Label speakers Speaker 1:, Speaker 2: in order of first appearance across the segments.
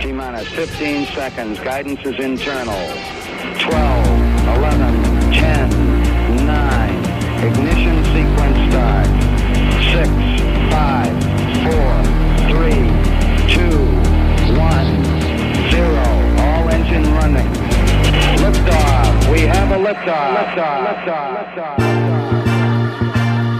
Speaker 1: T minus 15 seconds. Guidance is internal. 12, 11, 10, 9. Ignition sequence start. 6, 5, 4, 3, 2, 1, 0. All engine running. Liftoff. We have a liftoff. Liftoff. Liftoff. Liftoff.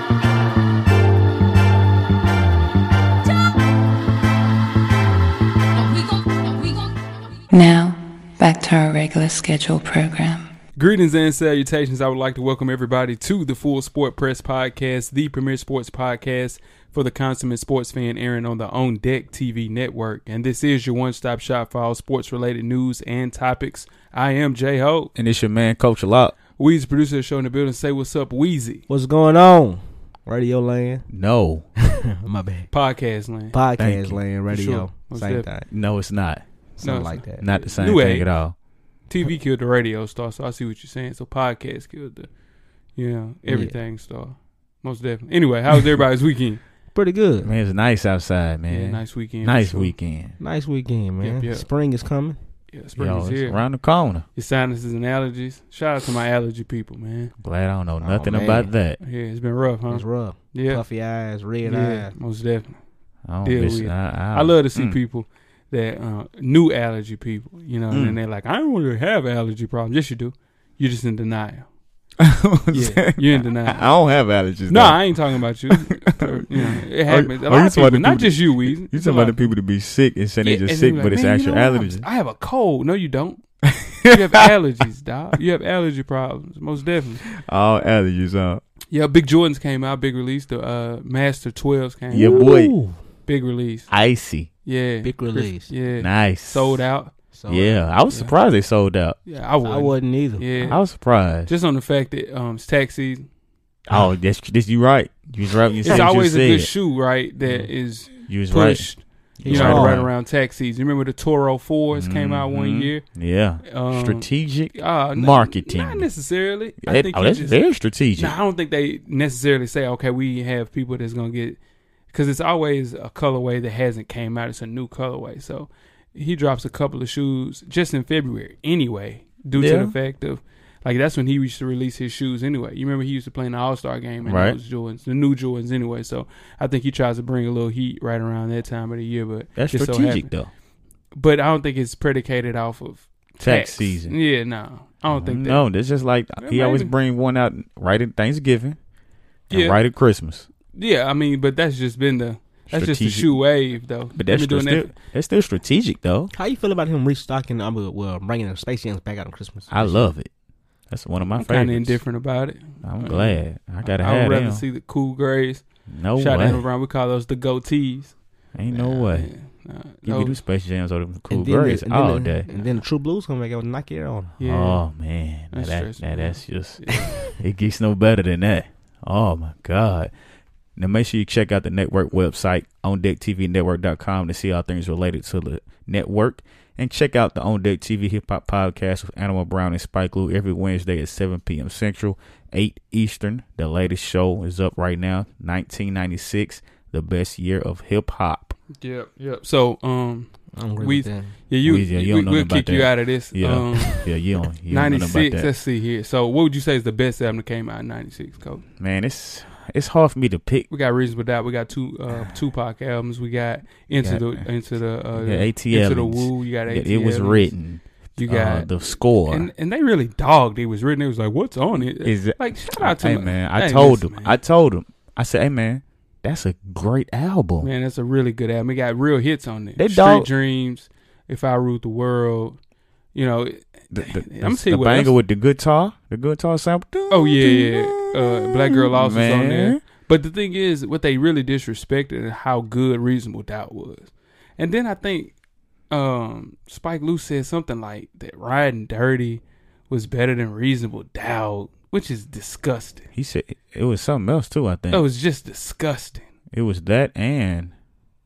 Speaker 2: Now, back to our regular schedule program.
Speaker 3: Greetings and salutations. I would like to welcome everybody to the Full Sport Press Podcast, the premier sports podcast for the consummate sports fan, Aaron, on the On Deck TV network. And this is your one stop shop for all sports related news and topics. I am J Ho.
Speaker 4: And it's your man, Coach Lock.
Speaker 3: Weezy, producer of the show in the building. Say what's up, Wheezy.
Speaker 5: What's going on? Radio land,
Speaker 4: No,
Speaker 5: my bad.
Speaker 3: Podcast land.
Speaker 4: Thank
Speaker 5: Podcast
Speaker 4: you.
Speaker 5: land,
Speaker 3: sure.
Speaker 5: radio,
Speaker 3: Most
Speaker 5: same
Speaker 3: definitely.
Speaker 5: thing,
Speaker 4: no, it's not.
Speaker 5: something
Speaker 3: it's
Speaker 5: like that.
Speaker 4: Not the same
Speaker 3: New
Speaker 4: thing
Speaker 3: age.
Speaker 4: at all.
Speaker 3: TV killed the radio star, so I see what you're saying. So podcast killed the, yeah, everything star. Most definitely. Anyway, how was everybody's weekend?
Speaker 5: Pretty good.
Speaker 4: Man, it's nice outside, man.
Speaker 3: Yeah,
Speaker 4: nice
Speaker 3: nice weekend. So,
Speaker 4: weekend.
Speaker 5: Nice weekend, man.
Speaker 3: Yep, yep.
Speaker 5: Spring is coming.
Speaker 3: Yeah, spring
Speaker 4: Yo,
Speaker 3: is
Speaker 4: it's
Speaker 3: here.
Speaker 4: around the corner.
Speaker 3: Your sinuses and allergies. Shout out to my allergy people, man.
Speaker 4: Glad I don't
Speaker 3: Oh,
Speaker 4: know nothing
Speaker 5: man.
Speaker 4: about that.
Speaker 3: Yeah, it's been rough, huh?
Speaker 5: It's rough.
Speaker 3: yeah.
Speaker 5: Puffy eyes, red
Speaker 3: Uh-huh. yeah,
Speaker 5: eyes.
Speaker 3: most definitely.
Speaker 4: I don't
Speaker 3: Deal
Speaker 4: miss-
Speaker 3: with it.
Speaker 4: I, I-
Speaker 3: I love to see
Speaker 4: mm.
Speaker 3: people that uh, new allergy people, you know,
Speaker 4: Mm.
Speaker 3: and they're like, I don't really have allergy problems. Yes, you do. You're just in denial.
Speaker 4: yeah,
Speaker 3: You're in denial.
Speaker 4: I don't have allergies.
Speaker 3: No,
Speaker 4: though.
Speaker 3: I ain't talking about you. Or, you know, it happens.
Speaker 4: are
Speaker 3: A lot of
Speaker 4: you talking about
Speaker 3: people,
Speaker 4: the
Speaker 3: not
Speaker 4: people-
Speaker 3: just you, Weezy.
Speaker 4: You talking about the people to be sick and saying
Speaker 3: Yeah,
Speaker 4: they
Speaker 3: and
Speaker 4: just
Speaker 3: they
Speaker 4: sick,
Speaker 3: be
Speaker 4: but
Speaker 3: like,
Speaker 4: it's
Speaker 3: "Man, you
Speaker 4: actual
Speaker 3: know what? I'm-
Speaker 4: allergies.
Speaker 3: I have a cold. No, you don't. You have allergies, dog. You have allergy problems, most definitely.
Speaker 4: All allergies, huh?
Speaker 3: Yeah, Big Jordans came out, big release. The uh, Master 12s came
Speaker 4: Yeah,
Speaker 3: out,
Speaker 4: boy.
Speaker 5: Ooh,
Speaker 3: big release.
Speaker 4: Icy,
Speaker 3: Yeah,
Speaker 5: Big
Speaker 3: Chris-
Speaker 5: release.
Speaker 3: Yeah,
Speaker 4: nice,
Speaker 3: sold out.
Speaker 5: so uh,
Speaker 4: Yeah, I was
Speaker 3: Yeah.
Speaker 4: surprised they sold out.
Speaker 3: Yeah, I would.
Speaker 5: I wasn't either.
Speaker 3: Yeah,
Speaker 4: I was surprised.
Speaker 3: just on the fact that um, it's tax season.
Speaker 4: Oh, that's this. You right. You was right. when You
Speaker 3: It's
Speaker 4: said what
Speaker 3: always a
Speaker 4: you
Speaker 3: good
Speaker 4: said.
Speaker 3: shoe, right? That is
Speaker 4: You was
Speaker 3: pushed,
Speaker 4: right.
Speaker 3: you
Speaker 5: It's
Speaker 3: know,
Speaker 5: hard.
Speaker 3: right around tax season. Remember the Toro 4s came out one
Speaker 4: Mhm.
Speaker 3: year.
Speaker 4: Yeah.
Speaker 3: Um,
Speaker 4: Strategic.
Speaker 3: uh, n-
Speaker 4: marketing.
Speaker 3: Not necessarily. I
Speaker 4: That-
Speaker 3: think
Speaker 4: oh,
Speaker 3: you
Speaker 4: that's
Speaker 3: just-
Speaker 4: very strategic.
Speaker 3: No, I don't think they necessarily say, okay, we have people that's gonna get because it's always a colorway that hasn't came out. It's a new colorway, so he drops a couple of shoes just in February anyway, due to
Speaker 4: Yeah.
Speaker 3: the fact of like that's when he used to release his shoes anyway. You remember he used to play in the All Star game and
Speaker 4: Right.
Speaker 3: those Jordans, the new Jordans anyway. So I think he tries to bring a little heat right around that time of the year, but
Speaker 4: that's
Speaker 3: just so
Speaker 4: strategic
Speaker 3: happened-
Speaker 4: though.
Speaker 3: but I don't think it's predicated off of
Speaker 4: Tax
Speaker 3: tax
Speaker 4: season. Uh-huh.
Speaker 3: Yeah, no, I don't think that.
Speaker 4: No, that's just like
Speaker 3: Yeah,
Speaker 4: he always
Speaker 3: maybe.
Speaker 4: bring one out right at Thanksgiving and
Speaker 3: Yeah.
Speaker 4: right at Christmas.
Speaker 3: Yeah, I mean, but that's just been the that's just the
Speaker 4: Strategic.
Speaker 3: shoe wave though.
Speaker 4: But that's
Speaker 3: They've been
Speaker 4: still,
Speaker 3: doing that
Speaker 4: that's still strategic though.
Speaker 5: How you feel about him restocking? I'm uh, well, bringing the Space Jams back out on Christmas.
Speaker 4: I love it. That's one of my
Speaker 3: I'm
Speaker 4: favorites.
Speaker 3: kind of indifferent about it.
Speaker 4: I'm glad. I gotta
Speaker 3: I
Speaker 4: have
Speaker 3: would rather
Speaker 4: them. Oh,
Speaker 3: see the cool grays.
Speaker 4: no
Speaker 3: Shout out to
Speaker 4: way.
Speaker 3: Brown. We call those the goatees.
Speaker 4: Ain't no way.
Speaker 3: Yeah, nah, oh,
Speaker 4: Give me
Speaker 3: those-
Speaker 4: them space jams or them cool
Speaker 5: And then
Speaker 4: grades
Speaker 5: the- and then
Speaker 4: all
Speaker 5: the-
Speaker 4: day.
Speaker 5: And then the True Blues come back out with Nike Air on.
Speaker 3: yeah.
Speaker 4: Oh man, Now
Speaker 3: That's
Speaker 4: that,
Speaker 3: stressful,
Speaker 4: now
Speaker 3: man.
Speaker 4: that's just it gets no better than that. Oh my god! Now make sure you check out the network website on decktvnetwork.com to see all things related to the network, and check out the On Deck TV Hip Hop Podcast with Animal Brown and Spike Lee every Wednesday at 7 p.m. Central, 8 Eastern. The latest show is up right now, 1996, the best year of hip hop.
Speaker 3: Yep, yep. So, um,
Speaker 5: I'm agree
Speaker 3: We-
Speaker 5: with that.
Speaker 3: yeah, you,
Speaker 4: Weezy, you
Speaker 3: we-
Speaker 4: don't know
Speaker 3: we'll
Speaker 4: about
Speaker 3: kick you
Speaker 4: that.
Speaker 3: out of this.
Speaker 4: Yeah,
Speaker 3: Um,
Speaker 4: yeah, you don't, you don't know about
Speaker 3: 96,
Speaker 4: that.
Speaker 3: let's see here. So, what would you say is the best album that came out in 96, Coach?
Speaker 4: man. It's it's hard for me to pick.
Speaker 3: We got Reasonable Doubt. We got two uh, Tupac albums. We got Into
Speaker 4: got-
Speaker 3: the, into the, uh,
Speaker 4: Yeah, ATL.
Speaker 3: into the Woo. You got
Speaker 4: It-
Speaker 3: ATL.
Speaker 4: It was written.
Speaker 3: You
Speaker 4: uh,
Speaker 3: got,
Speaker 4: the score.
Speaker 3: and, and they really dogged. It was written. It was like, what's on it?
Speaker 4: is it,
Speaker 3: Like, shout out to
Speaker 4: hey
Speaker 3: my-
Speaker 4: man, I
Speaker 3: hey,
Speaker 4: told
Speaker 3: listen, man.
Speaker 4: him. I told him. I said, hey man, that's a great album.
Speaker 3: Man, that's a really good album. It got real hits on it.
Speaker 4: They
Speaker 3: Street
Speaker 4: dog-
Speaker 3: Dreams, If I Ruled the World. You know, it-
Speaker 4: the the,
Speaker 3: I'm
Speaker 4: the,
Speaker 3: gonna tell you
Speaker 4: the
Speaker 3: what,
Speaker 4: banger
Speaker 3: that's-
Speaker 4: with the guitar, the guitar sound.
Speaker 3: oh yeah, yeah, yeah. Uh, Black Girl Lost was on there.
Speaker 4: Man.
Speaker 3: But the thing is, what they really disrespected is how good Reasonable Doubt was. And then I think um, Spike Lee said something like that Riding Dirty was better than Reasonable Doubt, which is disgusting.
Speaker 4: He said it was something else too. I think
Speaker 3: That was just disgusting.
Speaker 4: it was that and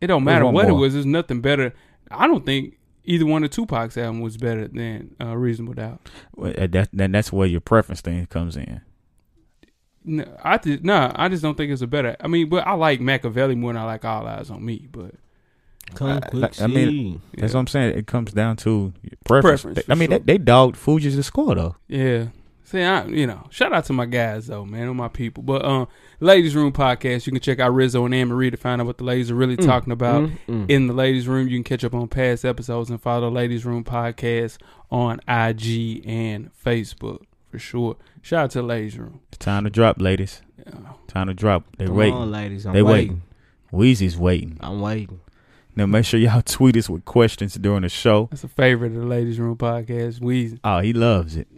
Speaker 3: It don't
Speaker 4: There's
Speaker 3: matter
Speaker 4: one
Speaker 3: what it
Speaker 4: more.
Speaker 3: was. There's nothing better. I don't think either one of Tupac's album was better than uh, Reasonable Doubt.
Speaker 4: well, uh, that. Then that's where your preference thing comes in.
Speaker 3: No, I th- nah, I just don't think it's a better. I mean, but I like Machiavelli more than I like All Eyes on Me. But
Speaker 5: Come
Speaker 4: I-
Speaker 5: quick,
Speaker 4: I- I
Speaker 5: see.
Speaker 4: mean- That's what I'm saying. It comes down to preference.
Speaker 3: Preference,
Speaker 4: I
Speaker 3: for
Speaker 4: mean,
Speaker 3: sure.
Speaker 4: they, they dogged Fuji's the score though.
Speaker 3: Yeah. See, I you know, shout out to my guys though, man, all my people. But um, ladies' room podcast, you can check out Rizzo and Anne Marie to find out what the ladies are really talking about
Speaker 4: mm-hmm.
Speaker 5: Mm, mm.
Speaker 3: in the ladies' room. You can catch up on past episodes and follow ladies' room podcast on IG and Facebook for sure. Shout out to the ladies' room.
Speaker 4: It's time to drop, ladies.
Speaker 3: Yeah.
Speaker 4: Time to drop. They
Speaker 5: Come
Speaker 4: waiting.
Speaker 5: on, ladies. I'm
Speaker 4: They
Speaker 5: waiting.
Speaker 4: Wheezy's waiting.
Speaker 5: I'm waiting.
Speaker 4: Now make sure y'all tweet us with questions during the show.
Speaker 3: That's a favorite of the ladies' room podcast. Weezy.
Speaker 4: Oh, he loves it.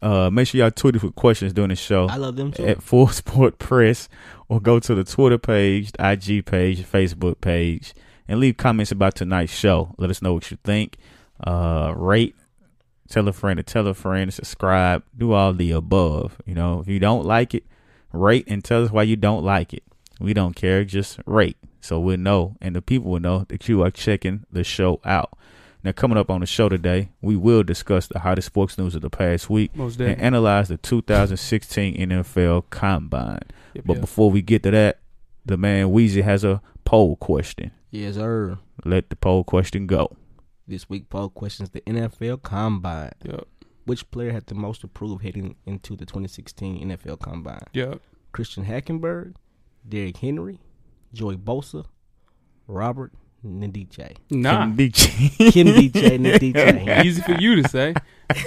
Speaker 4: Uh, make sure y'all tweet us with questions during the show
Speaker 5: I love them too.
Speaker 4: at Full Sport Press, or go to the Twitter page, the IG page, the Facebook page, and leave comments about tonight's show. Let us know what you think. Uh, rate, tell a friend to tell a friend, subscribe, do all the above. You know, if you don't like it, rate and tell us why you don't like it. We don't care, just rate. So we'll know, and the people will know that you are checking the show out. Now, coming up on the show today, we will discuss the hottest sports news of the past week
Speaker 3: Most
Speaker 4: and
Speaker 3: definitely.
Speaker 4: analyze the 2016 NFL Combine.
Speaker 3: Yep,
Speaker 4: But
Speaker 3: yep.
Speaker 4: before we get to that, the man Weezy has a poll question.
Speaker 5: yes, sir.
Speaker 4: Let the poll question go.
Speaker 5: This week, poll questions the NFL Combine.
Speaker 3: Yep.
Speaker 5: Which player had the most approved heading into the 2016 NFL Combine?
Speaker 3: Yep.
Speaker 5: Christian Hackenberg, Derrick Henry, Joy Bosa, Robert Ndj.
Speaker 3: Nah.
Speaker 4: Kim DJ.
Speaker 5: Kim DJ Ndj.
Speaker 3: Easy for you to say.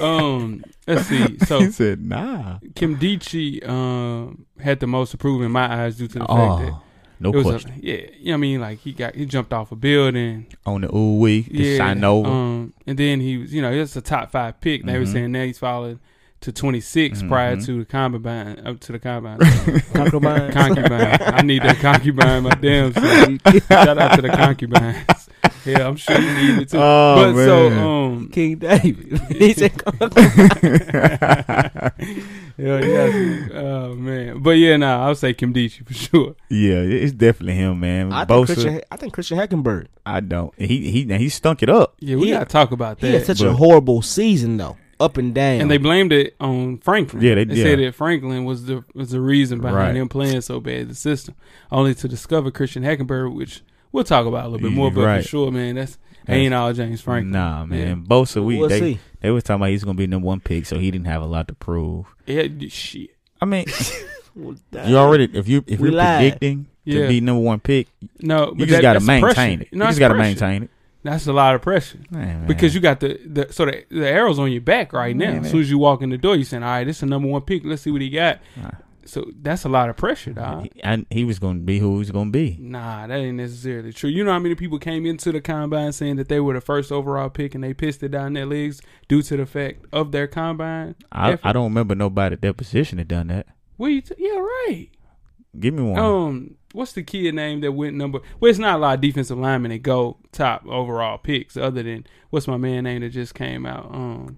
Speaker 3: Um, let's see. So
Speaker 4: he said, "Nah."
Speaker 3: Kim Dichie um, had the most approval in my eyes due to the fact that
Speaker 4: Oh, no
Speaker 3: it was
Speaker 4: question.
Speaker 3: a, yeah, you know what I mean, like he got he jumped off a building,
Speaker 4: On the ooh wee, the
Speaker 3: yeah,
Speaker 4: shine over.
Speaker 3: um, and then he was you know it's a top five pick. They were
Speaker 4: Mhm.
Speaker 3: saying now he's falling to twenty prior
Speaker 4: Mhm.
Speaker 3: to the combine up to the combine
Speaker 5: Concubine.
Speaker 3: Um, concubine. I need that concubine, my damn self. Shout out to the concubines. Yeah, I'm sure you need it too.
Speaker 4: Oh,
Speaker 3: but so
Speaker 4: man.
Speaker 3: um,
Speaker 5: King David. He said
Speaker 3: yeah, yeah, oh man, but yeah, nah, I'll say Kim Dichie for sure.
Speaker 4: yeah, it's definitely him, man.
Speaker 5: I think,
Speaker 4: Bosa,
Speaker 5: Christian, I think Christian Hackenberg.
Speaker 4: I don't. He he now he stunk it up.
Speaker 3: Yeah, we
Speaker 5: He-
Speaker 3: gotta talk about
Speaker 5: He had
Speaker 3: that.
Speaker 5: such a
Speaker 4: but-
Speaker 5: horrible season though, up and down.
Speaker 3: And they blamed it on Franklin.
Speaker 4: Yeah, they-
Speaker 3: said
Speaker 4: yeah.
Speaker 3: that Franklin was the was the reason behind
Speaker 4: Right.
Speaker 3: them playing so bad the system, only to discover Christian Hackenberg, which we'll talk about a little bit
Speaker 4: Yeah,
Speaker 3: more. But
Speaker 4: right.
Speaker 3: for sure, man, that's,
Speaker 4: That's-
Speaker 3: ain't all James Franklin.
Speaker 4: Nah, man. Bosa, we
Speaker 5: we'll
Speaker 4: they,
Speaker 5: see.
Speaker 4: they was talking about he's gonna be number one pick, so he didn't have a lot to prove.
Speaker 3: Yeah, d- shit.
Speaker 4: I mean,
Speaker 5: Well,
Speaker 4: you already if you if
Speaker 5: We
Speaker 4: you're
Speaker 5: lied.
Speaker 4: predicting to
Speaker 3: Yeah.
Speaker 4: be number one pick,
Speaker 3: No,
Speaker 4: you
Speaker 3: but
Speaker 4: just
Speaker 3: that-
Speaker 4: got to
Speaker 3: that's
Speaker 4: maintain
Speaker 3: pressure.
Speaker 4: it.
Speaker 3: No,
Speaker 4: You just
Speaker 3: that's
Speaker 4: got to
Speaker 3: pressure.
Speaker 4: maintain it
Speaker 3: That's a lot of pressure.
Speaker 4: Man, man.
Speaker 3: Because you got the, the so the, the arrows on your back right now.
Speaker 4: Man,
Speaker 3: as
Speaker 4: man.
Speaker 3: soon as you walk in the door, you saying, "All right, this is the number one pick. Let's see what he got."
Speaker 4: Nah.
Speaker 3: So that's a lot of pressure, dog.
Speaker 4: He- and he was going to be who he was going to be.
Speaker 3: Nah, that ain't necessarily true. You know how many people came into the combine saying that they were the first overall pick and they pissed it down their legs due to the fact of their combine.
Speaker 4: I,
Speaker 3: effort?
Speaker 4: I don't remember nobody at that position that done that.
Speaker 3: What you t- yeah, right.
Speaker 4: Give me one.
Speaker 3: Um, what's the kid name that went number? Well, it's not a lot of defensive linemen that go top overall picks, other than what's my man name that just came out um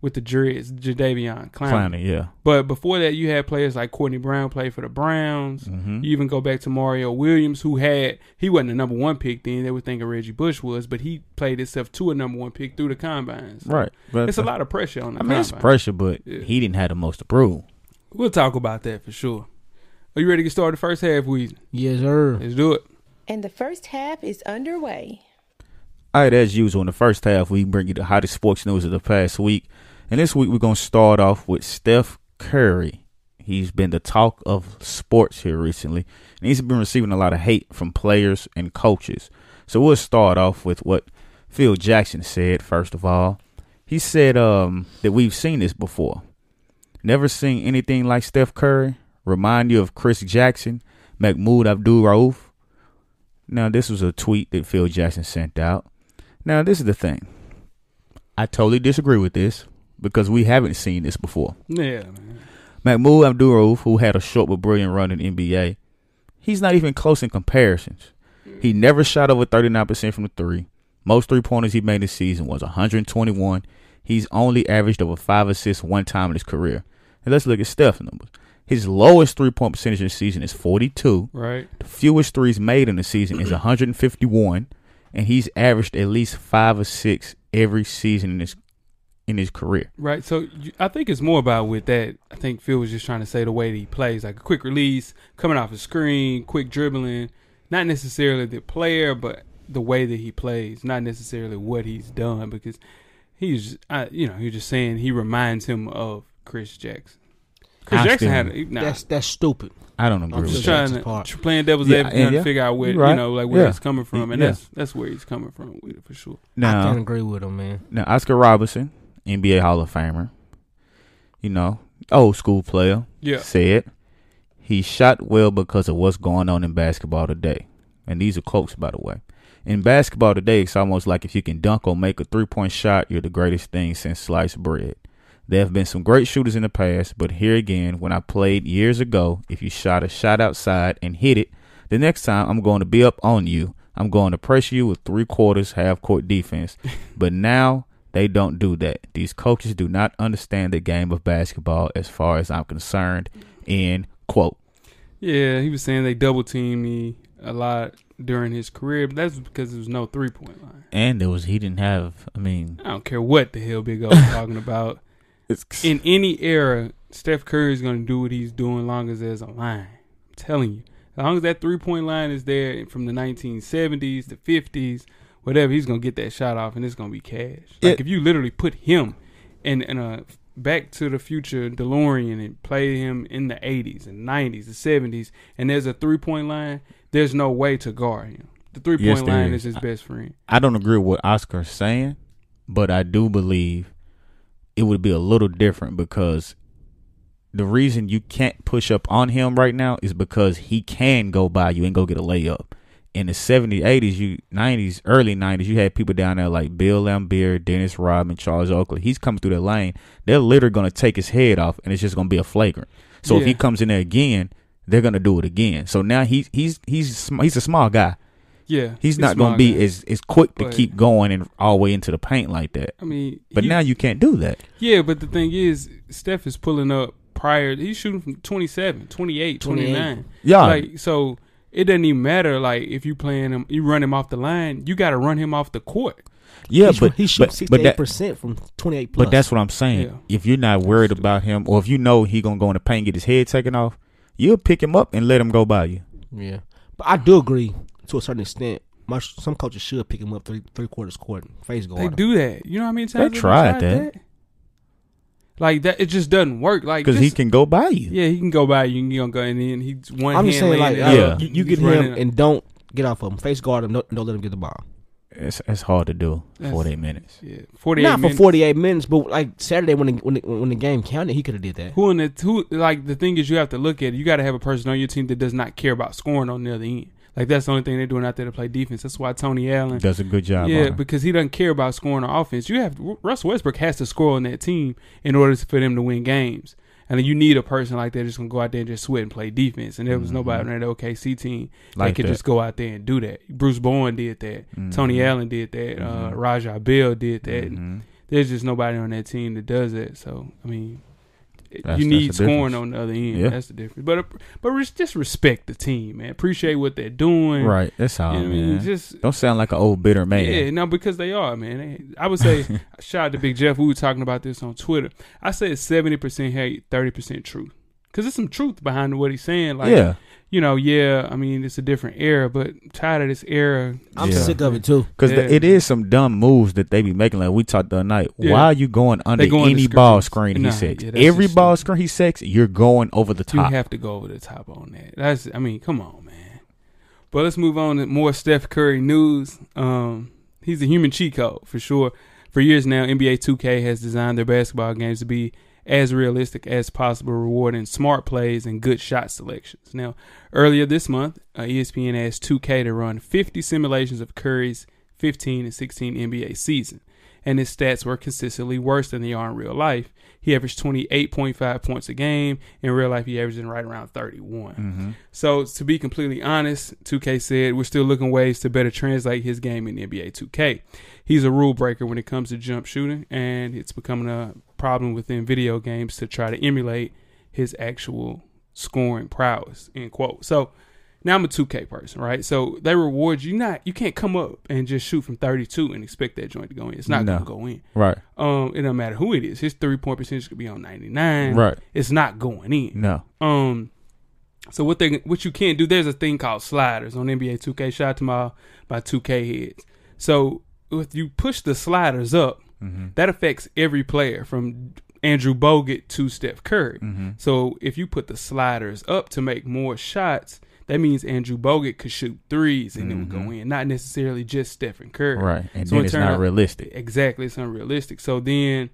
Speaker 3: with the dreads, Jadavion Clowney.
Speaker 4: Clowney, yeah.
Speaker 3: But before that, you had players like Courtney Brown played for the Browns.
Speaker 4: Mhm.
Speaker 3: You even go back to Mario Williams, who had he wasn't the number one pick then. They were thinking Reggie Bush was, but he played himself to a number one pick through the combines.
Speaker 4: Right. But
Speaker 3: it's a lot of pressure on the
Speaker 4: I mean, it's
Speaker 3: combine.
Speaker 4: pressure, but
Speaker 3: Yeah.
Speaker 4: he didn't have the most to prove.
Speaker 3: We'll talk about that for sure. Are you ready to get started? First half, we
Speaker 5: yes, sir.
Speaker 3: let's do it.
Speaker 6: And the first half is underway.
Speaker 4: All right, as usual, in the first half, we bring you the hottest sports news of the past week. And this week, we're going to start off with Steph Curry. He's been the talk of sports here recently, and he's been receiving a lot of hate from players and coaches. So we'll start off with what Phil Jackson said, first of all. He said um, that we've seen this before. Never seen anything like Steph Curry. Remind you of Chris Jackson, Mahmoud Abdul Rauf. Now, this was a tweet that Phil Jackson sent out. Now, this is the thing. I totally disagree with this because we haven't seen this before.
Speaker 3: Yeah, man.
Speaker 4: Mahmoud Abdul-Rauf, who had a short but brilliant run in NBA, he's not even close in comparisons. He never shot over 39% from the three. Most three-pointers he made this season was 121. He's only averaged over five assists one time in his career. And let's look at Steph's numbers. His lowest three-point percentage this season is 42.
Speaker 3: right.
Speaker 4: The fewest threes made in the season is 151, and he's averaged at least five or six every season in his in his career.
Speaker 3: Right. So you, I think it's more about with that. I think Phil was just trying to say the way that he plays, like a quick release, coming off a screen, quick dribbling. Not necessarily the player, but the way that he plays, not necessarily what he's done, because he's, I, you know, you're just saying he reminds him of Chris Jackson. Chris
Speaker 4: I
Speaker 3: Jackson
Speaker 4: still-
Speaker 3: had a, nah,
Speaker 5: That's that's stupid.
Speaker 4: I don't agree
Speaker 5: I'm
Speaker 4: with
Speaker 3: just
Speaker 4: that.
Speaker 3: trying
Speaker 5: Jackson's
Speaker 3: to
Speaker 5: part.
Speaker 3: tr- playing devil's
Speaker 4: Yeah,
Speaker 3: advocate, trying
Speaker 4: yeah.
Speaker 3: to figure out where
Speaker 4: Right.
Speaker 3: you know, like where
Speaker 4: Yeah.
Speaker 3: it's coming from, and
Speaker 4: Yeah.
Speaker 3: that's that's where he's coming from with it for sure.
Speaker 5: I
Speaker 4: Now,
Speaker 5: can't agree with him, man.
Speaker 4: now Oscar Robinson, NBA Hall of Famer, you know, old school player,
Speaker 3: Yeah,
Speaker 4: said he shot well because of what's going on in basketball today. And these are quotes, by the way. In basketball today, it's almost like if you can dunk or make a three point shot, you're the greatest thing since sliced bread. There have been some great shooters in the past, but here again, when I played years ago, if you shot a shot outside and hit it, the next time I'm going to be up on you. I'm going to pressure you with three quarters half court defense. but now they don't do that. These coaches do not understand the game of basketball as far as I'm concerned. End quote.
Speaker 3: yeah, he was saying they double teamed me a lot during his career, but that's because there was no three point line.
Speaker 4: And there was he didn't have I mean
Speaker 3: I don't care what the hell Big O was talking about.
Speaker 4: it's
Speaker 3: In any era, Steph Curry is going to do what he's doing long as there's a line. I'm telling you. As long as that three point line is there from the 1970s to 50s, whatever, he's going to get that shot off and it's going to be cash. Like
Speaker 4: It-
Speaker 3: if you literally put him in, in a Back to the Future DeLorean and play him in the 80s and 90s and 70s, and there's a three point line, there's no way to guard him. The three point
Speaker 4: Yes, there
Speaker 3: line
Speaker 4: is.
Speaker 3: is his best friend.
Speaker 4: I don't agree with what Oscar's saying, but I do believe it would be a little different because the reason you can't push up on him right now is because he can go by you and go get a layup. In the 70s, 80s, you 90s, early 90s, you had people down there like Bill Lambier, Dennis Rodman, Charles Oakley. He's coming through the lane. They're literally going to take his head off, and it's just going to be a flagrant. So if
Speaker 3: Yeah.
Speaker 4: he comes in there again, they're going to do it again. So now he's he's he's sm- he's a small guy.
Speaker 3: Yeah.
Speaker 4: He's, not going
Speaker 3: smart,
Speaker 4: to be
Speaker 3: man.
Speaker 4: as as quick to
Speaker 3: But-
Speaker 4: keep going and all the way into the paint like that.
Speaker 3: I mean,
Speaker 4: But
Speaker 3: he-
Speaker 4: now you can't do that.
Speaker 3: Yeah, but the thing is, Steph is pulling up prior. He's shooting from 27, 28, 29.
Speaker 4: Yeah.
Speaker 3: Like, so it doesn't even matter, like, if you playing him, you run him off the line, you got to run him off the court.
Speaker 4: Yeah,
Speaker 5: he shoot-
Speaker 4: but
Speaker 5: he
Speaker 4: but,
Speaker 5: shoots
Speaker 4: but
Speaker 5: sixty
Speaker 4: that-
Speaker 5: eight percent from twenty eight plus.
Speaker 4: but that's what I'm saying.
Speaker 3: Yeah.
Speaker 4: If you're not worried about him, or if you know he gonna go in the paint and get his head taken off, you'll pick him up and let him go by you.
Speaker 5: yeah. But I do agree to a certain extent. My, some coaches should pick him up three three quarters court and face guard.
Speaker 3: They
Speaker 5: him.
Speaker 3: do that. You know how many times
Speaker 4: tried that.
Speaker 3: Like, that, it just doesn't work. Like,
Speaker 4: Because he
Speaker 3: just-
Speaker 4: can go by you.
Speaker 3: Yeah, he can go by you and you gonna go, and then he's one
Speaker 5: I'm
Speaker 3: hand
Speaker 5: just saying, like,
Speaker 3: laying
Speaker 5: yeah.
Speaker 3: it up,
Speaker 5: you,
Speaker 4: Yeah.
Speaker 5: you get
Speaker 3: he's
Speaker 5: him
Speaker 3: running up.
Speaker 5: and don't get off of him. Face guard him. Don't, don't let him get the ball.
Speaker 4: It's it's hard to do.
Speaker 3: That's-
Speaker 4: Forty eight minutes.
Speaker 3: yeah, 48
Speaker 5: Not for
Speaker 3: minutes.
Speaker 5: 48 minutes, but like Saturday when the, when the, when the game counted, he could have did that.
Speaker 3: Who in the who like the thing is you have to look at it. You got to have a person on your team that does not care about scoring on the other end. Like that's the only thing they're doing out there to play defense. That's why Tony Allen,
Speaker 4: Does a good job.
Speaker 3: yeah,
Speaker 4: on it.
Speaker 3: because he doesn't care about scoring on offense. You have Russell Westbrook has to score on that team in order for them to win games. And you need a person like that just gonna go out there and just sweat and play defense. And there was nobody on that OKC team
Speaker 4: Mm-hmm. Like
Speaker 3: that could
Speaker 4: that. Mm-hmm.
Speaker 3: just go out there and do that. Bruce Bowen did that. Tony Allen did that. Uh, Rajah Bell did that.
Speaker 4: Mhm.
Speaker 3: There's just nobody on that team that does that. So I mean, it-
Speaker 4: That's-
Speaker 3: you
Speaker 4: that's
Speaker 3: need
Speaker 4: the
Speaker 3: scoring
Speaker 4: difference.
Speaker 3: on the other end.
Speaker 4: Yeah.
Speaker 3: That's the difference. But but res- just respect the team, man. Appreciate what they're doing.
Speaker 4: Right. That's
Speaker 3: You
Speaker 4: all,
Speaker 3: know what I mean?
Speaker 4: man.
Speaker 3: Just
Speaker 4: Don't sound like an old bitter man.
Speaker 3: yeah, no, because they are, man. They- I would say, shout out to Big Jeff. We were talking about this on Twitter. I said seventy percent hate, thirty percent truth. Because there's some truth behind what he's saying. Like,
Speaker 4: yeah.
Speaker 3: you know, yeah, I mean, it's a different era, but I'm tired of this era.
Speaker 5: I'm
Speaker 4: Yeah.
Speaker 5: sick of it too.
Speaker 4: Because
Speaker 3: Yeah.
Speaker 4: it is some dumb moves that they be making. Like we talked the other night.
Speaker 3: Yeah.
Speaker 4: Why are you going under
Speaker 3: They go under
Speaker 4: any
Speaker 3: screens.
Speaker 4: ball screen he
Speaker 3: Nah,
Speaker 4: sets?
Speaker 3: yeah, that's
Speaker 4: Every
Speaker 3: just
Speaker 4: ball
Speaker 3: stupid.
Speaker 4: screen he sets, you're going over the
Speaker 3: You
Speaker 4: top.
Speaker 3: have to go over the top on that. That's, I mean, come on, man. But let's move on to more Steph Curry news. Um, he's a human cheat code for sure. For years now, NBA 2K has designed their basketball games to be as realistic as possible, rewarding smart plays and good shot selections. Now, earlier this month, uh, ESPN asked 2K to run 50 simulations of Curry's 15 and 16 NBA season, and his stats were consistently worse than they are in real life. He averaged 28.5 points a game. In real life, he averaged right around 31. So, to be completely honest, 2K said we're still looking ways to better translate his game in NBA 2K. He's a rule breaker when it comes to jump shooting, and it's becoming a problem within video games to try to emulate his actual scoring prowess. End quote. So now I'm a 2K person, right? So they reward you not you can't come up and just shoot from 32 and expect that joint to go in. It's not
Speaker 4: No.
Speaker 3: gonna go in.
Speaker 4: Right.
Speaker 3: Um, it don't matter who it is. His three point percentage could be on 99.
Speaker 4: Right.
Speaker 3: It's not going in.
Speaker 4: No.
Speaker 3: Um, So what they what you can do? There's a thing called sliders on NBA 2K. Shout out to my my 2K heads. So if you push the sliders up,
Speaker 4: Mm-hmm.
Speaker 3: that affects every player from Andrew Bogut to Steph Curry.
Speaker 4: Mm-hmm.
Speaker 3: So if you put the sliders up to make more shots, that means Andrew Bogut could shoot threes and it would go in, not necessarily just Stephen Curry.
Speaker 4: Mm-hmm. Right. And
Speaker 3: So
Speaker 4: then
Speaker 3: in
Speaker 4: it's
Speaker 3: turn-
Speaker 4: not realistic.
Speaker 3: Exactly, it's unrealistic. So then,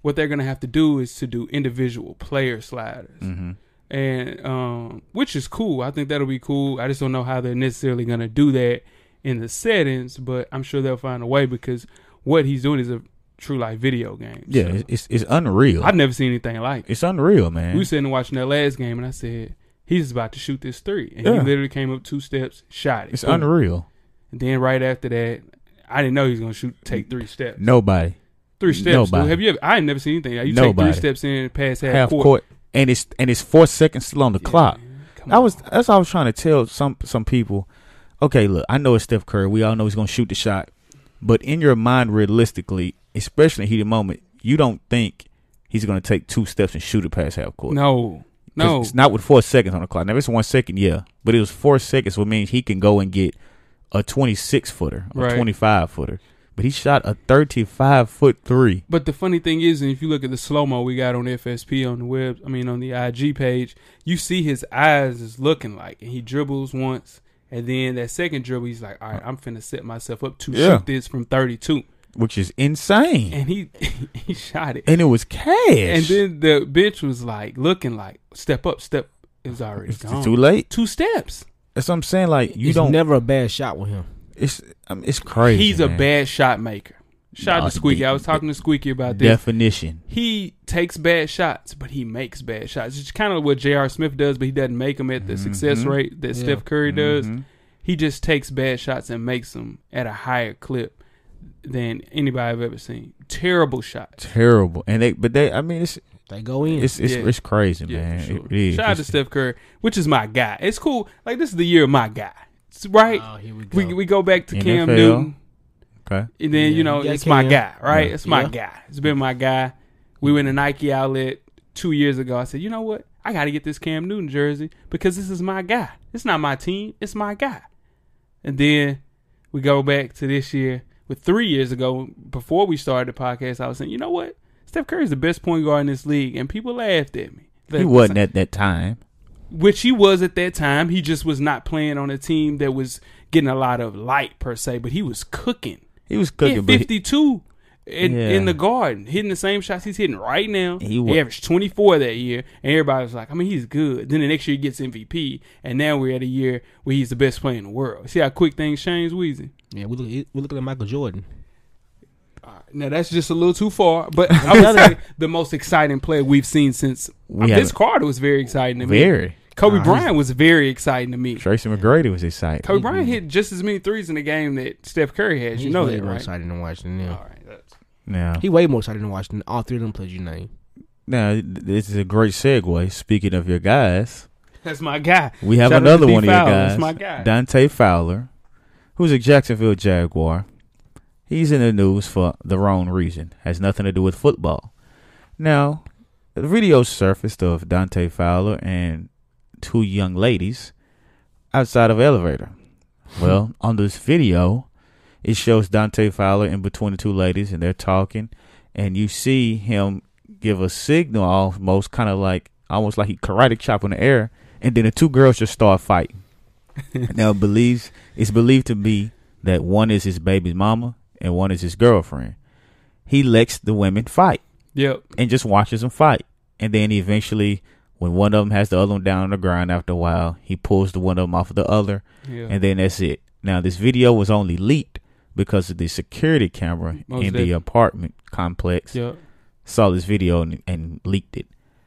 Speaker 3: what they're gonna have to do is to do individual player sliders,
Speaker 4: Mm-hmm.
Speaker 3: and um, which is cool. I think that'll be cool. I just don't know how they're necessarily gonna do that in the settings, but I'm sure they'll find a way because what he's doing is a true life video game.
Speaker 4: Yeah,
Speaker 3: So,
Speaker 4: it's, it's it's unreal.
Speaker 3: I've never seen anything like it.
Speaker 4: it's unreal, man.
Speaker 3: We were sitting and watching that last game, and I said. He's about to shoot this three, and he
Speaker 4: Yeah.
Speaker 3: literally came up two steps, shot it.
Speaker 4: it's
Speaker 3: Boom.
Speaker 4: unreal.
Speaker 3: And then right after that, I didn't know he was gonna shoot, take three steps.
Speaker 4: Nobody
Speaker 3: Three steps.
Speaker 4: Nobody.
Speaker 3: Dude. Have you ever? I ain't never seen anything. You
Speaker 4: Nobody.
Speaker 3: take three steps in, pass half,
Speaker 4: half court.
Speaker 3: court.
Speaker 4: and it's and it's four seconds still on the
Speaker 3: Yeah,
Speaker 4: clock.
Speaker 3: man. Come
Speaker 4: I
Speaker 3: on.
Speaker 4: was that's what I was trying to tell some some people. Okay, look, I know it's Steph Curry. We all know he's gonna shoot the shot, but in your mind, realistically, especially in the heat of the moment, you don't think he's gonna take two steps and shoot it past half court.
Speaker 3: no,
Speaker 4: 'Cause
Speaker 3: no.
Speaker 4: it's not with four seconds on the clock. Now if it's one second, yeah, but it was four seconds, which means he can go and get a twenty six footer, a
Speaker 3: Right.
Speaker 4: twenty five footer. But he shot a thirty five foot three.
Speaker 3: But the funny thing is, and if you look at the slow mo we got on FSP on the web, I mean on the IG page, you see his eyes is looking like, and he dribbles once, and then that second dribble, he's like, "All right, I'm finna set myself up to
Speaker 4: Yeah.
Speaker 3: shoot this from 32,"
Speaker 4: which is insane. And,
Speaker 3: and he he shot it.
Speaker 4: it was cash.
Speaker 3: And then the bitch was like, looking like, "Step up, step." It was already
Speaker 4: it's
Speaker 3: gone.
Speaker 4: too late.
Speaker 3: Two steps.
Speaker 4: That's what I'm saying. Like you
Speaker 5: it's
Speaker 4: don't.
Speaker 5: never a bad shot with him.
Speaker 4: it's I mean, it's crazy.
Speaker 3: He's a
Speaker 4: man.
Speaker 3: bad shot maker. Shout
Speaker 4: Nah,
Speaker 3: out to Squeaky.
Speaker 4: the-
Speaker 3: I was talking to Squeaky about this.
Speaker 4: definition.
Speaker 3: He takes bad shots, but he makes bad shots. It's kind of what J.R. Smith does, but he doesn't make them at the success
Speaker 4: Mhm.
Speaker 3: rate that
Speaker 5: Yeah.
Speaker 3: Steph Curry does.
Speaker 4: Mhm.
Speaker 3: He just takes bad shots and makes them at a higher clip than anybody I've ever seen. Terrible shots.
Speaker 4: Terrible. And they, but they. I mean, it's
Speaker 5: They go in.
Speaker 4: it's it's,
Speaker 3: Yeah.
Speaker 4: it's crazy, man.
Speaker 3: for sure.
Speaker 4: It is.
Speaker 3: Shout out to
Speaker 4: It's-
Speaker 3: Steph Curry, which is my guy. It's cool. Like this is the year of my guy. It's right.
Speaker 5: Oh, here we go.
Speaker 3: we we go back to Cam
Speaker 4: NFL.
Speaker 3: Newton.
Speaker 4: Okay.
Speaker 3: And then
Speaker 5: Yeah,
Speaker 3: you know
Speaker 5: you got
Speaker 3: it's my
Speaker 5: Cam.
Speaker 3: guy, right?
Speaker 4: Yeah.
Speaker 3: It's my
Speaker 5: Yeah.
Speaker 3: guy. It's been my guy. We went to Nike outlet two years ago. I said, you know what? I got to get this Cam Newton jersey because this is my guy. It's not my team. It's my guy. And then we go back to this year. With three years ago, before we started the podcast, I was saying, you know what? Steph Curry's the best point guard in this league, and people laughed at me.
Speaker 4: He wasn't at that time.
Speaker 3: which he was at that time. He just was not playing on a team that was getting a lot of light per se, but he was cooking.
Speaker 4: He was cooking,
Speaker 3: He
Speaker 4: but
Speaker 3: had
Speaker 4: he,
Speaker 3: 52 in,
Speaker 4: Yeah.
Speaker 3: in the garden, hitting the same shots he's hitting right now.
Speaker 4: He
Speaker 3: He,
Speaker 4: wa-
Speaker 3: averaged 24 that year, and everybody was like, I mean, he's good. Then the next year he gets MVP, and now we're at a year where he's the best player in the world. See how quick things change, Weezy?
Speaker 5: yeah, we look, we looking at Michael Jordan.
Speaker 3: Now, that's just a little too far, but I would say the most exciting player we've seen since
Speaker 4: We
Speaker 3: uh,
Speaker 4: haven't-
Speaker 3: this Carter was very exciting to me.
Speaker 4: very.
Speaker 3: Kobe Bryant was very exciting to me.
Speaker 4: Tracy McGrady was excited.
Speaker 3: Kobe Bryant hit just as many threes in the game that Steph Curry has. You
Speaker 5: He's
Speaker 3: know
Speaker 5: way
Speaker 3: that,
Speaker 5: more
Speaker 3: right?
Speaker 5: excited than Washington. Yeah.
Speaker 3: All right. That's,
Speaker 4: Now,
Speaker 5: He way more excited than Washington. All three of them players you name.
Speaker 4: now th- this is a great segue. Speaking of your guys,
Speaker 3: that's my guy.
Speaker 4: we have
Speaker 3: Shout out to
Speaker 4: another
Speaker 3: D.
Speaker 4: one of your
Speaker 3: Fowler.
Speaker 4: guys,
Speaker 3: That's my guy.
Speaker 4: Dante Fowler, who's a Jacksonville Jaguar. He's in the news for the wrong reason. Has nothing to do with football. Now, the video surfaced of Dante Fowler and two young ladies outside of an elevator. Well, on this video, it shows Dante Fowler in between the two ladies and they're talking and you see him give a signal almost kind of like almost like he karate chop in the air and then the two girls just start fighting. now it believes it's believed to be that one is his baby's mama and one is his girlfriend. He lets the women fight
Speaker 3: Yep.
Speaker 4: and just watches them fight. And then eventually, when one of them has the other one down on the ground, after a while, he pulls the one of them off of the other,
Speaker 3: Yeah.
Speaker 4: and then that's it. Now, this video was only leaked because of the security camera
Speaker 3: Most
Speaker 4: in the
Speaker 3: definitely.
Speaker 4: apartment complex
Speaker 3: yeah.
Speaker 4: saw this video and, and leaked it.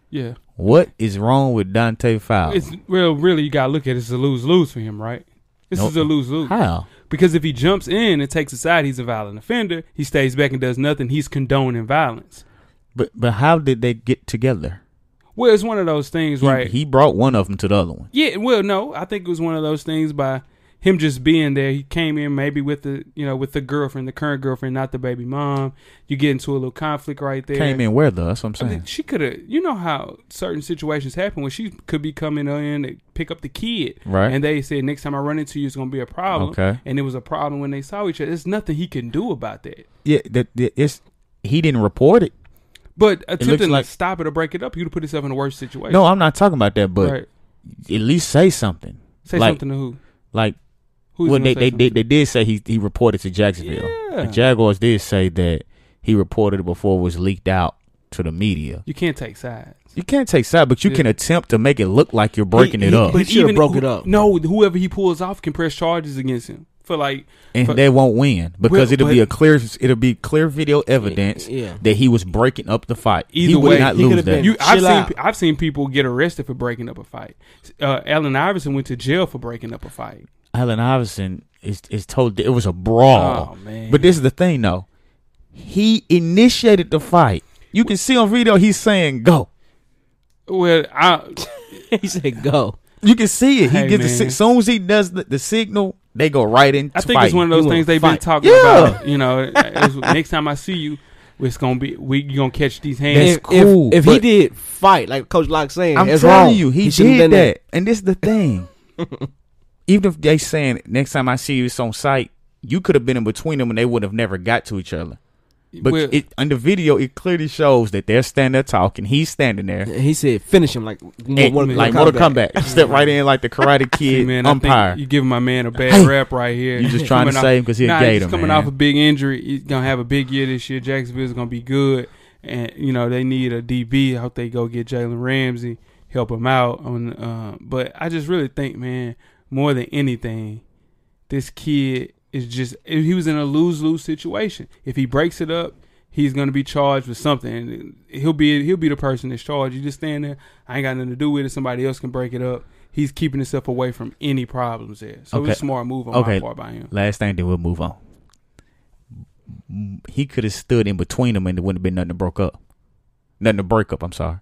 Speaker 3: Yeah.
Speaker 4: What is wrong with Dante Fowler?
Speaker 3: It's well, really, you gotta look at it as a lose lose for him, right? This
Speaker 4: Nope.
Speaker 3: is a lose lose
Speaker 4: How?
Speaker 3: because if he jumps in and takes a side, he's a violent offender. He stays back and does nothing. He's condoning violence.
Speaker 4: But but how did they get together?
Speaker 3: Well, it's one of those things,
Speaker 4: He-
Speaker 3: right?
Speaker 4: He brought one of them to the other one.
Speaker 3: yeah. Well, no, I think it was one of those things by him just being there. He came in maybe with the you know with the girlfriend, the current girlfriend, not the baby mom. You get into a little conflict right there.
Speaker 4: Came in where though? That's what I'm
Speaker 3: I
Speaker 4: saying.
Speaker 3: mean, she could have. You know how certain situations happen when she could be coming in to pick up the kid,
Speaker 4: Right.
Speaker 3: And they said next time I run into you, it's gonna be a problem.
Speaker 4: Okay.
Speaker 3: And it was a problem when they saw each other. There's nothing he can do about that.
Speaker 4: yeah, that, that- it's he didn't report it.
Speaker 3: But attempting
Speaker 4: like-
Speaker 3: to stop it or break it up, you'd put yourself in a worse situation.
Speaker 4: No, I'm not talking about that. But
Speaker 3: right.
Speaker 4: at least say something.
Speaker 3: Say
Speaker 4: like,
Speaker 3: something to who?
Speaker 4: Like
Speaker 3: Who's
Speaker 4: well,
Speaker 3: gonna
Speaker 4: they
Speaker 3: say
Speaker 4: they,
Speaker 3: something?
Speaker 4: they they did say he he reported to Jacksonville.
Speaker 3: Yeah.
Speaker 4: The Jaguars did say that he reported it before it was leaked out to the media.
Speaker 3: You can't take sides.
Speaker 4: You can't take side, but you
Speaker 3: Yeah.
Speaker 4: can attempt to make it look like you're breaking
Speaker 5: He-
Speaker 4: it
Speaker 5: he-
Speaker 4: up,
Speaker 5: but- should've
Speaker 3: even
Speaker 5: broke it
Speaker 3: who-
Speaker 5: up.
Speaker 3: No, whoever he pulls off can press charges against him for like
Speaker 4: and
Speaker 3: but-
Speaker 4: they won't win because
Speaker 3: Well,
Speaker 4: it'll be
Speaker 3: but-
Speaker 4: a clear it'll be clear video evidence
Speaker 5: yeah.
Speaker 4: that he was breaking up the fight. he
Speaker 3: Either
Speaker 4: would
Speaker 3: way,
Speaker 4: not
Speaker 5: he
Speaker 4: lose
Speaker 5: could've
Speaker 4: that.
Speaker 5: been-
Speaker 3: You, I've
Speaker 5: Chill
Speaker 3: seen
Speaker 5: out.
Speaker 3: pe- I've seen people get arrested for breaking up a fight. Uh, Allen Iverson went to jail for breaking up a fight.
Speaker 4: Allen Iverson is is told that it was a brawl.
Speaker 3: Oh, man.
Speaker 4: But this is the thing though. He initiated the fight. You can see on video he's saying go.
Speaker 3: Well, I,
Speaker 5: he said go.
Speaker 4: You can see it. He
Speaker 3: Hey,
Speaker 4: gives the
Speaker 3: man.
Speaker 4: sig- as soon as he does the, the signal, they go right into
Speaker 3: I think it's
Speaker 4: fighting.
Speaker 3: one of those
Speaker 5: You
Speaker 3: things
Speaker 5: wanna
Speaker 3: they've been
Speaker 5: fight.
Speaker 3: talking
Speaker 4: Yeah.
Speaker 3: about. You know, it's- next time I see you, it's gonna be we you gonna catch these
Speaker 4: That's
Speaker 3: hands.
Speaker 5: if,
Speaker 4: cool,
Speaker 5: If, if he
Speaker 4: but-
Speaker 5: did fight, like Coach Locke saying,
Speaker 4: I'm
Speaker 5: it's
Speaker 4: telling
Speaker 5: wrong.
Speaker 4: you, he,
Speaker 5: shouldn't
Speaker 4: did that.
Speaker 5: done
Speaker 4: And this is the thing. Even if they saying next time I see you, it's on site. You could have been in between them, and they would have never got to each other. But
Speaker 3: Well,
Speaker 4: it, on the video, it clearly shows that they're standing there talking. He's standing there.
Speaker 5: And he said, finish him like,
Speaker 4: And,
Speaker 5: Mortal
Speaker 4: like
Speaker 5: Kombat.
Speaker 4: Mortal Kombat, step right in like the Karate
Speaker 3: see,
Speaker 4: Kid
Speaker 3: man, I think
Speaker 4: umpire.
Speaker 3: you giving my man a bad
Speaker 4: Hey.
Speaker 3: rap right here.
Speaker 4: You just trying to
Speaker 3: Coming off-
Speaker 4: save him 'cause he a
Speaker 3: nah,
Speaker 4: gator,
Speaker 3: he's coming
Speaker 4: man.
Speaker 3: off a big injury. He's gonna have a big year this year. Jacksonville's gonna be good, and you know they need a DB. I hope they go get Jalen Ramsey, help him out. On uh, but I just really think, man, more than anything, this kid is just he was in a lose lose situation. If he breaks it up, he's gonna be charged with something. And He'll be he'll be the person that's charged. You just stand there. I ain't got nothing to do with it. Somebody else can break it up. He's keeping himself away from any problems there. So
Speaker 4: Okay.
Speaker 3: it's a smart move on
Speaker 4: Okay.
Speaker 3: my part by him.
Speaker 4: Last thing, then we'll move on. He could have stood in between them, and there wouldn't have been nothing to broke up. Nothing to break up. I'm sorry.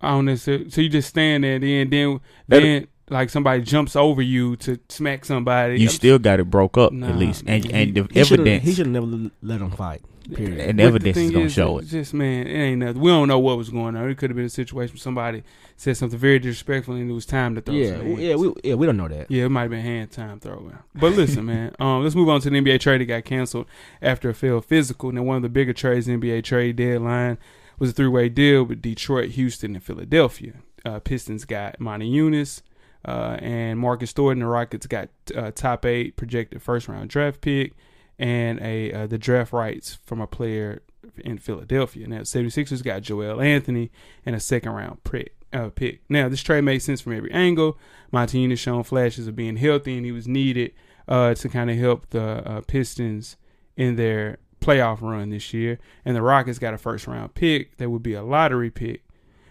Speaker 3: I don't necessarily. So you just stand there, then then
Speaker 4: That-
Speaker 3: then like somebody jumps over you to smack somebody.
Speaker 4: You
Speaker 3: I'm-
Speaker 4: still got it broke up
Speaker 3: Nah,
Speaker 4: at least,
Speaker 3: man.
Speaker 4: and and the
Speaker 5: He should've-
Speaker 4: evidence
Speaker 5: He should have never let him fight. Period.
Speaker 3: But
Speaker 4: and
Speaker 3: the
Speaker 4: evidence is
Speaker 3: thing
Speaker 4: gonna show it.
Speaker 3: it's Just man, it ain't nothing. We don't know what was going on. It could have been a situation where somebody said something very disrespectful, and it was time to throw.
Speaker 5: Yeah,
Speaker 3: some
Speaker 5: w-
Speaker 3: hands.
Speaker 5: yeah, we yeah we don't know that.
Speaker 3: Yeah, it might have been hand time throwing. But listen, man, um, let's move on to the NBA trade that got canceled after a failed physical. Now, one of the bigger trades, in NBA trade deadline, was a three way deal with Detroit, Houston, and Philadelphia. Uh, Pistons got Monty Eunice uh, and Marcus Thornton. The Rockets got uh, top eight projected first round draft pick and a uh, the draft rights from a player in Philadelphia. Now, 76ers got Joel Anthony and a second round pick. Uh, pick. Now, this trade made sense from every angle. Montigny has shown flashes of being healthy, and he was needed uh, to kind of help the uh, Pistons in their playoff run this year. And the Rockets got a first round pick that would be a lottery pick.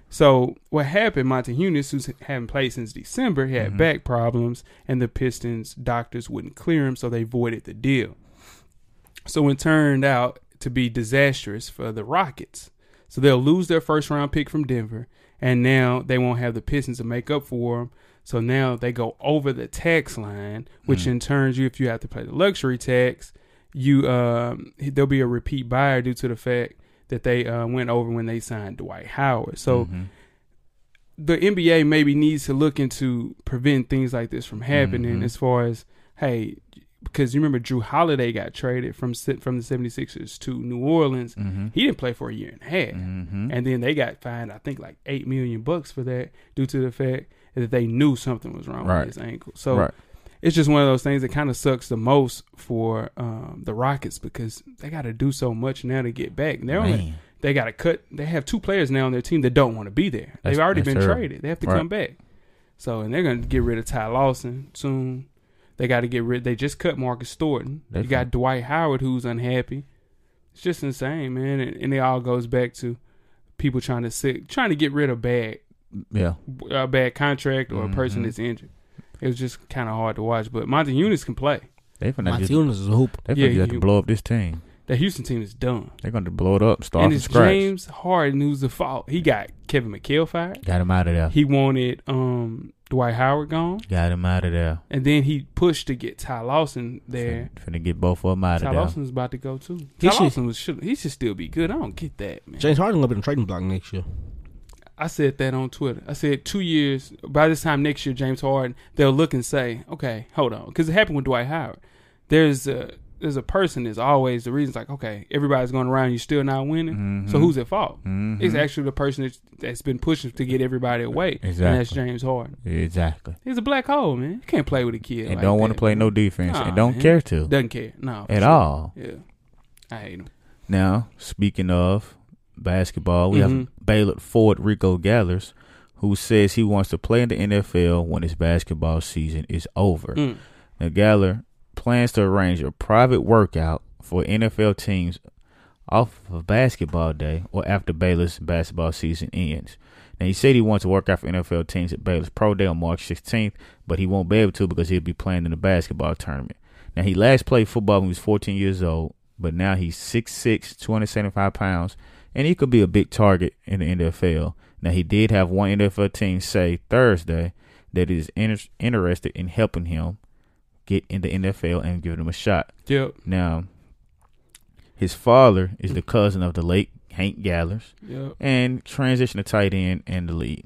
Speaker 3: So what happened? Montehunis, who's hadn't played since December, he had back problems, and the Pistons doctors wouldn't clear him, so they voided the deal. So it turned out to be disastrous for the Rockets. So they'll lose their first round pick from Denver, and now they won't have the Pistons to make up for them. So now they go over the tax line, which in turn, you if you have to pay the luxury tax, you um, there'll be a repeat buyer due to the fact that they uh, went over when they signed Dwight Howard. So
Speaker 4: Mm-hmm.
Speaker 3: the NBA maybe needs to look into prevent things like this from happening
Speaker 4: Mm-hmm.
Speaker 3: as far as hey because you remember Drew Holiday got traded from si- from the 76ers to New Orleans.
Speaker 4: Mm-hmm.
Speaker 3: He didn't play for a year and a half. And then they got fined I think like 8 million bucks for that due to the fact that they knew something was wrong
Speaker 4: Right.
Speaker 3: with his ankle. So
Speaker 4: Right.
Speaker 3: it's just one of those things that kind of sucks the most for um, the Rockets because they got to do so much now to get back. And They're only,
Speaker 4: Man.
Speaker 3: they got to cut. They have two players now on their team that don't want to be there.
Speaker 4: That's-
Speaker 3: They've already
Speaker 4: that's
Speaker 3: been
Speaker 4: terrible.
Speaker 3: traded. They have to
Speaker 4: Right.
Speaker 3: come back. So and they're going to get rid of Ty Lawson soon. They got to get rid. They just cut Marcus Thornton. You got Dwight Howard who's unhappy. It's just insane, man. And, and it all goes back to people trying to sit, trying to get rid of bad
Speaker 4: Yeah,
Speaker 3: a bad contract
Speaker 4: Mm-hmm.
Speaker 3: or a person that's injured. It was just kind of hard to watch, but Monty Eunice can play.
Speaker 4: they finna just,
Speaker 5: Montiunas is a hoop.
Speaker 4: they finna
Speaker 3: Yeah,
Speaker 4: just have
Speaker 3: you-
Speaker 4: to blow up this team.
Speaker 3: That Houston team is done,
Speaker 4: They're gonna blow it up, start
Speaker 3: and
Speaker 4: from
Speaker 3: it's
Speaker 4: scratch.
Speaker 3: James Harden who's the fault. He got Kevin McHale fired.
Speaker 4: Got him out of there.
Speaker 3: He wanted um Dwight Howard gone,
Speaker 4: Got him out of there.
Speaker 3: and then he pushed to get Ty Lawson there.
Speaker 4: Finna get both of them out
Speaker 3: Ty
Speaker 4: of there.
Speaker 3: Lawson's about to go too.
Speaker 5: He
Speaker 3: Ty
Speaker 5: should-
Speaker 3: Lawson was should he should still be good. I don't get that, man.
Speaker 5: James Harden gonna be on the trading block next year.
Speaker 3: I said that on Twitter. I said two years. By this time next year, James Harden, they'll look and say, "Okay, hold on," because it happened with Dwight Howard. There's a there's a person that's always the reason. Like, okay, everybody's going around, you're still not winning.
Speaker 5: Mm-hmm.
Speaker 3: So who's at fault? It's actually the person that's, that's been pushing to get everybody away, and that's
Speaker 4: Exactly.
Speaker 3: James Harden.
Speaker 4: Exactly.
Speaker 3: He's a black hole, man. You can't play with a kid.
Speaker 4: And
Speaker 3: like
Speaker 4: don't want to
Speaker 3: that,
Speaker 4: play
Speaker 3: man.
Speaker 4: no defense.
Speaker 3: Nah,
Speaker 4: and don't
Speaker 3: man.
Speaker 4: care to
Speaker 3: Doesn't care. No, for
Speaker 4: at
Speaker 3: sure.
Speaker 4: all.
Speaker 3: Yeah, I hate him.
Speaker 4: Now, speaking of basketball, we
Speaker 3: Mhm.
Speaker 4: have Baylor forward Rico Gathers, who says he wants to play in the NFL when his basketball season is over.
Speaker 3: Mm.
Speaker 4: Now, Galler plans to arrange a private workout for NFL teams off of basketball day or after Baylor's basketball season ends. Now, he said he wants to work out for NFL teams at Baylor's Pro Day on March 16th, but he won't be able to because he'll be playing in the basketball tournament. Now, he last played football when he was 14 years old, but now he's 6'6, 275 pounds, and he could be a big target in the NFL. Now, he did have one NFL team say Thursday that is inter- interested in helping him get in the NFL and give him a shot.
Speaker 3: Yep.
Speaker 4: Now, his father is the cousin of the late Hank Gallers
Speaker 3: Yep.
Speaker 4: and transition to tight end and the lead.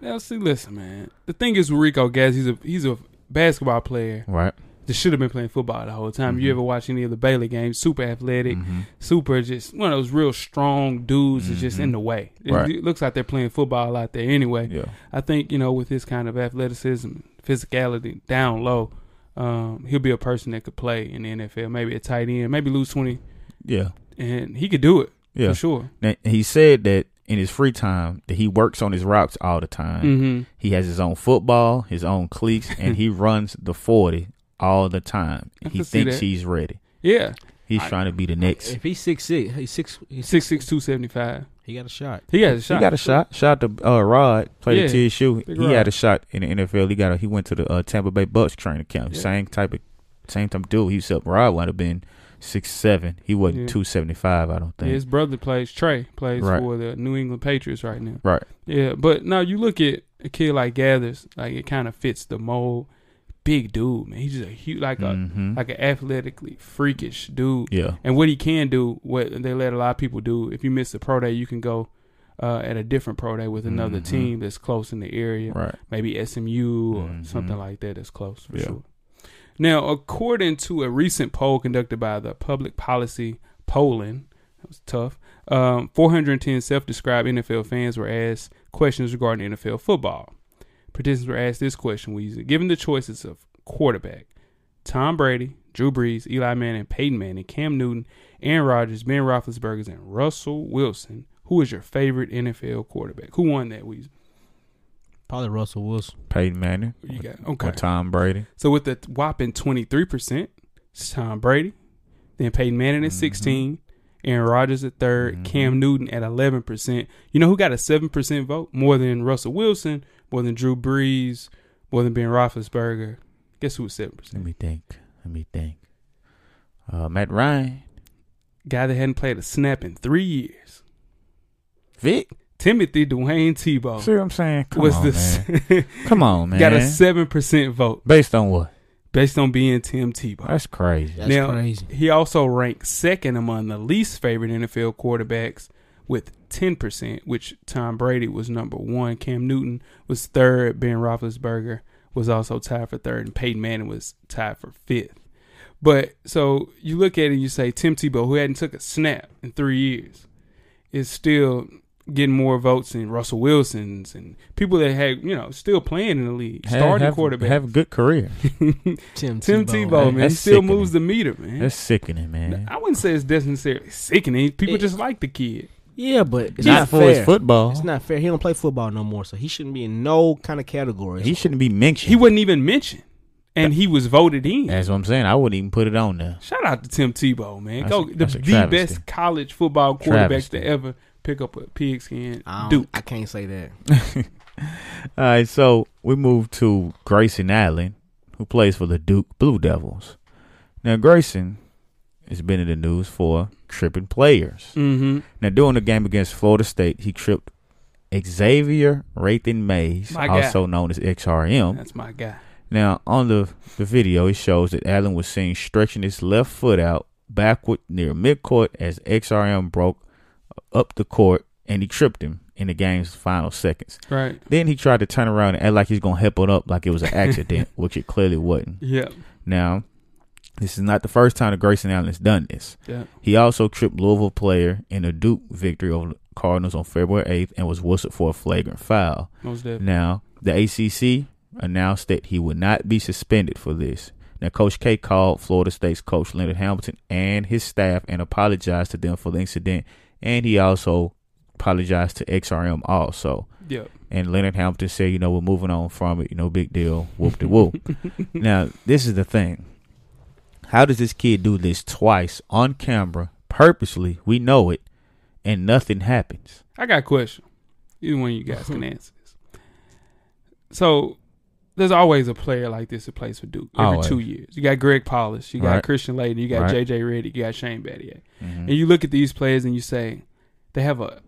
Speaker 3: Now, see, listen, man. The thing is with Rico Gaz, he's a he's a basketball player
Speaker 4: Right.
Speaker 3: that should have been playing football the whole time. You
Speaker 4: Mm-hmm.
Speaker 3: ever watch any of the Baylor games? Super athletic, super just one of those real strong dudes that's just in the way. It,
Speaker 4: Mm-hmm. Right.
Speaker 3: it looks like they're playing football out there anyway.
Speaker 4: Yeah.
Speaker 3: I think you know with his kind of athleticism, physicality down low, um, he'll be a person that could play in the NFL. Maybe a tight end, maybe lose twenty,
Speaker 4: Yeah.
Speaker 3: and he could do it
Speaker 4: Yeah.
Speaker 3: for sure.
Speaker 4: Now, he said that in his free time that he works on his routes all the time.
Speaker 3: Mm-hmm.
Speaker 4: He has his own football, his own cliques, and he runs the 40 all the time.
Speaker 3: I
Speaker 4: He
Speaker 3: can see
Speaker 4: thinks
Speaker 3: that.
Speaker 4: he's ready.
Speaker 3: Yeah,
Speaker 4: He's trying to be the next.
Speaker 5: If he's six six, he's six. He's
Speaker 3: six six two seventy five.
Speaker 5: He got a shot.
Speaker 3: He got a shot.
Speaker 4: He got a shot. Shot to uh, Rod. Played
Speaker 3: Yeah,
Speaker 4: at TSU.
Speaker 3: big
Speaker 4: He
Speaker 3: Rod.
Speaker 4: had a shot in the NFL. He got a, he went to the uh, Tampa Bay Bucks training camp.
Speaker 3: Yeah.
Speaker 4: Same type of same type of dude. He was up. Rod would have been six seven. He wasn't
Speaker 3: Yeah.
Speaker 4: two seventy five. I don't
Speaker 3: Yeah,
Speaker 4: think.
Speaker 3: his brother plays Trey plays
Speaker 4: Right.
Speaker 3: for the New England Patriots right now.
Speaker 4: right.
Speaker 3: Yeah, but now you look at a kid like Gathers, like it kind of fits the mold. Big dude, man. He's just a huge, like
Speaker 4: Mhm.
Speaker 3: a like an athletically freakish dude.
Speaker 4: Yeah.
Speaker 3: And what he can do, what they let a lot of people do, if you miss the pro day, you can go uh, at a different pro day with another
Speaker 4: Mhm.
Speaker 3: team that's close in the area,
Speaker 4: Right.
Speaker 3: maybe SMU or
Speaker 4: Mhm.
Speaker 3: something like that that's close for
Speaker 4: Yeah.
Speaker 3: sure. Now, according to a recent poll conducted by the Public Policy Polling, that was tough. Um, 410 self-described NFL fans were asked questions regarding NFL football. Participants were asked this question: We given the choices of quarterback, Tom Brady, Drew Brees, Eli Manning, Peyton Manning, Cam Newton, Aaron Rodgers, Ben Roethlisberger, and Russell Wilson, who is your favorite NFL quarterback? Who won that? Weezy?
Speaker 5: Probably Russell Wilson.
Speaker 4: Peyton Manning.
Speaker 3: You got
Speaker 4: Or
Speaker 3: okay.
Speaker 4: Tom Brady.
Speaker 3: So with the whopping twenty three percent, it's Tom Brady, then Peyton Manning at
Speaker 4: Mm-hmm.
Speaker 3: sixteen, Aaron Rodgers at 3rd Cam Newton at eleven percent. You know who got a seven percent vote more than Russell Wilson, more than Drew Brees, more than Ben Roethlisberger. Guess who was seven
Speaker 4: Let
Speaker 3: percent?
Speaker 4: me think. Let me think. Uh, Matt Ryan.
Speaker 3: Guy that hadn't played a snap in three years.
Speaker 4: Vic.
Speaker 3: Timothy Dwayne Tebow
Speaker 4: See what I'm saying? Come
Speaker 3: was
Speaker 4: on, man.
Speaker 3: the
Speaker 4: Come on, man.
Speaker 3: got a seven percent vote
Speaker 4: Based on what?
Speaker 3: based on being Tim Tebow.
Speaker 4: That's crazy.
Speaker 5: That's
Speaker 3: now,
Speaker 5: crazy.
Speaker 3: He also ranked second among the least favorite NFL quarterbacks with 10%, which Tom Brady was number one. Cam Newton was third. Ben Roethlisberger was also tied for third. And Peyton Manning was tied for fifth. But so you look at it and you say Tim Tebow, who hadn't took a snap in three years, is still getting more votes than Russell Wilson's and people that had, you know, still playing in the league,
Speaker 4: Have-
Speaker 3: starting
Speaker 4: have-
Speaker 3: quarterback.
Speaker 4: Have a good career.
Speaker 5: Tim
Speaker 3: Tim
Speaker 5: Tebow.
Speaker 3: Tebow,
Speaker 4: That-
Speaker 3: man,
Speaker 4: that's
Speaker 3: still
Speaker 4: sickening.
Speaker 3: moves the meter, man.
Speaker 4: That's sickening, man.
Speaker 3: I wouldn't say it's necessarily sickening. People
Speaker 5: It-
Speaker 3: just like the kid.
Speaker 5: Yeah, but it's
Speaker 4: Not
Speaker 5: not,
Speaker 4: for
Speaker 5: fair.
Speaker 4: his football.
Speaker 5: It's not fair. He don't play football no more, so he shouldn't be in no kind of category.
Speaker 4: He shouldn't be mentioned.
Speaker 3: He wasn't even mentioned, and he was voted in.
Speaker 4: Mm-hmm. That's what I'm saying. I wouldn't even put it on there.
Speaker 3: Shout out to Tim Tebow, man.
Speaker 4: That's
Speaker 3: Go
Speaker 4: a-
Speaker 3: the,
Speaker 4: that's a
Speaker 3: the
Speaker 4: travesty.
Speaker 3: best college football quarterback
Speaker 4: Travesty.
Speaker 3: to ever pick up a pigskin.
Speaker 5: I,
Speaker 3: Duke.
Speaker 5: don't- I can't say that.
Speaker 4: All right, so we move to Grayson Allen, who plays for the Duke Blue Devils. Now, Grayson has been in the news for tripping players.
Speaker 3: Mm-hmm.
Speaker 4: Now, during the game against Florida State, he tripped Xavier Rathan Mays,
Speaker 3: My guy.
Speaker 4: also known as XRM.
Speaker 3: That's my guy.
Speaker 4: Now, on the, the video, it shows that Allen was seen stretching his left foot out backward near midcourt as XRM broke up the court and he tripped him in the game's final seconds.
Speaker 3: Right.
Speaker 4: Then he tried to turn around and act like he's going to help it up like it was an accident, which it clearly wasn't.
Speaker 3: Yeah.
Speaker 4: Now, this is not the first time that Grayson Allen's done this.
Speaker 3: Yeah.
Speaker 4: He also tripped Louisville player in a Duke victory over the Cardinals on February 8th and was whistled for a flagrant foul.
Speaker 3: Most definitely.
Speaker 4: Now, the ACC announced that he would not be suspended for this. Now, Coach K called Florida State's coach Leonard Hamilton and his staff and apologized to them for the incident. And he also apologized to XRM also.
Speaker 3: Yeah.
Speaker 4: And Leonard Hamilton said, you know, we're moving on from it. You know, big deal. Whoop de whoop. now, this is the thing. How does this kid do this twice on camera, purposely? We know it, and nothing happens.
Speaker 3: I got a question. Either one of you guys can answer this. So there's always a player like this that plays for Duke every
Speaker 4: Always.
Speaker 3: two years. You got Greg Polish, you got
Speaker 4: Right.
Speaker 3: Christian Layden, you got
Speaker 4: Right.
Speaker 3: JJ Reddick, you got Shane Battier. And
Speaker 4: Mm-hmm.
Speaker 3: you look at these players and you say, they have a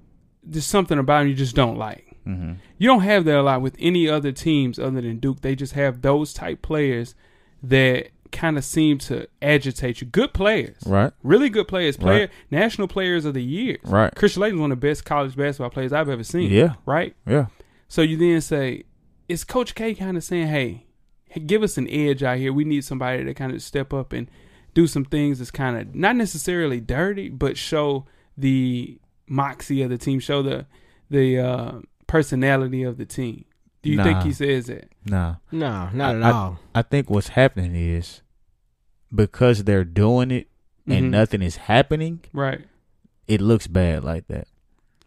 Speaker 3: there's something about them you just don't like.
Speaker 4: Mm-hmm.
Speaker 3: You don't have that a lot with any other teams other than Duke. They just have those type players that kind of seem to agitate you. Good players.
Speaker 4: Right?
Speaker 3: Really good players. Player
Speaker 4: Right.
Speaker 3: national players of the years.
Speaker 4: Right.
Speaker 3: Christian Layton's one of the best college basketball players I've ever seen.
Speaker 4: Yeah.
Speaker 3: Right?
Speaker 4: Yeah.
Speaker 3: So you then say, is Coach K kind of saying, hey, hey, give us an edge out here. We need somebody to kind of step up and do some things that's kind of not necessarily dirty, but show the moxie of the team, show the the uh, personality of the team. Do you think
Speaker 4: Nah.
Speaker 3: he says that?
Speaker 4: Nah.
Speaker 5: Nah, not at
Speaker 4: I-
Speaker 5: all.
Speaker 4: I think what's happening is because they're doing it and
Speaker 3: Mhm.
Speaker 4: nothing is happening,
Speaker 3: Right.
Speaker 4: it looks bad like that.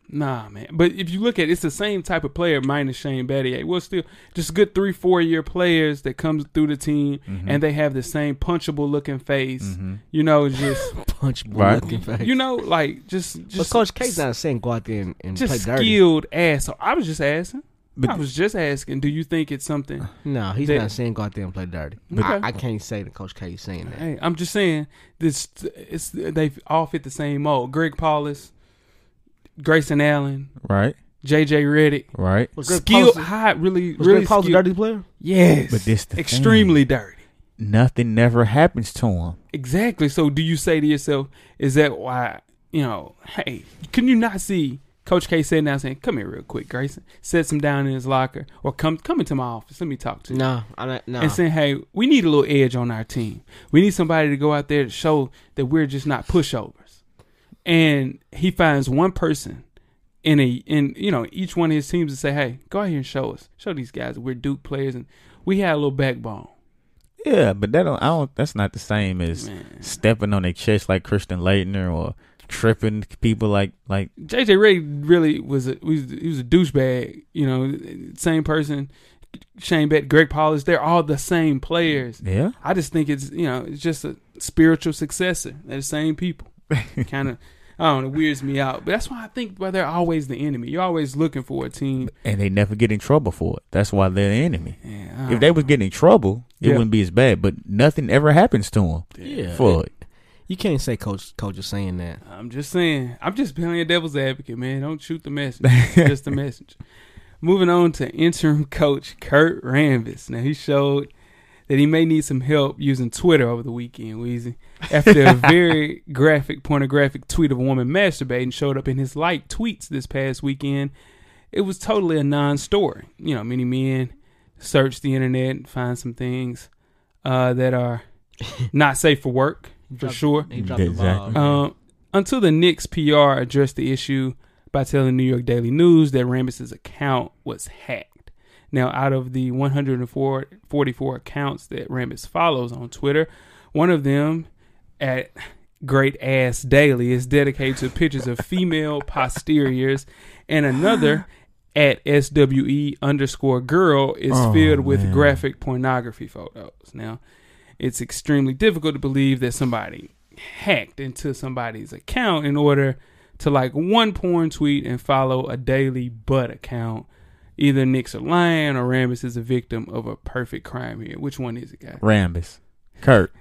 Speaker 3: Nah, man. But if you look at it, it's the same type of player minus Shane Battier. Well, still just good three, four year players that comes through the team and they have the same punchable looking face.
Speaker 4: Mm-hmm.
Speaker 3: You know, just
Speaker 5: Punch
Speaker 4: Right.
Speaker 5: right. looking face.
Speaker 3: you know, like just
Speaker 5: but
Speaker 3: just
Speaker 5: Coach K's not saying go out there and, and play
Speaker 3: just
Speaker 5: dirty.
Speaker 3: skilled ass. So I was just asking.
Speaker 4: But-
Speaker 3: I was just asking. Do you think it's something?
Speaker 5: No, he's
Speaker 3: They-
Speaker 5: not saying go out there and play dirty.
Speaker 3: But-
Speaker 5: I, I can't say that Coach K is saying that.
Speaker 3: Hey, I'm just saying this. It's they all fit the same mold. Greg Paulus, Grayson Allen,
Speaker 4: Right?
Speaker 3: J.J. Reddick,
Speaker 4: Right?
Speaker 5: Was Greg
Speaker 3: skilled,
Speaker 5: Paul's-
Speaker 3: high, really,
Speaker 5: was
Speaker 3: really
Speaker 5: Greg Paul's a
Speaker 3: skilled.
Speaker 5: dirty player?
Speaker 3: Yes,
Speaker 4: But this the thing.
Speaker 3: extremely dirty.
Speaker 4: Nothing never happens to him.
Speaker 3: Exactly. So, do you say to yourself, "Is that why you know? Hey, can you not see Coach K sitting down saying, "Come here real quick, Grayson. Sets him down in his locker, or come come into my office. Let me talk to you."
Speaker 5: No, I'm not, no.
Speaker 3: and saying, "Hey, we need a little edge on our team. We need somebody to go out there to show that we're just not pushovers." And he finds one person in a in you know each one of his teams to say, "Hey, go out here and show us, show these guys that we're Duke players and we had a little backbone."
Speaker 4: Yeah, but that don't, I don't that's not the same as stepping on their chest like Christian Leitner or tripping people like like
Speaker 3: JJ Ray really was a was, he was a douchebag. You know, same person. Shane Bet, Greg Paulus, they're all the same players.
Speaker 4: Yeah.
Speaker 3: I just think it's you know it's just a spiritual successor. They're the same people. kind of I don't know, weirds me out. But that's why I think why they're always the enemy. You're always looking for a team.
Speaker 4: And they never get in trouble for it. That's why they're the enemy.
Speaker 3: Yeah,
Speaker 4: If they was getting in trouble,
Speaker 3: Ah.
Speaker 4: it
Speaker 3: Yeah.
Speaker 4: wouldn't be as bad. But nothing ever happens to him
Speaker 5: Yeah.
Speaker 4: for it.
Speaker 5: You can't say Coach Coach is saying that.
Speaker 3: I'm just saying. I'm just playing devil's advocate, man. Don't shoot the messenger. It's just the message. Moving on to interim coach Kurt Ranvis. Now he showed that he may need some help using Twitter over the weekend, Weezy. After a very graphic, pornographic tweet of a woman masturbating showed up in his like tweets this past weekend, it was totally a non-story. You know, many men search the internet and find some things uh, that are not safe for work, for sure.
Speaker 5: He
Speaker 4: dropped the ball. Exactly.
Speaker 3: Um, until the Knicks PR addressed the issue by telling New York Daily News that Rambis's account was hacked. Now, out of the 144 accounts that Rambis follows on Twitter, one of them at Great Ass Daily is dedicated to pictures of female posteriors, and another at SWE underscore girl is
Speaker 4: Oh,
Speaker 3: filled with
Speaker 4: man.
Speaker 3: graphic pornography photos. Now, it's extremely difficult to believe that somebody hacked into somebody's account in order to like one porn tweet and follow a daily butt account. Either Nick's a lion or Rambis is a victim of a perfect crime here. Which one is it, guy?
Speaker 4: Rambus. Kurt.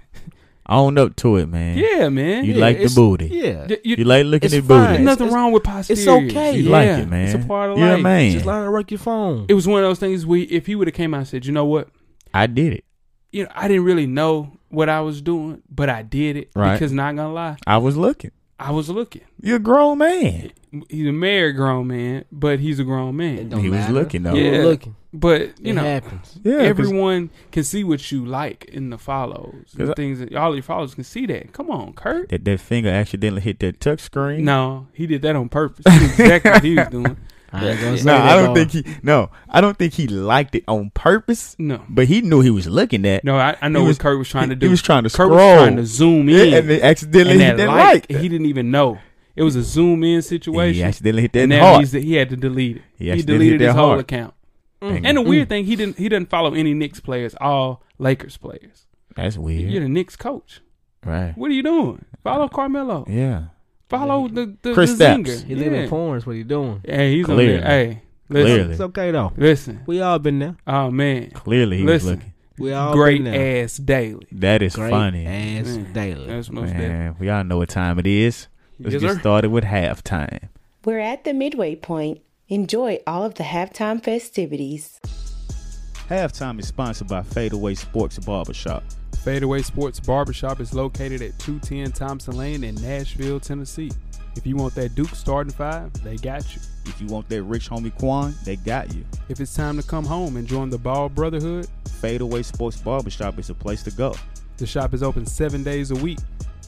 Speaker 4: Own up to it, man.
Speaker 3: Yeah, man.
Speaker 4: You
Speaker 3: Yeah,
Speaker 4: like the
Speaker 3: it's-
Speaker 4: booty.
Speaker 5: Yeah.
Speaker 3: Y-
Speaker 4: You like looking
Speaker 5: It's
Speaker 4: at
Speaker 5: fine.
Speaker 4: booty.
Speaker 5: No,
Speaker 3: Nothing
Speaker 5: It's-
Speaker 3: wrong with posterior.
Speaker 5: okay.
Speaker 4: You like it, man.
Speaker 3: It's a part of
Speaker 4: You're a
Speaker 3: life.
Speaker 4: man.
Speaker 5: Just learn to work your phone.
Speaker 3: It was one of those things. We, if he would have came out and said, you know what,
Speaker 4: I did it.
Speaker 3: you know, I didn't really know what I was doing, but I did it
Speaker 4: Right.
Speaker 3: because not gonna lie,
Speaker 4: I was looking.
Speaker 3: I was looking.
Speaker 4: You're a grown man.
Speaker 3: He's a married grown man, but he's a grown man.
Speaker 5: Don't
Speaker 4: he was
Speaker 5: matter.
Speaker 4: looking though.
Speaker 5: Yeah.
Speaker 3: Yeah.
Speaker 5: Looking.
Speaker 3: But you
Speaker 5: it
Speaker 3: know,
Speaker 5: happens.
Speaker 4: Yeah, 'cause-
Speaker 3: everyone can see what you like in the follows.
Speaker 4: Cause I-
Speaker 3: The things that all your followers can see that. Come on, Kurt.
Speaker 4: that that finger accidentally hit that touch screen.
Speaker 3: No, he did that on purpose. He knew exactly what he was doing.
Speaker 5: I ain't gonna say
Speaker 4: no,
Speaker 5: that,
Speaker 4: I don't
Speaker 5: dog.
Speaker 4: think he. No, I don't think he liked it on purpose.
Speaker 3: No.
Speaker 4: but he knew he was looking at.
Speaker 3: No, I, I know
Speaker 4: He was-
Speaker 3: what Kurt was trying to
Speaker 4: he-
Speaker 3: do.
Speaker 4: he was trying to
Speaker 3: Kurt
Speaker 4: scroll.
Speaker 3: was trying to zoom in,
Speaker 4: Yeah, and they accidentally
Speaker 3: and
Speaker 4: hit
Speaker 3: that
Speaker 4: that
Speaker 3: light,
Speaker 4: like.
Speaker 3: He didn't even know it was a zoom in situation.
Speaker 4: He accidentally hit that
Speaker 3: and
Speaker 4: hard.
Speaker 3: means that he had to delete it.
Speaker 4: He
Speaker 3: He,
Speaker 4: accidentally
Speaker 3: deleted
Speaker 4: hit
Speaker 3: his
Speaker 4: that
Speaker 3: whole
Speaker 4: hard.
Speaker 3: account.
Speaker 4: Dang
Speaker 3: And the
Speaker 4: it.
Speaker 3: weird thing, he didn't he didn't follow any Knicks players, all Lakers players.
Speaker 4: That's weird.
Speaker 3: You're the Knicks coach.
Speaker 4: right.
Speaker 3: What are you doing? Follow Carmelo.
Speaker 4: Yeah.
Speaker 3: Follow the the,
Speaker 4: Chris
Speaker 3: the
Speaker 4: Stapps.
Speaker 3: zinger.
Speaker 5: He
Speaker 3: yeah.
Speaker 5: living porn is what he doing.
Speaker 3: Hey, he's
Speaker 4: Clearly.
Speaker 3: on there. Hey, listen,
Speaker 4: Clearly.
Speaker 5: It's okay though.
Speaker 3: listen.
Speaker 5: We all been there.
Speaker 3: Oh man,
Speaker 4: Clearly, he
Speaker 3: Listen.
Speaker 4: was looking.
Speaker 5: We all
Speaker 3: great
Speaker 5: been there.
Speaker 3: ass daily.
Speaker 4: That is
Speaker 5: Great
Speaker 4: funny.
Speaker 5: ass
Speaker 3: Man,
Speaker 5: daily.
Speaker 3: That's most definitely.
Speaker 4: Man, we all know what time it is. Let's
Speaker 3: Yes,
Speaker 4: get
Speaker 3: sir.
Speaker 4: started with halftime.
Speaker 6: We're at the midway point. Enjoy all of the halftime festivities.
Speaker 4: Halftime is sponsored by Fadeaway Sports Barbershop.
Speaker 3: Fadeaway Sports Barbershop is located at 210 Thompson Lane in Nashville, Tennessee. If you want that Duke starting five, they got you.
Speaker 4: If you want that rich homie Quan, they got you.
Speaker 3: If it's time to come home and join the Ball Brotherhood,
Speaker 4: Fadeaway Sports Barbershop is a place to go.
Speaker 3: the shop is open seven days a week.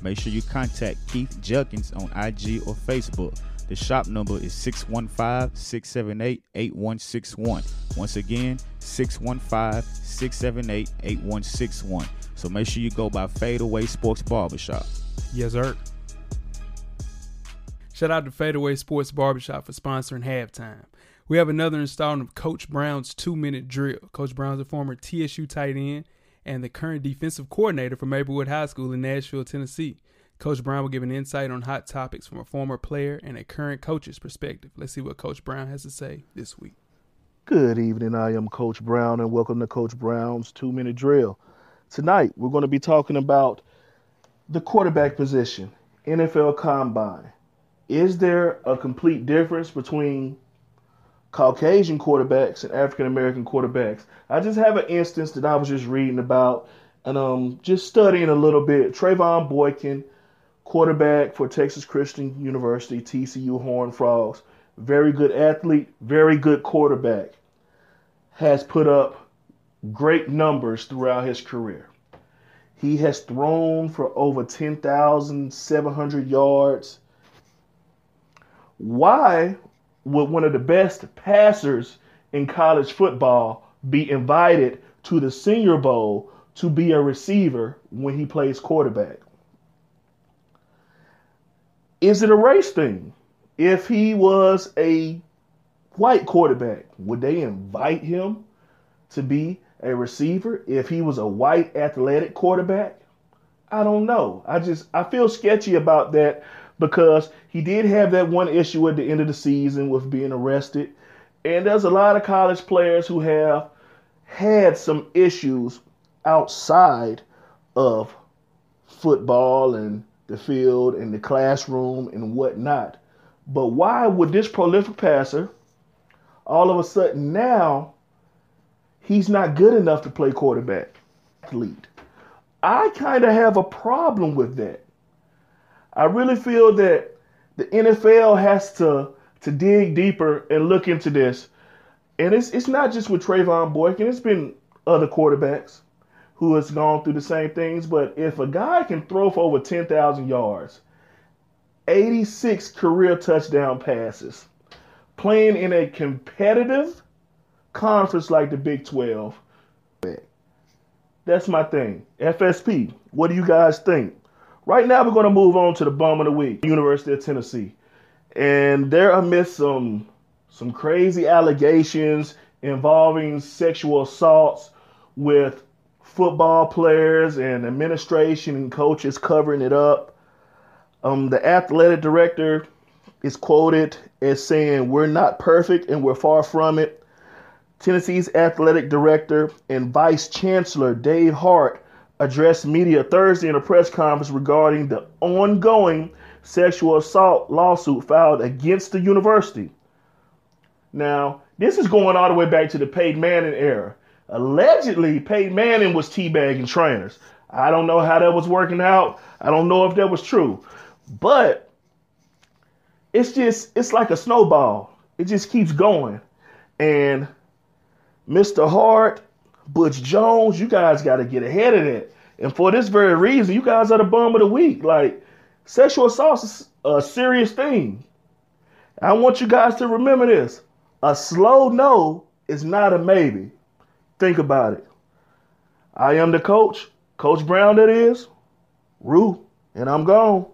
Speaker 4: Make sure you contact Keith Judkins on IG or Facebook. The shop number is 615 678 8161. Once again, 615 678 8161. So make sure you go by Fadeaway Sports Barbershop.
Speaker 3: Yes, sir. Shout out to Fadeaway Sports Barbershop for sponsoring halftime. We have another installment of Coach Brown's two minute drill. Coach Brown's a former TSU tight end and the current defensive coordinator for Maplewood High School in Nashville, Tennessee. Coach Brown will give an insight on hot topics from a former player and a current coach's perspective. Let's see what Coach Brown has to say this week.
Speaker 7: Good evening. I am Coach Brown, and welcome to Coach Brown's Two Minute Drill. Tonight, we're going to be talking about the quarterback position, NFL Combine. Is there a complete difference between Caucasian quarterbacks and African American quarterbacks? I just have an instance that I was just reading about and um, just studying a little bit. Trayvon Boykin, quarterback for Texas Christian University, TCU Horned Frogs. Very good athlete, very good quarterback. Has put up great numbers throughout his career. He has thrown for over 10,700 yards. Why would one of the best passers in college football be invited to the Senior Bowl to be a receiver when he plays quarterback? is it a race thing? If he was a white quarterback, would they invite him to be a receiver? If he was a white athletic quarterback, I don't know. I just I feel sketchy about that because he did have that one issue at the end of the season with being arrested. And there's a lot of college players who have had some issues outside of football and the field and the classroom and whatnot. But why would this prolific passer all of a sudden now he's not good enough to play quarterback athlete? I kind of have a problem with that. I really feel that the NFL has to to dig deeper and look into this. And it's it's not just with Trayvon Boykin, it's been other quarterbacks who has gone through the same things. But if a guy can throw for over 10,000 yards, 86 career touchdown passes, playing in a competitive conference like the Big 12, that's my thing. FSP, what do you guys think? Right now, we're going to move on to the bum of the week, University of Tennessee. And they're amidst some, some crazy allegations involving sexual assaults with football players and administration and coaches covering it up. Um, the athletic director is quoted as saying, We're not perfect and we're far from it. Tennessee's athletic director and vice chancellor Dave Hart addressed media Thursday in a press conference regarding the ongoing sexual assault lawsuit filed against the university. Now, this is going all the way back to the Peyton Manning era. Allegedly, Peyton Manning was teabagging trainers. I don't know how that was working out. I don't know if that was true. But it's just, it's like a snowball. It just keeps going. And Mr. Hart, Butch Jones, you guys got to get ahead of that. And for this very reason, you guys are the bum of the week. Like, sexual assault is a serious thing. I want you guys to remember this. A slow no is not a maybe. Think about it. I am the coach, Coach Brown, that is, Rue, and I'm gone.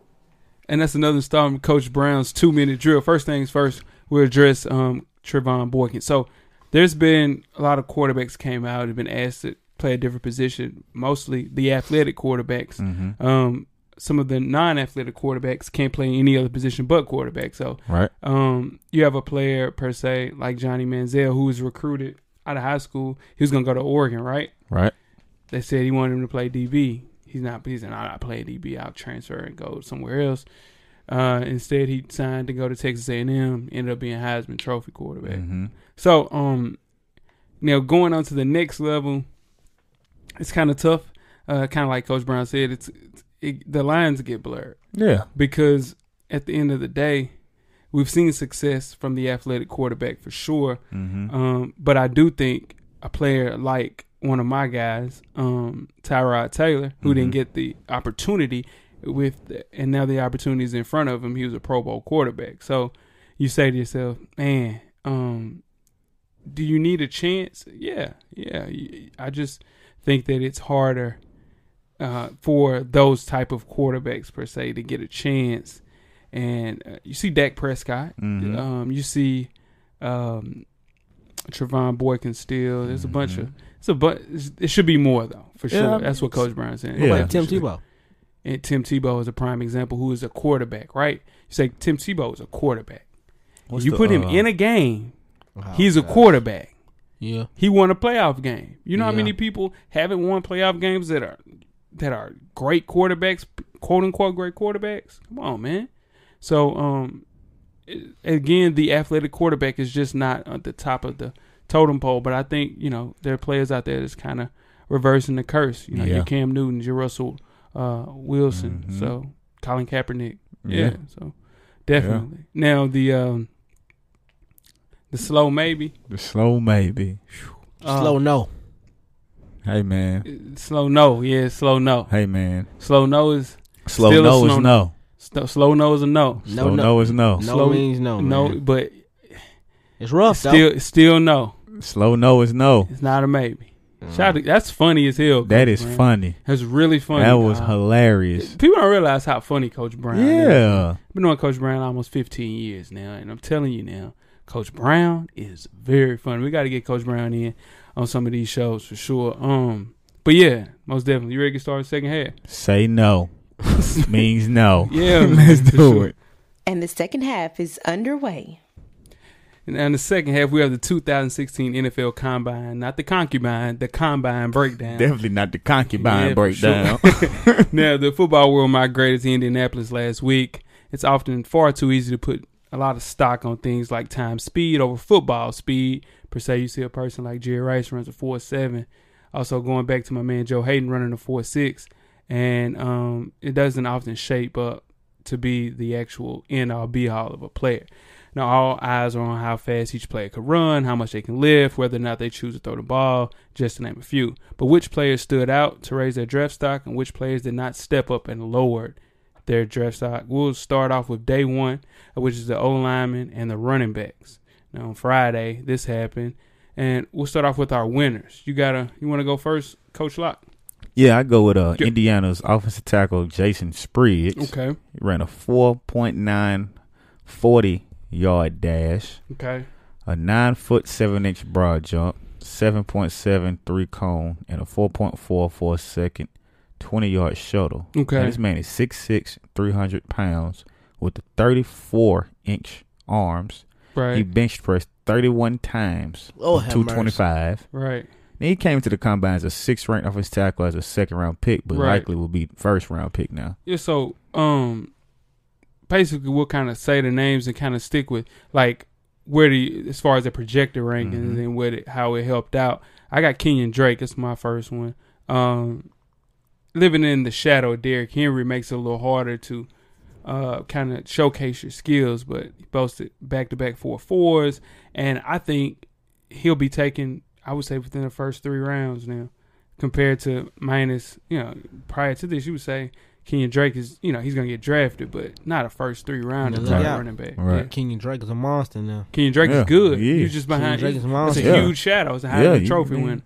Speaker 3: And that's another installment of Coach Brown's two minute drill. First things first, we'll address um, Trevon Boykin. So there's been a lot of quarterbacks came out have been asked to play a different position, mostly the athletic quarterbacks.
Speaker 4: Mm-hmm.
Speaker 3: Um, some of the non athletic quarterbacks can't play any other position but quarterback. So
Speaker 4: Right.
Speaker 3: um, you have a player, per se, like Johnny Manziel, who was recruited out of high school. He was going to go to Oregon, right?
Speaker 4: Right.
Speaker 3: they said he wanted him to play DB. He's not. He's not. I play DB. I'll transfer and go somewhere else. Uh, instead, he signed to go to Texas A&M. Ended up being Heisman Trophy quarterback. So, um, now going on to the next level, it's kind of tough. Uh, kind of like Coach Brown said, it's, it's it, the lines get blurred
Speaker 4: Yeah.
Speaker 3: because at the end of the day, we've seen success from the athletic quarterback for sure. Um, but I do think a player like one of my guys, um, Tyrod Taylor, who didn't get the opportunity with, the, and now the opportunity is in front of him. He was a Pro Bowl quarterback, so you say to yourself, man. Um, do you need a chance? Yeah, yeah. Y- I just think that it's harder uh, for those type of quarterbacks per se to get a chance. And uh, you see Dak Prescott, um, you see um, Trevon Boykin still. There's a bunch of it's a but it should be more though for
Speaker 4: Yeah,
Speaker 3: sure.
Speaker 4: I mean,
Speaker 3: That's what Coach Brown said.
Speaker 4: Yeah.
Speaker 5: Like Tim Tebow.
Speaker 3: And Tim Tebow is a prime example who is a quarterback, right? You say Tim Tebow is a quarterback. you put him in a game,
Speaker 5: Oh,
Speaker 3: he's a quarterback.
Speaker 5: Yeah.
Speaker 3: He won a playoff game. You know how
Speaker 5: Yeah.
Speaker 3: many people haven't won playoff games that are that are great quarterbacks, quote unquote great quarterbacks? Come on, man. So, um, it- again, the athletic quarterback is just not at the top of the totem pole. But I think you know there are players out there that's kind of reversing the curse. You know,
Speaker 4: Yeah.
Speaker 3: your Cam Newton, your Russell uh, Wilson, so Colin Kaepernick. Yeah.
Speaker 4: Yeah.
Speaker 3: So definitely. Now the um, the slow maybe
Speaker 4: The slow maybe.
Speaker 3: Uh,
Speaker 5: Slow no.
Speaker 4: Hey man.
Speaker 3: Slow no, yeah, slow no.
Speaker 4: Hey man.
Speaker 3: Slow no is
Speaker 4: Slow
Speaker 3: Still a
Speaker 4: no
Speaker 3: slow
Speaker 4: is no.
Speaker 3: st- slow no is a no.
Speaker 5: No,
Speaker 4: Slow
Speaker 5: no.
Speaker 4: no is no.
Speaker 5: No
Speaker 3: slow
Speaker 5: means no, man.
Speaker 3: but
Speaker 5: It's rough, though.
Speaker 3: still still no.
Speaker 4: Slow no is no.
Speaker 3: It's not a maybe.
Speaker 5: Mm.
Speaker 3: Shout out- that's funny as hell.
Speaker 4: That
Speaker 3: Coach
Speaker 4: is
Speaker 3: Brown.
Speaker 4: funny.
Speaker 3: That's really funny.
Speaker 4: That was
Speaker 3: dog.
Speaker 4: hilarious.
Speaker 3: People don't realize how funny Coach Brown. is.
Speaker 4: Yeah.
Speaker 3: I've been knowing Coach Brown almost 15 years now, and I'm telling you now, Coach Brown is very funny. We got to get Coach Brown in on some of these shows for sure. Um, but yeah, most definitely. You ready to get started? Second half.
Speaker 4: Say no means no.
Speaker 3: Yeah,
Speaker 4: Let's
Speaker 3: for
Speaker 4: do
Speaker 3: sure.
Speaker 4: it.
Speaker 6: And the second half is underway.
Speaker 3: And in the second half, we have the 2016 NFL Combine, not the concubine, the combine breakdown.
Speaker 4: Definitely not the concubine
Speaker 3: Yeah, for
Speaker 4: breakdown.
Speaker 3: now, the football world migrated to Indianapolis last week. It's often far too easy to put a lot of stock on things like time speed over football speed. Per se, you see a person like Jerry Rice runs a 4 7. Also, going back to my man Joe Hayden running a 4 6. And um, it doesn't often shape up to be the actual end all be all of a player. Now, all eyes are on how fast each player can run, how much they can lift, whether or not they choose to throw the ball, just to name a few. But which players stood out to raise their draft stock and which players did not step up and lowered their draft stock? We'll start off with day one, which is the O lineman and the running backs. Now, on Friday, this happened. And we'll start off with our winners. You gotta, you want to go first, Coach Locke?
Speaker 4: yeah, I go with uh,
Speaker 3: Yeah.
Speaker 4: Indiana's offensive tackle Jason Spriggs.
Speaker 3: Okay,
Speaker 4: He ran a 4.9 40 yard dash,
Speaker 3: okay,
Speaker 4: a 9 foot 7 inch broad jump, 7.73 cone, and a 4.44 second 20 yard shuttle.
Speaker 3: Okay.
Speaker 4: And this man is 6'6, 300 pounds with the 34 inch arms.
Speaker 3: right,
Speaker 4: He bench pressed 31 times,
Speaker 5: Oh,
Speaker 4: for
Speaker 5: have mercy.
Speaker 4: 225.
Speaker 3: right,
Speaker 4: Then he came to the combine as a sixth ranked offensive tackle as a second round pick, but
Speaker 3: Right.
Speaker 4: likely will be first round pick now.
Speaker 3: Yeah, so um, basically, we'll kind of say the names and kind of stick with like where the as far as the projected rankings
Speaker 4: Mhm.
Speaker 3: and what it, how it helped out. I got Kenyon Drake. That's my first one. Um, living in the shadow, of Derrick Henry makes it a little harder to uh, kind of showcase your skills, but he boasted back to back four fours, and I think he'll be taken. I would say within the first three rounds now, compared to minus you know prior to this, you would say Kenyon Drake is, you know, he's gonna get drafted, but not a first three rounder
Speaker 5: Now
Speaker 3: for
Speaker 5: look
Speaker 3: a
Speaker 5: out.
Speaker 3: running back.
Speaker 4: Right.
Speaker 3: Yeah.
Speaker 5: Kenyon Drake is a monster now.
Speaker 3: Kenyon Drake
Speaker 4: Yeah,
Speaker 3: is good.
Speaker 4: he
Speaker 3: He's
Speaker 4: is.
Speaker 3: just
Speaker 5: Kenyon
Speaker 3: behind.
Speaker 5: Drake is a
Speaker 3: It's a
Speaker 5: monster.
Speaker 4: Yeah.
Speaker 3: huge shadow. It's a
Speaker 4: Yeah,
Speaker 3: Heisman
Speaker 4: you-
Speaker 3: trophy
Speaker 4: yeah.
Speaker 3: win.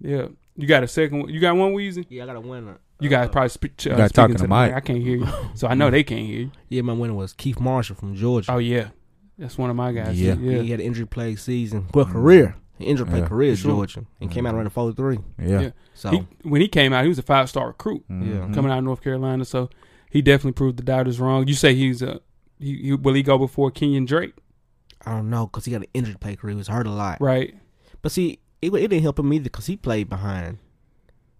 Speaker 3: Yeah, you got a second. one. You got one, Weezy.
Speaker 5: Yeah, I got a winner.
Speaker 3: You
Speaker 5: Uh,
Speaker 3: guys probably spe- uh,
Speaker 4: gotta talk
Speaker 3: speaking
Speaker 4: in
Speaker 3: to the
Speaker 4: the
Speaker 3: mic.
Speaker 4: mic.
Speaker 3: I can't hear you, so I know they can't hear you.
Speaker 5: Yeah, my winner was Keith Marshall from Georgia.
Speaker 3: Oh yeah, that's one of my guys.
Speaker 4: Yeah.
Speaker 3: Yeah,
Speaker 5: He
Speaker 3: yeah.
Speaker 5: had an injury plagued season. Well, career. Mm. Injury plagued
Speaker 4: Yeah.
Speaker 5: career at
Speaker 3: Sure.
Speaker 5: Georgia. And came out running 43.
Speaker 4: Yeah.
Speaker 3: Yeah.
Speaker 5: So,
Speaker 3: He, when he came out, he was a five star recruit
Speaker 4: Mhm.
Speaker 3: coming out of North Carolina. So he definitely proved the doubters wrong. You say he's a he, he will he go before Kenyon Drake,
Speaker 5: I don't know, because he got an injury plagued career. He was hurt a lot.
Speaker 3: right?
Speaker 5: But see, it, it didn't help him either because he played behind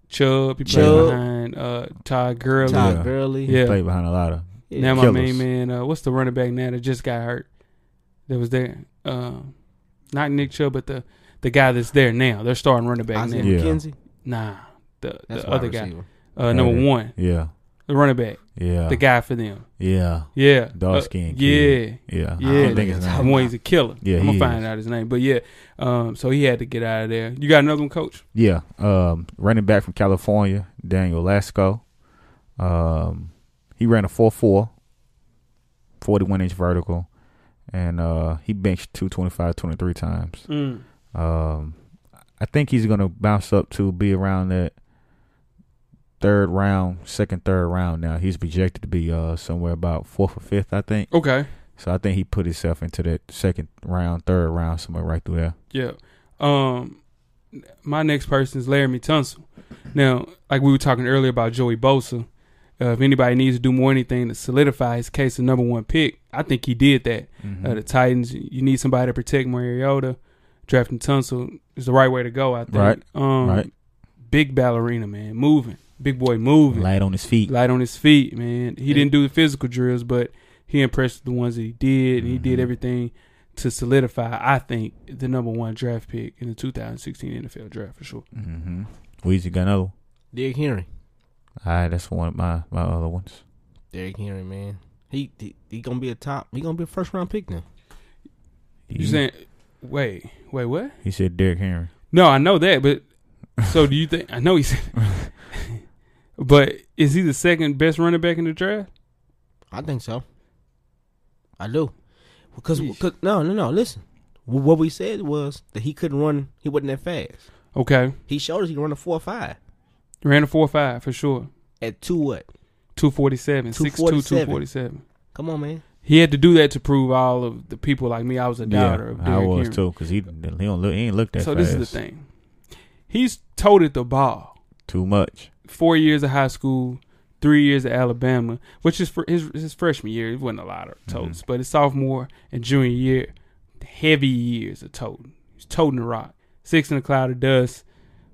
Speaker 3: Chubb, he
Speaker 5: Chubb.
Speaker 3: played behind uh, Todd Gurley.
Speaker 5: Todd
Speaker 4: Yeah.
Speaker 5: Gurley.
Speaker 3: Yeah.
Speaker 4: Played behind a lot of
Speaker 5: Yeah.
Speaker 3: Now my
Speaker 4: Killers.
Speaker 3: main man, uh, what's the running back now that just got hurt? That was there, uh, not Nick Chubb, but the the guy that's there now. They're starting running back now.
Speaker 5: Isaiah
Speaker 4: Yeah.
Speaker 5: McKenzie.
Speaker 3: Nah, the
Speaker 5: That's
Speaker 3: the
Speaker 5: wide
Speaker 3: other guy,
Speaker 5: receiver.
Speaker 3: uh, number
Speaker 4: Okay.
Speaker 3: one,
Speaker 4: yeah,
Speaker 3: the running back,
Speaker 4: yeah,
Speaker 3: the guy for them.
Speaker 4: yeah,
Speaker 3: Yeah,
Speaker 4: Dark
Speaker 3: Uh,
Speaker 4: skin
Speaker 3: Yeah,
Speaker 4: kid. yeah.
Speaker 3: Yeah.
Speaker 4: I don't think it's
Speaker 5: Yeah.
Speaker 4: not.
Speaker 3: the one he's a killer.
Speaker 4: Yeah,
Speaker 3: I'm gonna
Speaker 4: he
Speaker 3: find
Speaker 4: is.
Speaker 3: out his name, but yeah. Um, so he had to get out of there. You got another one, coach?
Speaker 4: Yeah, um, running back from California, Daniel Lasco. Um, he ran a 4-4, 41 inch vertical, and uh, he benched 225 23 times.
Speaker 3: Mm.
Speaker 4: Um, I think he's gonna bounce up to be around that third round, second, third round. Now he's projected to be uh somewhere about fourth or fifth, I think.
Speaker 3: Okay.
Speaker 4: So I think he put himself into that second round, third round, somewhere right through there.
Speaker 3: Yeah. Um, my next person is Laramie Tunsil. Now, like we were talking earlier about Joey Bosa, uh, if anybody needs to do more anything to solidify his case of number one pick, I think he did that.
Speaker 4: Mm-hmm.
Speaker 3: Uh, the Titans, you need somebody to protect Mariota. Drafting Tunsil is the right way to go. I think.
Speaker 4: Right.
Speaker 3: Um,
Speaker 4: Right.
Speaker 3: Big ballerina, man, moving. Big boy, moving.
Speaker 4: Light on his feet.
Speaker 3: Light on his feet, man. He didn't do the physical drills, but he impressed the ones that he did, and he
Speaker 4: Mm-hmm.
Speaker 3: did everything to solidify, I think, the number one draft pick in the 2016 NFL draft for sure.
Speaker 4: Mm-hmm. Weezy got another. one.
Speaker 5: Derrick Henry.
Speaker 4: All right, that's one of my my other ones.
Speaker 5: Derrick Henry, man. He, he he gonna be a top. He gonna be a first round pick now.
Speaker 3: You
Speaker 4: Mm-hmm.
Speaker 3: saying, wait, wait, what?
Speaker 4: He said Derrick Henry.
Speaker 3: No, I know that, but so do you think? I know he's, but is he the second best running back in the draft?
Speaker 5: I think so. I do. Because
Speaker 3: Yeesh.
Speaker 5: cause, no no no. Listen, Wh- what we said was that he couldn't run. He wasn't that fast.
Speaker 3: Okay,
Speaker 5: He showed us he could run a four or five
Speaker 3: ran a four five for sure.
Speaker 5: at two what?
Speaker 3: 247, 6'2",
Speaker 5: 247.
Speaker 3: 247.
Speaker 5: Come on, man.
Speaker 3: He had to do that to prove all of the people like me. I was a doubter of Derrick
Speaker 4: I was
Speaker 3: Henry.
Speaker 4: too, cause he he don't look he ain't look that
Speaker 3: so
Speaker 4: fast.
Speaker 3: this is the thing. He's toted the ball.
Speaker 4: Too much.
Speaker 3: Four years of high school, three years at Alabama, which is for his, his freshman year. It wasn't a lot of totes, but his sophomore and junior year, heavy years of toting. He's toting the rock. Six in a cloud of dust.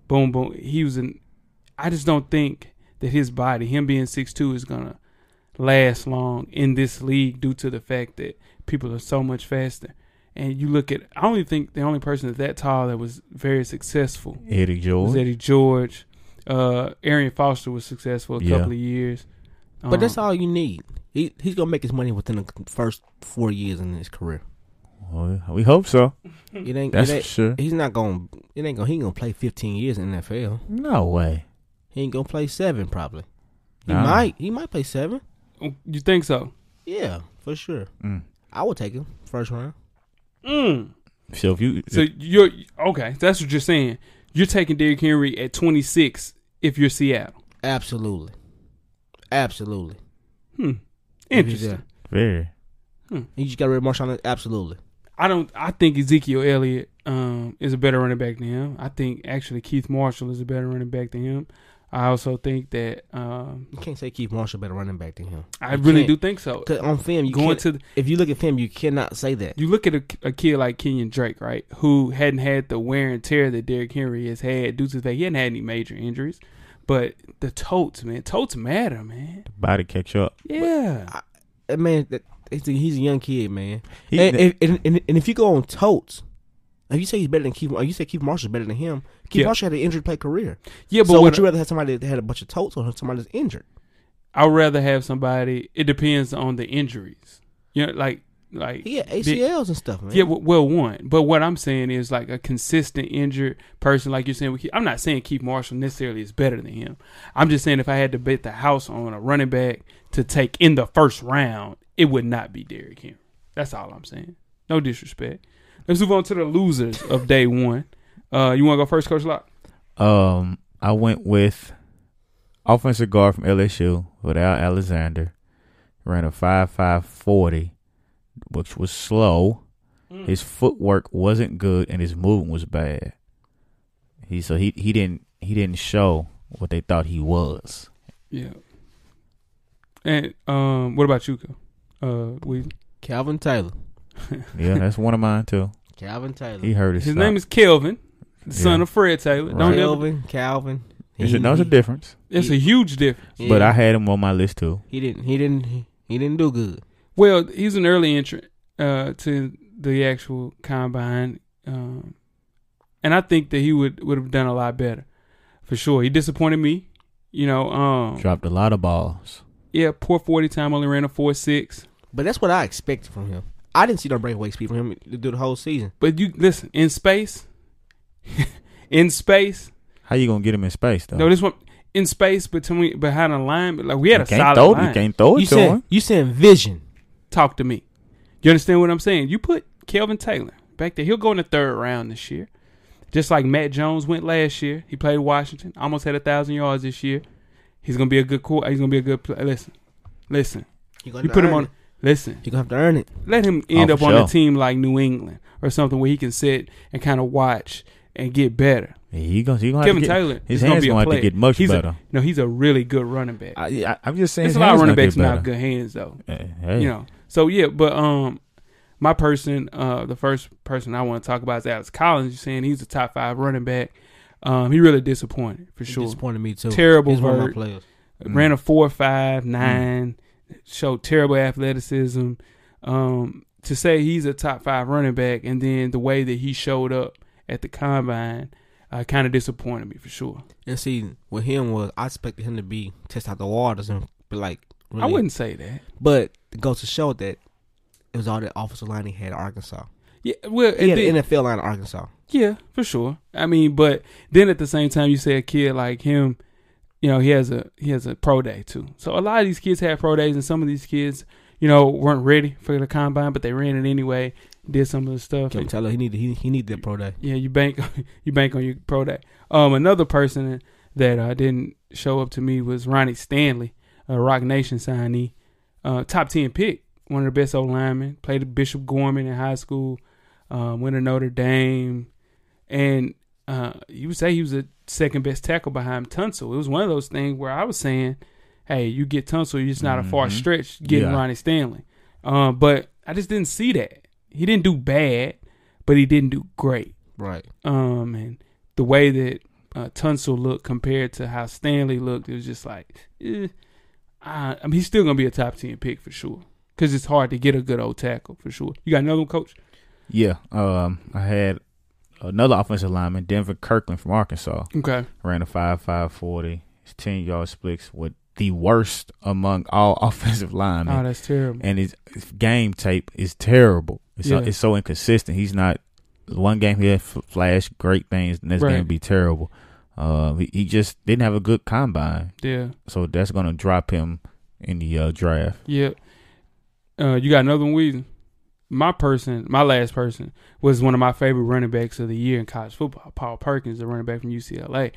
Speaker 3: Boom, boom. He was in. I just don't think that his body, him being six two, is gonna last long in this league due to the fact that people are so much faster. And you look at, I only think the only person that's that tall that was very successful
Speaker 4: Eddie
Speaker 3: was
Speaker 4: George.
Speaker 3: Eddie George. Uh, Arian Foster was successful a
Speaker 4: Yeah.
Speaker 3: couple of years. Um,
Speaker 5: But that's
Speaker 4: Uh-huh.
Speaker 5: all you need. He he's gonna make his money within the first four years in his career.
Speaker 4: Well, Oh, we hope so.
Speaker 5: It ain't.
Speaker 4: That's
Speaker 5: it
Speaker 4: for
Speaker 5: ain't
Speaker 4: sure.
Speaker 5: He's not gonna. It ain't gonna. He ain't gonna play 15 years in NFL.
Speaker 4: No way.
Speaker 5: He ain't gonna play seven probably. He
Speaker 4: Nah.
Speaker 5: might. He might play seven.
Speaker 3: all. You think so?
Speaker 5: Yeah, for sure.
Speaker 4: Mm.
Speaker 5: I would take him first round.
Speaker 3: Mm.
Speaker 4: So if you
Speaker 3: So you're okay. That's what you're saying. You're taking Derrick Henry at 26 if you're Seattle.
Speaker 5: Absolutely. Absolutely.
Speaker 3: Hmm.
Speaker 5: If he's
Speaker 3: Interesting.
Speaker 5: there.
Speaker 4: very
Speaker 5: You just got rid of Marshawn. Absolutely.
Speaker 3: I don't. I think Ezekiel Elliott um, is a better running back than him. I think actually Keith Marshall is a better running back than him. I also think that um,
Speaker 5: You can't say Keith Marshall better running back than him.
Speaker 3: I
Speaker 5: You
Speaker 3: really
Speaker 5: can't.
Speaker 3: do think so.
Speaker 5: 'Cause on film, you
Speaker 3: Going
Speaker 5: can't.
Speaker 3: to the-
Speaker 5: if you look at film, you cannot say that.
Speaker 3: You look at a, a kid like Kenyon Drake, right, who hadn't had the wear and tear that Derrick Henry has had due to the fact he hadn't had any major injuries, but the totes, man, totes matter, man.
Speaker 4: Body catch up.
Speaker 3: Yeah,
Speaker 5: Uh, man, that, he's, a, he's a young kid, man.
Speaker 4: He-
Speaker 5: and, if, and, and, and if you go on totes, if you say he's better than Keith, or you say Keith Marshall's better than him, Keith
Speaker 3: Yeah.
Speaker 5: Marshall had an injured play career.
Speaker 3: yeah, but
Speaker 5: so
Speaker 3: what
Speaker 5: would you rather have somebody that had a bunch of totes or somebody that's injured?
Speaker 3: I'd rather have somebody. It depends on the injuries. You know, like like
Speaker 5: He had
Speaker 3: the-
Speaker 5: ACLs and stuff, man.
Speaker 3: Yeah, w- well, one. But what I'm saying is like a consistent injured person, like you're saying. With Keith, I'm not saying Keith Marshall necessarily is better than him. I'm just saying if I had to bet the house on a running back to take in the first round, it would not be Derrick Henry. That's all I'm saying. No disrespect. Let's move on to the losers of day one. Uh, you want to go first, Coach Locke?
Speaker 4: Um, I went with offensive guard from LSU, without Alexander, ran a five five forty, which was slow.
Speaker 3: Mm.
Speaker 4: His footwork wasn't good, and his movement was bad. He so he he didn't he didn't show what they thought he was.
Speaker 3: Yeah. And um, what about you, Co- uh, we
Speaker 5: Calvin Taylor.
Speaker 4: Yeah, that's one of mine too.
Speaker 5: Calvin Taylor.
Speaker 4: He heard his.
Speaker 3: Mm. His name is Kelvin, the son
Speaker 4: Yeah.
Speaker 3: of Fred Taylor. Don't ever,
Speaker 4: Right.
Speaker 5: Calvin. Calvin.
Speaker 4: There's
Speaker 5: He-
Speaker 4: a, there's a difference,
Speaker 3: it's a huge difference.
Speaker 5: he-
Speaker 4: but
Speaker 5: yeah.
Speaker 4: I had him on my list too.
Speaker 5: He didn't. He didn't. He, he didn't do good.
Speaker 3: Well, he's an early entrant uh, to the actual combine, um, and I think that he would would have done a lot better, for sure. He disappointed me, you know. Um,
Speaker 4: Dropped a lot of balls.
Speaker 3: yeah, poor forty time, only ran a four six.
Speaker 5: But that's what I expected from him. I didn't see no breakaway speed from him to do the whole season.
Speaker 3: But you listen in space, in space.
Speaker 4: How you gonna get him in space though?
Speaker 3: No, this one in space between behind a line, but like we had
Speaker 4: you
Speaker 3: a solid
Speaker 4: can't throw.
Speaker 3: line.
Speaker 4: You can't throw it
Speaker 5: You
Speaker 4: to
Speaker 5: said
Speaker 4: him.
Speaker 5: you said vision.
Speaker 3: talk to me. You understand what I'm saying? You put Kelvin Taylor back there. He'll go in the third round this year. Just like Matt Jones went last year. He played Washington. Almost had a thousand yards this year. He's gonna be a good court. He's gonna be a good player. Listen. Listen. You put him on listen.
Speaker 5: You're gonna have to earn it.
Speaker 3: Let him end
Speaker 4: Oh,
Speaker 3: up
Speaker 4: for
Speaker 3: on a
Speaker 4: sure.
Speaker 3: team like New England or something where he can sit and kind of watch and get better.
Speaker 4: He gonna, he gonna have
Speaker 3: Kevin
Speaker 4: to get,
Speaker 3: Taylor
Speaker 4: His
Speaker 3: is gonna
Speaker 4: hands
Speaker 3: be a
Speaker 4: gonna have
Speaker 3: player.
Speaker 4: to get much
Speaker 3: he's
Speaker 4: better.
Speaker 3: A, no, he's a really good running back.
Speaker 4: I, I, I'm just saying.
Speaker 3: There's
Speaker 4: his
Speaker 3: a lot of
Speaker 4: hands
Speaker 3: running
Speaker 4: gonna
Speaker 3: backs
Speaker 4: get
Speaker 3: not
Speaker 4: better.
Speaker 3: good hands though.
Speaker 4: Uh, hey.
Speaker 3: you know. So yeah, but um, my person, uh, the first person I want to talk about is Alex Collins. You're saying he's a top five running back. Um, he really disappointed for
Speaker 5: He
Speaker 3: sure.
Speaker 5: disappointed me too.
Speaker 3: Terrible
Speaker 5: He's one of my
Speaker 3: vert.
Speaker 5: players.
Speaker 3: Ran a four five
Speaker 5: Mm.
Speaker 3: nine, showed terrible athleticism. Um, to say he's a top five running back, and then the way that he showed up at the combine, uh, kind of disappointed me for sure.
Speaker 5: And see, with him was I expected him to be test out the waters and be like. Really,
Speaker 3: I wouldn't say that.
Speaker 5: But it goes to show that it was all that offensive line he had at Arkansas.
Speaker 3: Yeah, well,
Speaker 5: He
Speaker 3: and
Speaker 5: had
Speaker 3: then-
Speaker 5: an NFL line at Arkansas.
Speaker 3: Yeah, for sure. I mean, but then at the same time, you say a kid like him, you know, he has a he has a pro day too. So a lot of these kids had pro days, and some of these kids, you know, weren't ready for the combine, but they ran it anyway. Did some of the stuff.
Speaker 5: Kevin Taylor, he needed he, he needed that pro day.
Speaker 3: yeah, you bank you bank on your pro day. Um, another person that uh, didn't show up to me was Ronnie Stanley, a Rock Nation signee, uh, top ten pick, one of the best old linemen. Played at Bishop Gorman in high school, um, went to Notre Dame, and uh, you would say he was a second best tackle behind Tunsil. It was one of those things where I was saying, "Hey, you get Tunsil, you're just not a far
Speaker 4: Mhm.
Speaker 3: stretch getting
Speaker 4: Yeah.
Speaker 3: Ronnie Stanley." Um, but I just didn't see that. He didn't do bad, but he didn't do great
Speaker 5: Right.
Speaker 3: um, and the way that uh, Tunsil looked compared to how Stanley looked, it was just like, eh, I, I mean, he's still gonna be a top ten pick for sure. Cause it's hard to get a good old tackle for sure. You got another one, coach?
Speaker 4: Yeah. Um, I had another offensive lineman, Denver Kirkland from Arkansas,
Speaker 3: Okay,
Speaker 4: ran a five five forty. His ten yard splits with the worst among all offensive linemen,
Speaker 3: oh, that's terrible.
Speaker 4: and his, his game tape is terrible. It's so,
Speaker 3: Yeah.
Speaker 4: it's so inconsistent. He's not one game he'll f- flash great things, the next
Speaker 3: Right.
Speaker 4: game be terrible. Uh, he, he just didn't have a good combine,
Speaker 3: yeah,
Speaker 4: so that's gonna drop him in the uh, draft.
Speaker 3: yeah. Uh, you got another one, Weezy? My person, my last person, was one of my favorite running backs of the year in college football. Paul Perkins, the running back from UCLA.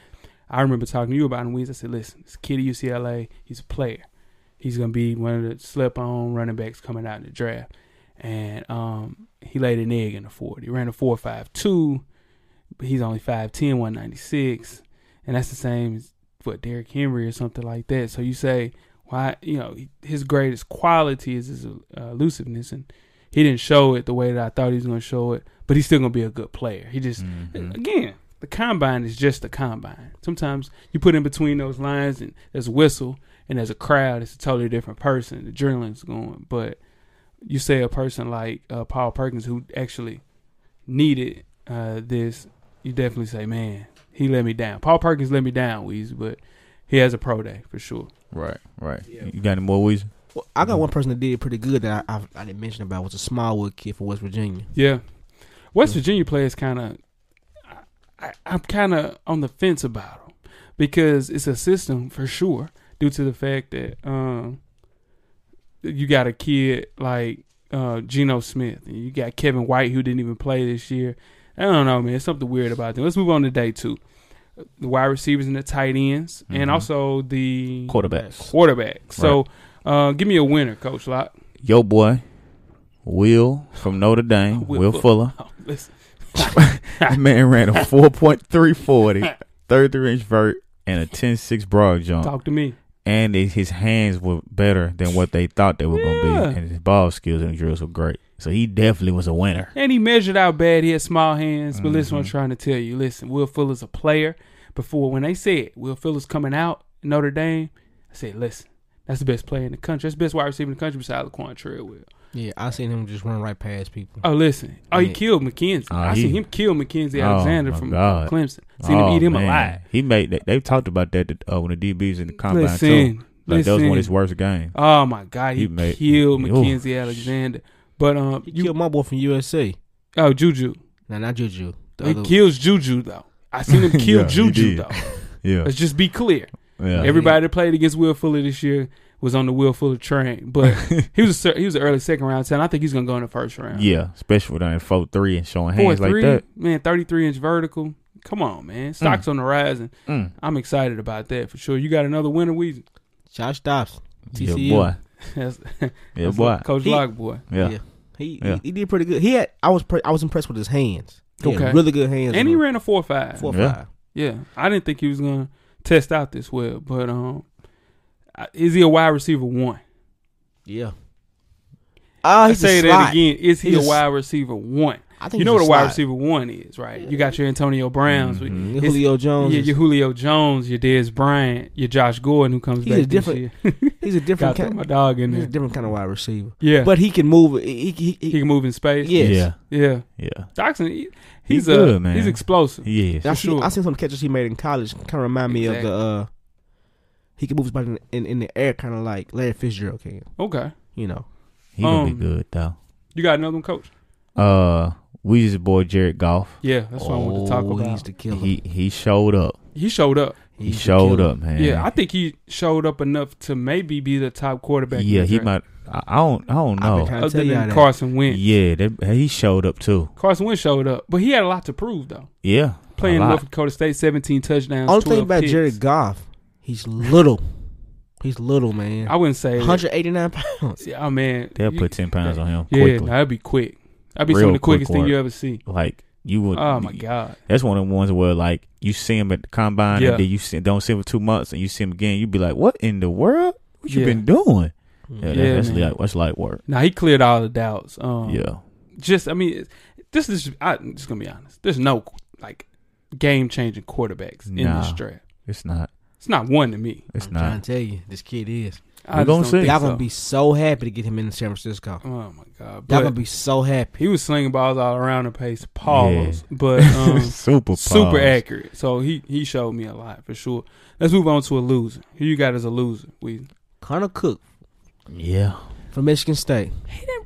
Speaker 3: I remember talking to you about him, Weezy. I said, listen, this kid at UCLA, he's a player. he's gonna be one of the slept on running backs coming out in the draft. And um, he laid an egg in the forty. He ran a four five two, but he's only 5'10", 196. and that's the same as for Derrick Henry or something like that. So you say, why? You know, his greatest quality is his uh, elusiveness, and he didn't show it the way that I thought he was going to show it. But he's still going to be a good player. He just again, the combine is just a combine. Sometimes you put in between those lines, and there's a whistle, and there's a crowd. It's a totally different person. The adrenaline's going, but you say a person like uh, Paul Perkins who actually needed uh, this, you definitely say, man, he let me down. Paul Perkins let me down, Weezy, but he has a pro day for sure.
Speaker 4: Right, right. You got any more Weezy?
Speaker 5: Well, I got one person that did pretty good that I, I, I didn't mention about was a Smallwood kid from West Virginia.
Speaker 3: Yeah, West Virginia players kind of, I, I'm kind of on the fence about them because it's a system for sure due to the fact that um, you got a kid like uh, Geno Smith and you got Kevin White who didn't even play this year. I don't know, man. It's something weird about them. Let's move on to day two. The wide receivers and the tight ends, and also the
Speaker 4: Quarterbacks.
Speaker 3: quarterback. So, uh, give me a winner, Coach Lock.
Speaker 4: Yo, boy, Will from Notre Dame, Will, Fuller.
Speaker 3: Oh, listen.
Speaker 4: That man ran a 4.340, 33 inch vert, and a 10.6 broad jump.
Speaker 3: Talk to me.
Speaker 4: And his- his hands were better than what they thought they were
Speaker 3: Yeah.
Speaker 4: going to be. And his ball skills and drills were great. So he definitely was a winner.
Speaker 3: And he measured out bad. He had small hands. But listen,
Speaker 4: Mm-hmm.
Speaker 3: what I'm trying to tell you. Listen, Will Fuller's a player. Before when they said Will Fuller's coming out in Notre Dame, I said, listen, that's the best player in the country. That's the best wide receiver in the country besides Laquan Treadwell.
Speaker 5: Yeah, I seen him just run right past people.
Speaker 3: Oh, listen. Oh, he killed McKenzie.
Speaker 4: Oh,
Speaker 3: I
Speaker 4: he-
Speaker 3: seen him kill McKenzie
Speaker 4: Oh,
Speaker 3: Alexander
Speaker 4: my
Speaker 3: from
Speaker 4: God. Oh,
Speaker 3: Clemson. Seen him eat him alive.
Speaker 4: He made that. They talked about that uh, when the DBs in the combine
Speaker 3: Listen,
Speaker 4: too. Like that was one
Speaker 3: listen.
Speaker 4: of his worst games.
Speaker 3: Oh my God, he,
Speaker 4: He made-
Speaker 3: killed
Speaker 4: Ooh.
Speaker 3: McKenzie Alexander. But um,
Speaker 5: He
Speaker 3: you
Speaker 5: killed my boy from USA.
Speaker 3: oh Juju,
Speaker 5: Nah, not Juju. The
Speaker 3: he
Speaker 5: other-
Speaker 3: kills Juju though. I seen him kill
Speaker 4: Yeah, he
Speaker 3: Juju
Speaker 4: did.
Speaker 3: though.
Speaker 4: Yeah,
Speaker 3: Let's just be clear.
Speaker 4: yeah.
Speaker 3: Everybody that played against Will Fuller this year was on the Will Fuller train, but he was a, cer- he was an early second round talent. I think he's gonna go in the first round.
Speaker 4: yeah, especially with that four three and showing
Speaker 3: four
Speaker 4: hands
Speaker 3: three
Speaker 4: like that.
Speaker 3: man, thirty three inch vertical. Come on, man, stocks on the rise, and
Speaker 4: Mm.
Speaker 3: I'm excited about that for sure. You got another winner, Weezy.
Speaker 5: Josh Dobbs.
Speaker 4: Yeah,
Speaker 5: TCU.
Speaker 4: boy.
Speaker 3: That's,
Speaker 4: Yeah,
Speaker 3: that's
Speaker 4: boy.
Speaker 3: Coach
Speaker 5: He-
Speaker 3: Lock boy,
Speaker 4: Yeah.
Speaker 5: Yeah. He,
Speaker 4: Yeah.
Speaker 5: he he did pretty good. He had I was pre- I was impressed with his hands. He had
Speaker 3: Okay.
Speaker 5: really good hands.
Speaker 3: and he
Speaker 5: on
Speaker 3: ran a four five.
Speaker 5: four or
Speaker 4: Yeah.
Speaker 5: five.
Speaker 3: Yeah, I didn't think he was gonna test out this well, but um, I- is he a wide receiver one?
Speaker 5: Yeah. Ah,
Speaker 3: I
Speaker 5: he's
Speaker 3: say
Speaker 5: a
Speaker 3: that
Speaker 5: slot.
Speaker 3: again. Is he
Speaker 5: He's
Speaker 3: a
Speaker 5: a s-
Speaker 3: wide receiver one?
Speaker 5: I
Speaker 3: You
Speaker 5: think he's
Speaker 3: know what a wide
Speaker 5: slot.
Speaker 3: receiver one is, right? You got your Antonio Browns, but
Speaker 5: Mm-hmm. Your
Speaker 3: it's-
Speaker 5: Julio Jones.
Speaker 3: yeah,
Speaker 5: is-
Speaker 3: your Julio Jones, your Dez Bryant, your Josh Gordon, who comes
Speaker 5: He's
Speaker 3: back
Speaker 5: a different-
Speaker 3: this year.
Speaker 5: he's a
Speaker 3: got
Speaker 5: different
Speaker 3: to throw my
Speaker 5: kind.
Speaker 3: dog in
Speaker 5: He's a
Speaker 3: there.
Speaker 5: different kind of wide receiver.
Speaker 3: Yeah, but
Speaker 5: But he can move. He, he, he,
Speaker 3: he can move in space.
Speaker 5: Yes.
Speaker 4: Yeah.
Speaker 3: yeah.
Speaker 4: Yeah.
Speaker 3: Doxson, he, he's
Speaker 4: He
Speaker 3: a
Speaker 4: good, man.
Speaker 3: he's explosive.
Speaker 4: He is.
Speaker 5: I,
Speaker 3: for
Speaker 5: see,
Speaker 3: sure.
Speaker 5: I seen some catches he made in college. Kind of remind me
Speaker 3: Exactly.
Speaker 5: of the. uh He can move his body in, in, in the air, kind of like Larry Fitzgerald can.
Speaker 3: Okay,
Speaker 5: You know.
Speaker 4: He gonna
Speaker 3: Um,
Speaker 4: be good though.
Speaker 3: you got another one, coach?
Speaker 4: Uh, Weezy's boy Jared Goff.
Speaker 3: Yeah, that's what I wanted to talk
Speaker 5: Oh,
Speaker 3: about.
Speaker 5: He's the killer.
Speaker 4: He he showed up.
Speaker 3: he showed up.
Speaker 4: He
Speaker 5: He's the
Speaker 4: showed
Speaker 5: killer.
Speaker 4: up, man.
Speaker 3: Yeah, I think he showed up enough to maybe be the top quarterback. in
Speaker 4: yeah,
Speaker 3: the
Speaker 4: he
Speaker 3: draft,
Speaker 4: might. I, I don't. I don't
Speaker 5: I've been
Speaker 4: know.
Speaker 5: trying to
Speaker 3: Other
Speaker 5: tell y'all
Speaker 3: than
Speaker 5: that.
Speaker 3: Carson Wentz.
Speaker 4: Yeah, that, he showed up too.
Speaker 3: Carson Wentz showed up, but he had a lot to prove though.
Speaker 4: Yeah,
Speaker 3: Playing
Speaker 4: a lot.
Speaker 3: North Dakota State, seventeen touchdowns.
Speaker 5: Only thing
Speaker 3: 12
Speaker 5: about
Speaker 3: picks.
Speaker 5: Jared Goff, he's little. he's little, man.
Speaker 3: I wouldn't say.
Speaker 5: 189 pounds.
Speaker 3: Yeah, Oh man,
Speaker 4: They'll
Speaker 3: You-
Speaker 4: put ten pounds on him
Speaker 3: Yeah,
Speaker 4: quickly.
Speaker 3: nah, that'd be quick. That'd be
Speaker 4: Real
Speaker 3: some of the
Speaker 4: quick
Speaker 3: quickest thing
Speaker 4: work.
Speaker 3: you ever see.
Speaker 4: Like you would.
Speaker 3: Oh my god,
Speaker 4: That's one of the ones where like you see him at the combine
Speaker 3: Yeah.
Speaker 4: and then you see, don't see him for two months and you see him again. You'd be like, what in the world? What you
Speaker 3: Yeah.
Speaker 4: been doing? Yeah, that-
Speaker 3: Yeah,
Speaker 4: that's
Speaker 3: man.
Speaker 4: like that's light work.
Speaker 3: now he cleared all the doubts. Um,
Speaker 4: yeah,
Speaker 3: just I mean, it's- this is I'm just gonna be honest. There's no like game changing quarterbacks in this
Speaker 4: Nah.
Speaker 3: draft.
Speaker 4: it's not.
Speaker 3: It's not one to me.
Speaker 4: It's
Speaker 5: I'm
Speaker 4: not.
Speaker 5: trying to tell you, this kid is.
Speaker 3: I
Speaker 4: We're
Speaker 3: just
Speaker 4: gonna
Speaker 3: don't
Speaker 4: see.
Speaker 3: think
Speaker 5: Y'all
Speaker 3: so.
Speaker 5: gonna be so happy to get him in San Francisco.
Speaker 3: Oh my god,
Speaker 5: Y'all
Speaker 3: but
Speaker 5: gonna be so happy.
Speaker 3: he was slinging balls all around the place, pause, but um,
Speaker 4: super
Speaker 3: super
Speaker 4: pause.
Speaker 3: accurate. So he he showed me a lot for sure. Let's move on to a loser. Who you got as a loser? We
Speaker 5: Connor Cook
Speaker 4: Yeah,
Speaker 5: from Michigan State,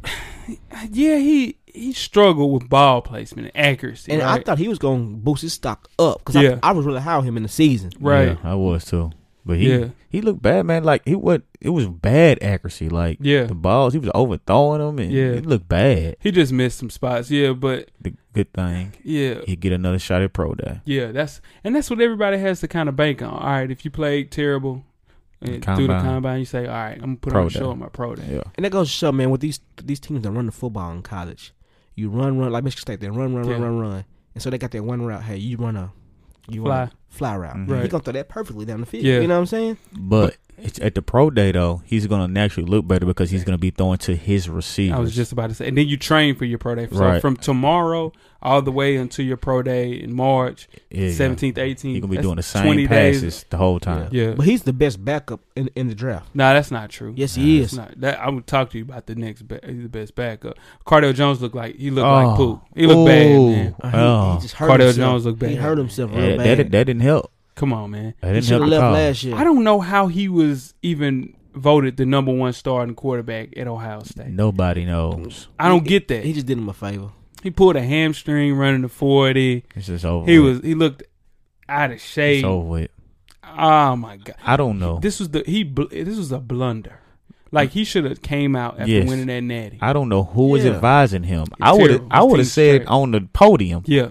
Speaker 3: yeah he he struggled with ball placement and accuracy.
Speaker 5: and I
Speaker 3: right?
Speaker 5: thought he was gonna boost his stock up because
Speaker 3: Yeah.
Speaker 5: I, I was really high on him in the season.
Speaker 3: right
Speaker 4: Yeah, I was too. But he
Speaker 3: Yeah.
Speaker 4: he looked bad, man. Like he was it was bad accuracy. Like
Speaker 3: Yeah.
Speaker 4: the balls he was overthrowing them, and
Speaker 3: Yeah.
Speaker 4: he looked bad.
Speaker 3: he just missed some spots. Yeah, but
Speaker 4: The good thing
Speaker 3: yeah.
Speaker 4: he get another shot at pro day.
Speaker 3: Yeah, that's and that's what everybody has to kind of bank on. All right, if you played terrible and through the
Speaker 4: Combine.
Speaker 3: combine, you say, "All right, I'm gonna put
Speaker 4: Pro
Speaker 3: on a
Speaker 4: day.
Speaker 3: show at my pro day."
Speaker 4: Yeah,
Speaker 5: And that goes to show, man, with these these teams that run the football in college, you run, run like Michigan State, they run, run,
Speaker 3: Yeah.
Speaker 5: run, run, run, and so they got that one route. Hey, you run a You
Speaker 3: Fly. Mm-hmm.
Speaker 5: want fly route.
Speaker 3: Right.
Speaker 5: He gonna throw that perfectly down the field.
Speaker 3: Yeah.
Speaker 5: You know what I'm saying?
Speaker 4: But it's, at the pro day though, he's gonna naturally look better because he's gonna be throwing to his receivers.
Speaker 3: I was just about to say, and then you train for your pro day. So
Speaker 4: Right.
Speaker 3: from tomorrow all the way until your pro day in March,
Speaker 4: Yeah.
Speaker 3: seventeenth, eighteenth,
Speaker 4: He's gonna be doing the same passes the whole time.
Speaker 3: Yeah,
Speaker 5: But he's the best backup in in the draft.
Speaker 3: nah, that's not true.
Speaker 5: Yes, he
Speaker 3: It's
Speaker 5: is.
Speaker 3: not that I would talk to you about the next. Ba- he's the best backup. Cardell Jones looked like he looked
Speaker 4: Oh.
Speaker 3: like poop. He looked bad.
Speaker 4: Ooh.
Speaker 3: Man.
Speaker 5: Uh,
Speaker 4: Oh.
Speaker 5: just hurt
Speaker 3: Cardell
Speaker 5: himself.
Speaker 3: Jones looked
Speaker 5: He
Speaker 3: bad.
Speaker 5: hurt himself real
Speaker 4: Yeah, that,
Speaker 5: bad.
Speaker 4: that didn't help.
Speaker 3: Come on, man.
Speaker 4: That
Speaker 5: he
Speaker 4: didn't
Speaker 5: should
Speaker 4: help at
Speaker 5: have left
Speaker 4: all.
Speaker 5: last year.
Speaker 3: I don't know how he was even voted the number one starting quarterback at Ohio State.
Speaker 4: Nobody knows.
Speaker 3: I don't get that.
Speaker 5: He
Speaker 3: He,
Speaker 5: just did him a favor.
Speaker 3: pulled a hamstring running the forty.
Speaker 4: It's just over.
Speaker 3: He
Speaker 4: with.
Speaker 3: was he looked out of shape.
Speaker 4: It's over with.
Speaker 3: Oh my god.
Speaker 4: I don't know.
Speaker 3: This was the he. bl- This was a blunder. Like he should have came out after
Speaker 4: Yes.
Speaker 3: winning that natty.
Speaker 4: I don't know who was
Speaker 5: Yeah.
Speaker 4: advising him. I would
Speaker 3: terrible.
Speaker 4: I would have
Speaker 3: His team's
Speaker 4: said
Speaker 3: trash.
Speaker 4: on the podium
Speaker 3: yeah,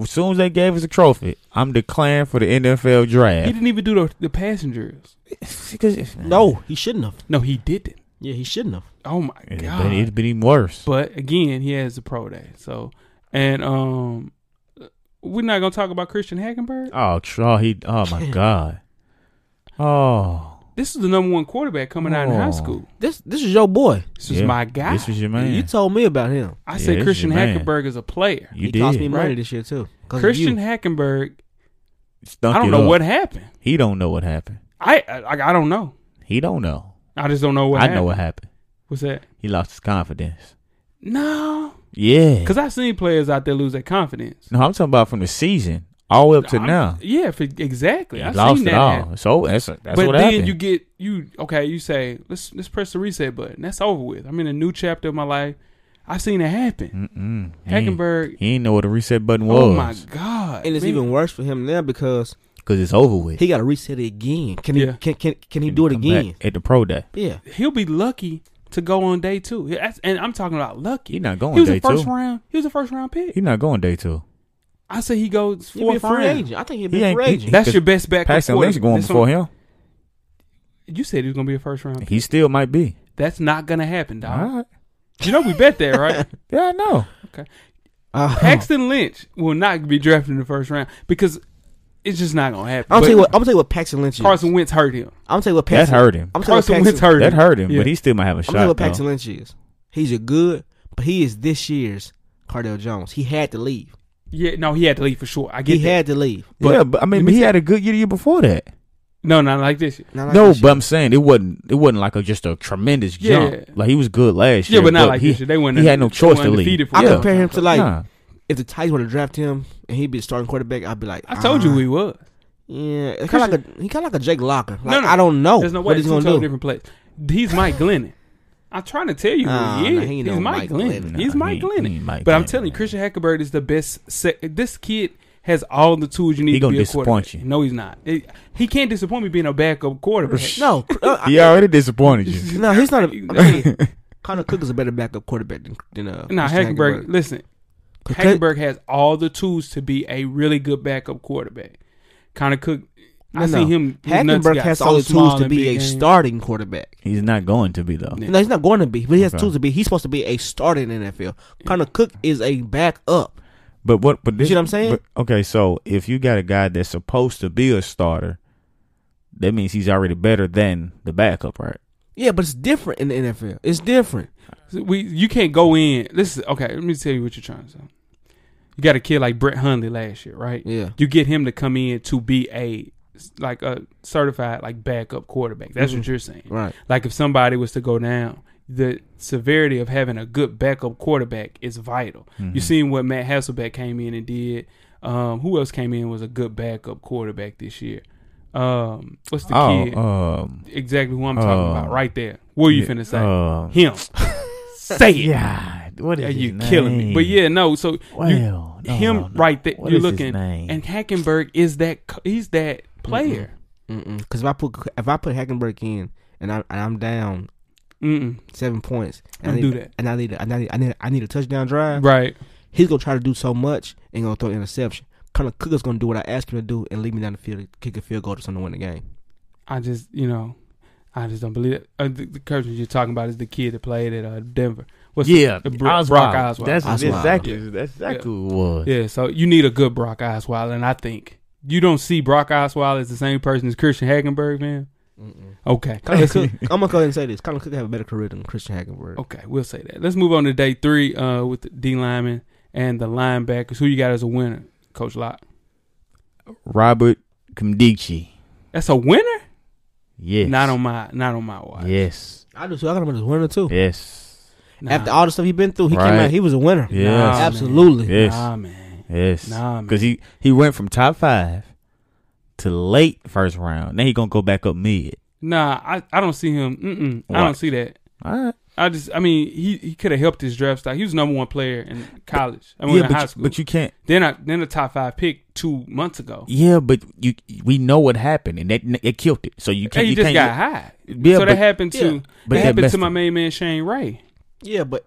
Speaker 4: as soon as they gave us a trophy, I'm declaring for the NFL
Speaker 3: he
Speaker 4: draft.
Speaker 3: didn't even do the the passing drills.
Speaker 5: No, he shouldn't have.
Speaker 3: No, he didn't.
Speaker 5: Yeah, he shouldn't have.
Speaker 3: Oh my
Speaker 4: It'd
Speaker 3: god.
Speaker 4: been, it'd been even worse.
Speaker 3: But again, he has a pro day. So and um, we're not gonna talk about Christian Hackenberg.
Speaker 4: oh, Shaw, he. Oh my God. Oh,
Speaker 3: This is the number one quarterback coming out in high
Speaker 4: Oh.
Speaker 3: school.
Speaker 5: This this is your boy.
Speaker 3: This is
Speaker 4: Yeah.
Speaker 3: my guy.
Speaker 4: This was your man.
Speaker 5: You told me about him.
Speaker 3: I
Speaker 4: Yeah,
Speaker 3: said
Speaker 4: this is
Speaker 3: Christian
Speaker 4: your man.
Speaker 3: Hackenberg is a player.
Speaker 4: you
Speaker 5: he
Speaker 4: did.
Speaker 5: cost me money
Speaker 3: right?
Speaker 5: this year too. 'cause of
Speaker 3: Christian
Speaker 5: you.
Speaker 3: Hackenberg.
Speaker 4: Stunk
Speaker 3: I
Speaker 4: it
Speaker 3: don't know
Speaker 4: up.
Speaker 3: what happened.
Speaker 4: He don't know what happened.
Speaker 3: I I, like, I don't know.
Speaker 4: He don't know.
Speaker 3: I just don't know what.
Speaker 4: I
Speaker 3: happened.
Speaker 4: know what happened.
Speaker 3: What's that?
Speaker 4: He lost his confidence.
Speaker 3: No.
Speaker 4: Yeah.
Speaker 3: Because I've seen players out there lose their confidence.
Speaker 4: No, I'm talking about from the season all the way up to
Speaker 3: I'm-
Speaker 4: now.
Speaker 3: Yeah, for, exactly.
Speaker 4: He
Speaker 3: I've
Speaker 4: lost
Speaker 3: seen
Speaker 4: it
Speaker 3: that
Speaker 4: all.
Speaker 3: happen.
Speaker 4: So that's that's
Speaker 3: but
Speaker 4: what
Speaker 3: then
Speaker 4: happened.
Speaker 3: you get you okay. You say let's let's press the reset button. That's over with. I'm in a new chapter of my life. I've seen it
Speaker 4: Mm.
Speaker 3: happen.
Speaker 4: Mm-mm. He ain't-
Speaker 3: Hackenberg.
Speaker 4: He didn't know what the reset button was.
Speaker 3: Oh my god!
Speaker 5: And it's
Speaker 3: man.
Speaker 5: even worse for him now because
Speaker 4: Cause it's over with.
Speaker 5: he got to reset it again. Can he?
Speaker 3: Yeah.
Speaker 5: Can, can can he do it
Speaker 4: Come back
Speaker 5: again?
Speaker 4: at the pro day.
Speaker 5: Yeah.
Speaker 3: he'll be lucky to go on day two. Yeah, that's- And I'm talking about lucky.
Speaker 4: He not going
Speaker 3: He was
Speaker 4: day
Speaker 3: a first
Speaker 4: two.
Speaker 3: round. He was a first round pick.
Speaker 4: He's not going day two.
Speaker 3: I say he goes
Speaker 5: He be a
Speaker 3: fourth
Speaker 5: free
Speaker 3: round.
Speaker 5: agent. I think he'd
Speaker 4: He
Speaker 5: be a
Speaker 4: ain't-
Speaker 5: free
Speaker 4: he-
Speaker 5: agent.
Speaker 3: That's your best back.
Speaker 4: Paxton Lynch going before him.
Speaker 3: You said he was gonna be a first round. pick.
Speaker 4: He still might be.
Speaker 3: That's not gonna happen, dog.
Speaker 4: All right.
Speaker 3: You know we bet that, right?
Speaker 4: Yeah, I know.
Speaker 5: Uh,
Speaker 3: Paxton Lynch will not be drafted in the first round because it's just not gonna happen.
Speaker 5: I'm gonna
Speaker 3: But
Speaker 5: tell you what. I'm gonna tell you what Paxton Lynch is.
Speaker 3: Carson Wentz hurt him.
Speaker 5: I'm gonna tell you what
Speaker 4: That
Speaker 5: Paxton.
Speaker 4: hurt him.
Speaker 5: I'm gonna tell you what
Speaker 3: Carson
Speaker 5: Paxton.
Speaker 3: Wentz hurt him.
Speaker 4: That hurt him,
Speaker 3: Yeah.
Speaker 4: but he still might have a
Speaker 5: I'm gonna tell you
Speaker 4: shot.
Speaker 5: what
Speaker 4: though.
Speaker 5: Paxton Lynch is. He's a good, but he is this year's Cardell Jones. He had to leave.
Speaker 3: Yeah, no, he had to leave for sure. I get
Speaker 5: He
Speaker 3: that.
Speaker 5: had to leave.
Speaker 4: But, yeah, but I mean,
Speaker 3: me
Speaker 4: but he had a good year the year before that.
Speaker 3: no, not like this.
Speaker 5: Not like
Speaker 4: no,
Speaker 5: this
Speaker 4: but
Speaker 5: year.
Speaker 4: I'm saying it wasn't. It wasn't like a, just a tremendous
Speaker 3: Yeah.
Speaker 4: jump. Like he was good last
Speaker 3: Yeah,
Speaker 4: year.
Speaker 3: but not like
Speaker 4: he,
Speaker 3: this year. They weren't-
Speaker 4: He had no
Speaker 3: they
Speaker 4: choice
Speaker 3: were
Speaker 4: to leave.
Speaker 3: undefeated for
Speaker 5: I
Speaker 3: Yeah.
Speaker 5: compare him to like
Speaker 4: Nah.
Speaker 5: if the Titans would to draft him and he'd be the starting quarterback. I'd be like,
Speaker 3: I told you
Speaker 4: Ah.
Speaker 5: uh,
Speaker 3: who he was.
Speaker 5: Yeah, kind of like a he kind of like a Jake Locker. Like,
Speaker 3: no, no,
Speaker 5: I don't know
Speaker 3: There's no way
Speaker 5: what he's
Speaker 3: he's two
Speaker 5: gonna
Speaker 3: totally
Speaker 5: do.
Speaker 3: different place. He's Mike Glennon. I'm trying to tell you who
Speaker 5: Nah,
Speaker 3: he is.
Speaker 5: nah, he ain't
Speaker 3: he's
Speaker 5: no
Speaker 3: Mike
Speaker 5: Mike
Speaker 3: Glennon.
Speaker 5: Glennon.
Speaker 3: He's
Speaker 4: Nah,
Speaker 3: Mike
Speaker 4: he ain't-
Speaker 3: Glennon.
Speaker 4: he ain't Mike
Speaker 3: but I'm
Speaker 4: Glennon,
Speaker 3: telling you,
Speaker 4: man.
Speaker 3: Christian Hackenberg is the best. Se- this kid has all the tools you need
Speaker 4: He
Speaker 3: to
Speaker 4: gonna
Speaker 3: be a
Speaker 4: disappoint
Speaker 3: quarterback.
Speaker 4: you.
Speaker 3: No, he's not. It- he can't disappoint me being a backup quarterback.
Speaker 5: No, uh,
Speaker 4: He already disappointed you.
Speaker 5: no, he's not. A, I mean, Connor Cook is a better backup quarterback than than uh.
Speaker 3: Nah, Hackenberg,
Speaker 5: Christian Hackenberg.
Speaker 3: listen.
Speaker 5: Because-
Speaker 3: Hackenberg has all the tools to be a really good backup quarterback. Connor Cook, I
Speaker 5: No,
Speaker 3: see
Speaker 5: no.
Speaker 3: him. his nuts
Speaker 5: Hackenberg
Speaker 3: got
Speaker 5: has
Speaker 3: so
Speaker 5: all the
Speaker 3: small
Speaker 5: tools to
Speaker 3: in
Speaker 5: be
Speaker 3: big
Speaker 5: a
Speaker 3: games.
Speaker 5: starting quarterback.
Speaker 4: He's not going to be though.
Speaker 3: Yeah.
Speaker 5: No, he's not going to be, but he has
Speaker 4: Okay.
Speaker 5: tools to be. He's supposed to be a starter in the NFL. Connor Cook is a backup.
Speaker 4: But what? But this,
Speaker 5: see what I'm saying?
Speaker 4: but- okay, so if you got a guy that's supposed to be a starter, that means he's already better than the backup, right?
Speaker 5: Yeah, but it's different in the NFL. It's different.
Speaker 3: We you can't go in. This is okay. Let me tell you what you're trying to say. You got a kid like Brett Hundley last year, right?
Speaker 5: Yeah.
Speaker 3: You get him to come in to be a like a certified like backup quarterback. That's what you're saying,
Speaker 5: Right.
Speaker 3: Like if somebody was to go down, the severity of having a good backup quarterback is vital.
Speaker 4: Mm-hmm.
Speaker 3: You seen what Matt Hasselbeck came in and did. Um, who else came in and was a good backup quarterback this year? Um, what's the
Speaker 4: oh,
Speaker 3: kid?
Speaker 4: um,
Speaker 3: exactly who I'm talking
Speaker 4: uh,
Speaker 3: about right there. What are you finna say?
Speaker 4: um,
Speaker 3: him. Say it.
Speaker 4: yeah. What is
Speaker 3: Are
Speaker 4: his
Speaker 3: you killing me?
Speaker 4: name?
Speaker 3: But yeah, no. So you-
Speaker 4: Well, no,
Speaker 3: him
Speaker 4: no, no.
Speaker 3: right there,
Speaker 4: What
Speaker 3: you're
Speaker 4: is his
Speaker 3: looking,
Speaker 4: name?
Speaker 3: and Hackenberg is that co- he's that player.
Speaker 5: Because if I put if I put Hackenberg in and I and I'm down
Speaker 3: Mm-mm.
Speaker 5: seven points, and I
Speaker 3: Don't
Speaker 5: need,
Speaker 3: do that.
Speaker 5: and I need a, and I need I need I need a touchdown drive.
Speaker 3: Right.
Speaker 5: He's gonna try to do so much and gonna throw an interception. Connor Cook is gonna do what I asked him to do and lead me down the field, to kick a field goal to someone to win the game.
Speaker 3: I just you know, I just don't believe it. Uh, the, the person you're talking about is the kid that played at uh, Denver. What's
Speaker 4: Yeah,
Speaker 3: the, Bro- Brock Osweiler.
Speaker 4: That's
Speaker 5: Osweiler.
Speaker 4: exactly that's exactly what it was.
Speaker 3: yeah, so you need a good Brock Osweiler, and I think you don't see Brock Osweiler as the same person as Christian Hagenberg, man. Okay,
Speaker 5: Colin Cook, I'm gonna go ahead and say this: Colin Cook have a better career than Christian Hackenberg.
Speaker 3: okay, we'll say that. Let's move on to day three uh, with the D lineman and the linebackers. Who you got as a winner, Coach Locke?
Speaker 4: Robert Comdici.
Speaker 3: That's a winner.
Speaker 4: Yes.
Speaker 3: Not on my, not on my watch.
Speaker 4: Yes.
Speaker 5: I do too. I got him as a winner too.
Speaker 4: Yes.
Speaker 3: Nah.
Speaker 5: After all the stuff he been through, he came
Speaker 4: Right.
Speaker 5: out. He was a winner.
Speaker 4: Yes.
Speaker 3: Nah,
Speaker 5: Absolutely.
Speaker 3: man.
Speaker 4: Yes.
Speaker 3: Nah, man.
Speaker 4: Yes.
Speaker 3: Nah, man.
Speaker 4: Because he he went from top five to late first round. Now he gonna go back up mid.
Speaker 3: Nah, I, I don't see him. Mm-mm. I don't
Speaker 4: Watch.
Speaker 3: see that.
Speaker 4: All right.
Speaker 3: I just, I mean, he, he could have helped his draft stock. He was number one player in college. I mean, in
Speaker 4: but,
Speaker 3: high
Speaker 4: you-
Speaker 3: school.
Speaker 4: but you can't.
Speaker 3: then I then a top five pick two months ago.
Speaker 4: Yeah, but you we know what happened, and that it killed it. So you
Speaker 3: Hey,
Speaker 4: can't.
Speaker 3: you,
Speaker 4: you
Speaker 3: just
Speaker 4: can't
Speaker 3: got high.
Speaker 4: Yeah,
Speaker 3: so that
Speaker 4: but-
Speaker 3: happened to
Speaker 5: yeah,
Speaker 3: that
Speaker 4: but that
Speaker 3: happened
Speaker 4: messed
Speaker 3: to my
Speaker 4: him.
Speaker 3: main man Shane Ray.
Speaker 5: Yeah, but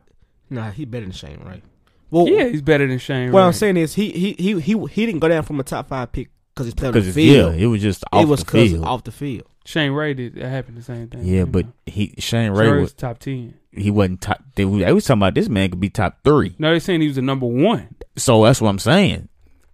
Speaker 5: nah, he better than Shane, right?
Speaker 4: Oh.
Speaker 5: Well,
Speaker 3: Yeah, he's better than Shane.
Speaker 5: what
Speaker 3: Ray.
Speaker 5: I'm saying is he he he he he didn't go down from a top five pick because he's playing on the
Speaker 4: because it's-
Speaker 5: field.
Speaker 4: yeah,
Speaker 5: it,
Speaker 4: it was just off
Speaker 5: was
Speaker 4: the
Speaker 5: 'cause
Speaker 4: field.
Speaker 5: off Mm-hmm. the field.
Speaker 3: Shane Ray did that happened the same thing.
Speaker 4: yeah,
Speaker 3: you
Speaker 4: but
Speaker 3: know.
Speaker 4: he
Speaker 3: Shane
Speaker 4: Shane Ray
Speaker 3: Ray
Speaker 4: was
Speaker 3: was top ten.
Speaker 4: he wasn't top. They, was- they was talking about this man could be top three.
Speaker 3: No, they're saying he was the number one.
Speaker 4: So that's what I'm saying.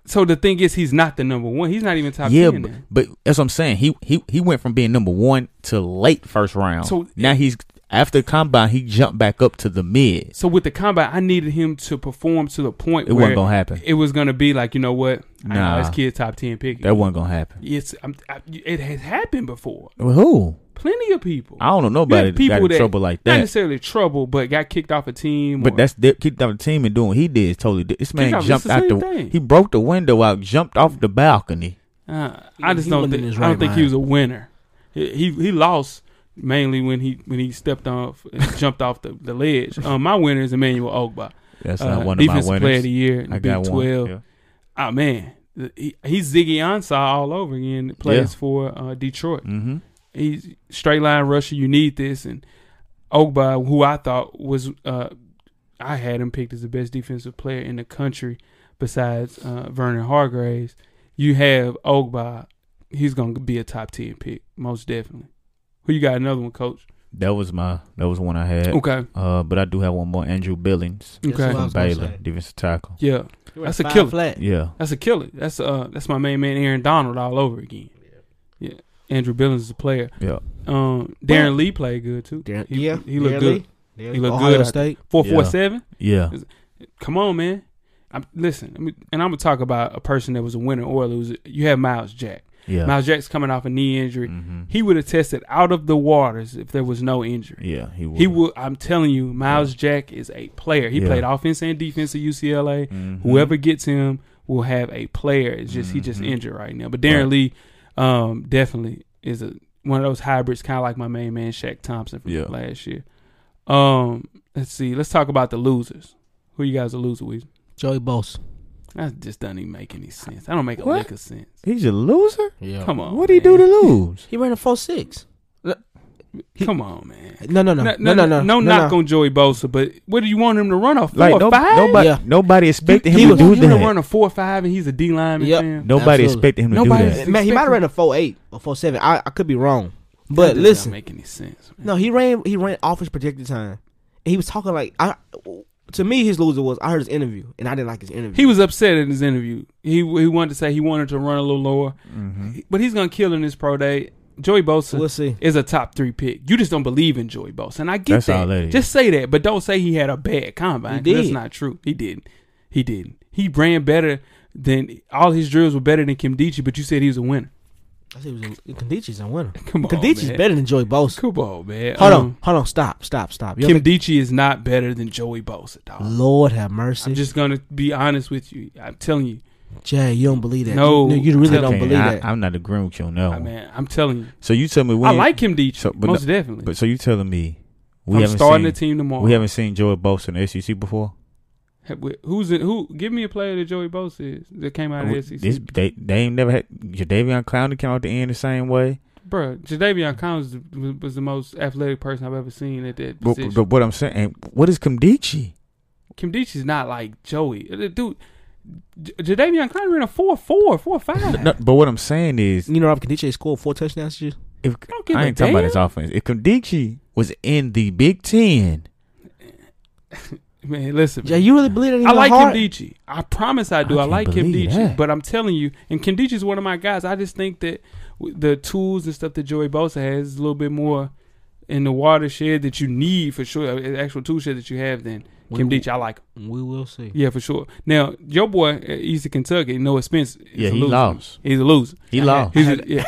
Speaker 3: So the thing is, he's not the number one. He's not even top
Speaker 4: yeah,
Speaker 3: ten.
Speaker 4: but,
Speaker 3: now.
Speaker 4: but that's what I'm saying. He he he went from being number one to late first round.
Speaker 3: So-
Speaker 4: So now he's after combine he jumped back up to the mid.
Speaker 3: So with the combat, I needed him to perform to the point
Speaker 4: It
Speaker 3: where
Speaker 4: wasn't gonna happen.
Speaker 3: It was gonna be like you know what? I know
Speaker 4: Nah.
Speaker 3: this kid top ten pick.
Speaker 4: That wasn't gonna happen.
Speaker 3: it's I'm, I, it has happened before.
Speaker 4: Well, who?
Speaker 3: Plenty of people.
Speaker 4: I don't
Speaker 3: You
Speaker 4: know
Speaker 3: have
Speaker 4: nobody that got in trouble like
Speaker 3: Not
Speaker 4: that.
Speaker 3: necessarily trouble, but got kicked off a team.
Speaker 4: But
Speaker 3: or-
Speaker 4: that's di- kicked out the team and doing what he did is totally. Di- this man
Speaker 3: Kicked out- it's
Speaker 4: jumped
Speaker 3: the
Speaker 4: out
Speaker 3: same
Speaker 4: the.
Speaker 3: thing.
Speaker 4: He broke the window out, jumped off the balcony.
Speaker 3: Uh, I just
Speaker 5: He
Speaker 3: don't
Speaker 5: wasn't
Speaker 3: think
Speaker 5: in his
Speaker 3: I don't
Speaker 5: right
Speaker 3: think he
Speaker 5: mind.
Speaker 3: was a winner. He he, he lost mainly when he when he stepped off and jumped off the, the ledge. Um, my winner is Emmanuel Ogba,
Speaker 4: That's
Speaker 3: uh,
Speaker 4: not one of my
Speaker 3: defensive player of
Speaker 4: winners.
Speaker 3: the year in
Speaker 4: I
Speaker 3: the
Speaker 4: got
Speaker 3: Big Twelve.
Speaker 4: one. Yeah.
Speaker 3: Ah man, he, he's Ziggy Ansah all over again. Plays
Speaker 4: Yeah.
Speaker 3: for uh, Detroit.
Speaker 4: Mm-hmm.
Speaker 3: He's straight line rusher. You need this and Ogba, who I thought was uh, I had him picked as the best defensive player in the country besides uh, Vernon Hargraves. You have Ogba. He's gonna be a top ten pick most definitely. Who you got? Another one, coach.
Speaker 4: That was my. That was one I had.
Speaker 3: Okay.
Speaker 4: Uh, but I do have one more. Andrew Billings
Speaker 5: That's
Speaker 3: Okay.
Speaker 5: what I
Speaker 4: from
Speaker 5: was gonna
Speaker 4: Baylor,
Speaker 5: say.
Speaker 4: defensive tackle.
Speaker 3: Yeah,
Speaker 5: He went
Speaker 3: That's a
Speaker 5: five
Speaker 3: killer.
Speaker 5: Flat.
Speaker 4: Yeah.
Speaker 3: that's a killer. That's uh, that's my main man, Aaron Donald, all over again. Yeah, Andrew Billings is a player.
Speaker 4: Yeah.
Speaker 3: Um, Darren
Speaker 5: Well-
Speaker 3: Lee played good too.
Speaker 5: Darren-
Speaker 3: he,
Speaker 5: yeah,
Speaker 3: he looked
Speaker 5: Darren
Speaker 3: good.
Speaker 5: Lee. Darren
Speaker 3: He looked
Speaker 5: Ohio
Speaker 3: good.
Speaker 5: State.
Speaker 3: Four four seven.
Speaker 4: Yeah.
Speaker 3: Come on, man. I'm, listen, I mean, and I'm gonna talk about a person that was a winner or a loser. You have Miles Jack.
Speaker 4: Yeah.
Speaker 3: Miles Jack's coming off a knee injury.
Speaker 5: Mm-hmm.
Speaker 4: hmm
Speaker 3: He would have tested out of the waters if there was no injury.
Speaker 4: Yeah. He would.
Speaker 3: He will. I'm telling you, Miles Jack is a player. He
Speaker 4: Yeah. Mm-hmm.
Speaker 3: played offense and defense at UCLA. Whoever gets him will have a player. It's just he just injured right now. But Darren
Speaker 4: Mm-hmm. Right.
Speaker 3: Lee, um, definitely is a one of those hybrids, kind of like my main man Shaq Thompson from
Speaker 4: Yeah.
Speaker 3: last year. Um, let's see. Let's talk about the losers. Who you guys a loser with?
Speaker 5: Joey Bosa.
Speaker 3: That just doesn't even make any sense. I don't make a
Speaker 4: What?
Speaker 3: lick of sense.
Speaker 4: He's a loser.
Speaker 5: Yeah.
Speaker 3: Come on,
Speaker 4: What do he do to
Speaker 3: man.
Speaker 4: lose?
Speaker 5: He ran a four six.
Speaker 3: Come on, man.
Speaker 5: No, no, no, no, no, no, no.
Speaker 3: no knock on Joey Bosa, but what do you want him to run off? Four
Speaker 4: Like
Speaker 3: or
Speaker 4: no,
Speaker 3: five?
Speaker 4: nobody,
Speaker 5: Yeah.
Speaker 4: nobody expected him
Speaker 5: he
Speaker 4: to
Speaker 5: was-
Speaker 4: do
Speaker 3: you want
Speaker 4: that.
Speaker 3: to run a four or five and he's a D lineman.
Speaker 5: Yep.
Speaker 3: man?
Speaker 4: nobody
Speaker 5: Absolutely.
Speaker 4: expected him to
Speaker 3: Nobody-
Speaker 4: do that.
Speaker 5: Uh, Man, he might have
Speaker 3: expecting-
Speaker 5: ran a four eight or four seven. I, I could be wrong,
Speaker 3: That
Speaker 5: but
Speaker 3: does
Speaker 5: listen,
Speaker 3: not make any sense. man.
Speaker 5: no, he ran he ran off his projected time. And he was talking like I. To me, his loser was I heard his interview and I didn't like his interview.
Speaker 3: He was upset in his interview. He he wanted to say he wanted to run a little lower, but he's gonna kill in this pro day. Joey Bosa
Speaker 5: Mm-hmm. We'll see.
Speaker 3: is a top three pick. You just don't believe in Joey Bosa, and I get
Speaker 4: That's
Speaker 3: that.
Speaker 4: all that is.
Speaker 3: Just say that, but don't say he had a bad combine.
Speaker 5: He
Speaker 3: 'cause That's
Speaker 5: did.
Speaker 3: not true. He didn't. He didn't. He ran better than all his drills were better than Kim Dichie, but you said he was a winner.
Speaker 5: I said he was a, Kandichi's a winner.
Speaker 3: Come on,
Speaker 5: Kandichi's
Speaker 3: man.
Speaker 5: better than Joey Bosa.
Speaker 3: Come on, man.
Speaker 5: Hold
Speaker 3: Um,
Speaker 5: on, hold on, stop, stop, stop. You
Speaker 3: Kim
Speaker 5: don't think-
Speaker 3: Dichie is not better than Joey Bosa, dog.
Speaker 5: Lord have mercy,
Speaker 3: I'm just gonna be honest with you. I'm telling you,
Speaker 5: Jay. You don't believe that.
Speaker 3: No,
Speaker 5: you, you really don't
Speaker 4: Okay,
Speaker 5: believe
Speaker 4: I,
Speaker 5: that.
Speaker 4: I'm not agreeing with you on that
Speaker 3: I
Speaker 4: one.
Speaker 3: man. I'm telling you.
Speaker 4: So you tell me when
Speaker 3: I
Speaker 4: you-
Speaker 3: like Kim Dichie
Speaker 4: So- but
Speaker 3: most
Speaker 4: no-
Speaker 3: definitely.
Speaker 4: But so you telling me we
Speaker 3: I'm
Speaker 4: haven't
Speaker 3: starting
Speaker 4: seen,
Speaker 3: the team tomorrow.
Speaker 4: We haven't seen Joey Bosa in the SEC before.
Speaker 3: Have- Who's in, who? Give me a player that Joey Bosa is that came out of the E SEC.
Speaker 4: This, they they ain't never had Jadavion Clowney came out the end the same way.
Speaker 3: Bro, Jadavion Collins was, was the most athletic person I've ever seen at that
Speaker 4: But,
Speaker 3: position.
Speaker 4: but what I'm saying, what is Kamdichi?
Speaker 3: Kim Dichie's not like Joey, Uh, dude. J- Jadavion Clowney ran a four four, four five.
Speaker 4: No, but what I'm saying is,
Speaker 5: you know, Robert Kandichi scored four touchdowns this year.
Speaker 4: if
Speaker 3: don't give
Speaker 4: I
Speaker 3: a
Speaker 4: ain't talking about his
Speaker 3: damn.
Speaker 4: offense, if Kamdichi was in the Big Ten,
Speaker 3: Man, listen.
Speaker 5: Jay, you really believe that? in
Speaker 3: I
Speaker 5: your
Speaker 3: like
Speaker 5: heart?
Speaker 3: Kimdichi. I promise I do. I,
Speaker 4: I can't
Speaker 3: like
Speaker 4: believe
Speaker 3: Kimdichi,
Speaker 4: that.
Speaker 3: but I'm telling you, and Kimdichi's one of my guys. I just think that w- the tools and stuff that Joey Bosa has is a little bit more in the watershed that you need for sure, uh, actual toolshed that you have than Kimdichi. I like him.
Speaker 5: We will see.
Speaker 3: Yeah, for sure. Now, your boy, uh, Easy Kentucky, no expense. is
Speaker 4: Yeah,
Speaker 3: a
Speaker 4: he
Speaker 3: loser.
Speaker 4: lost.
Speaker 3: He's a loser.
Speaker 4: He lost.
Speaker 3: He's a, yeah,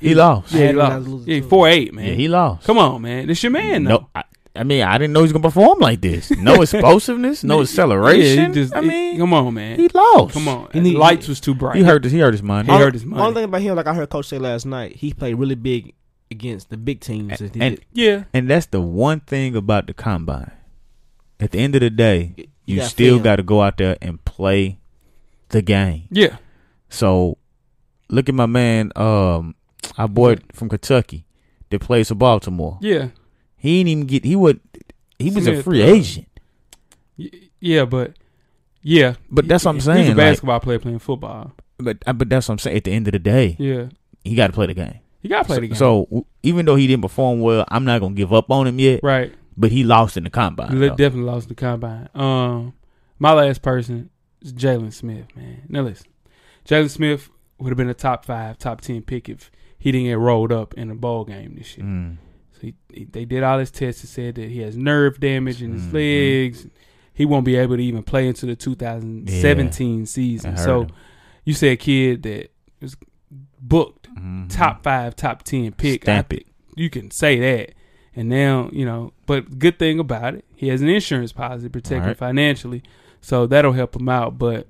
Speaker 4: He lost.
Speaker 3: Yeah,
Speaker 5: I
Speaker 3: he
Speaker 5: had him as a
Speaker 3: lost.
Speaker 5: loser,
Speaker 3: Yeah,
Speaker 5: too.
Speaker 3: 4 8, man.
Speaker 4: Yeah, he lost.
Speaker 3: Come on, man. This your man, though.
Speaker 4: No, I, I mean, I didn't know he was gonna perform like this. No explosiveness, no acceleration.
Speaker 3: Yeah, he just-
Speaker 4: I
Speaker 3: he-
Speaker 4: mean,
Speaker 3: come on, man.
Speaker 4: he lost.
Speaker 3: Come on.
Speaker 5: He need-
Speaker 3: Lights was too bright.
Speaker 4: he hurt. His, he hurt his mind.
Speaker 3: He
Speaker 5: Only-
Speaker 3: hurt his money.
Speaker 5: Only thing about him, like I heard Coach say last night, he played really big against the big teams. And,
Speaker 4: and-
Speaker 3: Yeah.
Speaker 4: And that's the one thing about the combine. At the end of the day,
Speaker 5: You
Speaker 4: you
Speaker 5: gotta
Speaker 4: still
Speaker 5: film.
Speaker 4: got to go out there and play the game.
Speaker 3: Yeah.
Speaker 4: So, look at my man, um, our boy from Kentucky that plays for Baltimore.
Speaker 3: Yeah.
Speaker 4: He didn't even get. He would. He was a
Speaker 3: Smith,
Speaker 4: free
Speaker 3: uh,
Speaker 4: agent.
Speaker 3: Y- Yeah, but yeah,
Speaker 4: But that's what I'm
Speaker 3: He-
Speaker 4: saying,
Speaker 3: He's a
Speaker 4: like-
Speaker 3: basketball player playing football.
Speaker 4: But uh, but that's what I'm saying. At the end of the day,
Speaker 3: Yeah,
Speaker 4: he got to play the game.
Speaker 3: you gotta play
Speaker 4: so,
Speaker 3: the game.
Speaker 4: so w- even though he didn't perform well, I'm not gonna give up on him yet.
Speaker 3: right,
Speaker 4: But he lost in the combine.
Speaker 3: Le-
Speaker 4: though.
Speaker 3: definitely lost the combine. Um, my last person is Jalen Smith, man. Now listen, Jalen Smith would have been a top five, top ten pick if he didn't get rolled up in a ball game this year.
Speaker 4: Mm.
Speaker 3: So he, he- they did all his tests and said that he has nerve damage in his
Speaker 4: Mhm.
Speaker 3: legs. He won't be able to even play into the 2017 season.
Speaker 4: I heard
Speaker 3: So
Speaker 4: him.
Speaker 3: you said a kid that was booked
Speaker 4: Mhm.
Speaker 3: top five, top ten pick.
Speaker 4: Stamp
Speaker 3: I- You can say that. And now, you know, but good thing about it, he has an insurance policy protecting
Speaker 4: Alright.
Speaker 3: financially. So that'll help him out. But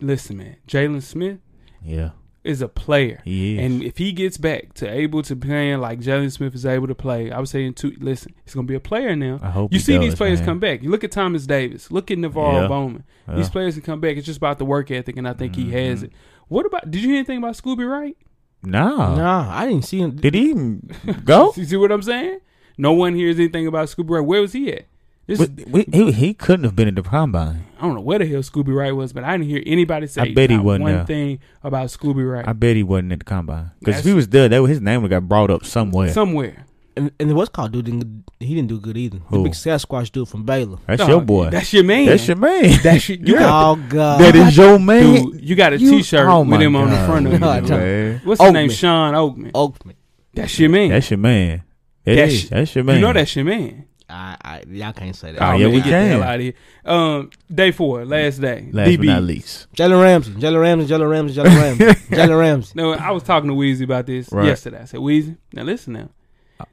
Speaker 3: listen, man, Jalen Smith
Speaker 4: Yeah,
Speaker 3: is a player.
Speaker 4: he is.
Speaker 3: And if he gets back to able to playing like Jalen Smith is able to play, I was saying two. Listen, he's gonna be a player now.
Speaker 4: I hope
Speaker 3: you
Speaker 4: he
Speaker 3: see these
Speaker 4: does,
Speaker 3: players
Speaker 4: man.
Speaker 3: come back. You look at Thomas Davis. Look at Navarro
Speaker 4: Yeah.
Speaker 3: Bowman.
Speaker 4: Yeah. Mm-hmm.
Speaker 3: These players can come back. It's just about the work ethic, and I think he has it. What about? Did you hear anything about Scooby Wright?
Speaker 4: nah.
Speaker 5: nah, I didn't see him.
Speaker 4: Did he even go?
Speaker 3: You see what I'm saying? No one hears anything about Scooby Wright. Where was he at? This is,
Speaker 4: But we- he, he couldn't have been at the combine.
Speaker 3: I don't know where the hell Scooby Wright was, but I didn't hear anybody say
Speaker 4: I bet he
Speaker 3: not
Speaker 4: wasn't
Speaker 3: one
Speaker 4: there.
Speaker 3: thing about Scooby Wright
Speaker 4: I bet he wasn't at the combine because if
Speaker 3: That's-
Speaker 4: he was there, that was, his name would got brought up somewhere.
Speaker 3: somewhere.
Speaker 5: And, and what's called dude didn't he didn't do good either.
Speaker 4: Who?
Speaker 5: The big Sasquatch dude from Baylor.
Speaker 4: that's
Speaker 3: Dog,
Speaker 4: your boy. That's,
Speaker 3: That's your man.
Speaker 4: your man.
Speaker 3: That's your- you got-
Speaker 5: Oh god,
Speaker 4: that is your man.
Speaker 3: Dude, you got a
Speaker 4: You-
Speaker 3: T-shirt
Speaker 4: oh
Speaker 3: with
Speaker 4: my
Speaker 3: him on the
Speaker 4: God,
Speaker 3: front of it.
Speaker 5: God,
Speaker 3: dude.
Speaker 4: man.
Speaker 3: What's his
Speaker 5: Oakman.
Speaker 3: name? Sean Oakman.
Speaker 5: Oakman.
Speaker 3: That's your man.
Speaker 4: Oh. That's your man. That
Speaker 3: That's-
Speaker 4: is- that's your man.
Speaker 3: You know that's your man.
Speaker 5: I, I y'all can't say that.
Speaker 4: Oh, yeah,
Speaker 3: man,
Speaker 4: we
Speaker 3: get the hell
Speaker 4: can.
Speaker 3: out of here. Um, day four, last day.
Speaker 4: Last but not least,
Speaker 5: Jalen Ramsey, Jalen Ramsey, Jalen Ramsey, Jalen Ramsey, Jalen Ramsey.
Speaker 3: No, I was talking to Weezy about this
Speaker 4: Right. Uh,
Speaker 3: yesterday. I said, Weezy, now listen now.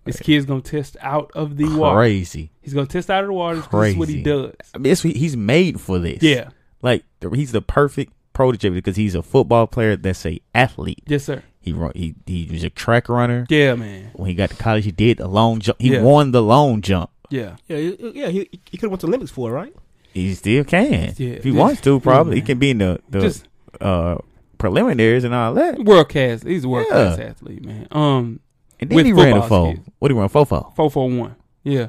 Speaker 3: This kid's gonna test out of the water.
Speaker 4: crazy.
Speaker 3: He's gonna test out of the water. That's what he
Speaker 4: Crazy.
Speaker 3: does.
Speaker 4: I mean, it's, he's made for this.
Speaker 3: Yeah.
Speaker 4: like the- he's the perfect protege because he's a football player that's a athlete.
Speaker 3: Yes, sir.
Speaker 4: He run, he he was a track runner.
Speaker 3: Yeah, man.
Speaker 4: When he got to college, he did a long jump. He
Speaker 3: Yeah.
Speaker 4: won the long jump.
Speaker 3: Yeah.
Speaker 5: Yeah, he- yeah, he he could have went to Olympics for it, right?
Speaker 4: He still can
Speaker 3: Yeah.
Speaker 4: if he wants to. Probably he can be in the the
Speaker 3: Just-
Speaker 4: uh, preliminaries and all that.
Speaker 3: World class. He's a world
Speaker 4: Yeah.
Speaker 3: class athlete, man. Um,
Speaker 4: And then
Speaker 3: With
Speaker 4: he ran a
Speaker 3: football
Speaker 4: four.
Speaker 3: skills.
Speaker 4: What did he run? Four four.
Speaker 3: four four one. Yeah.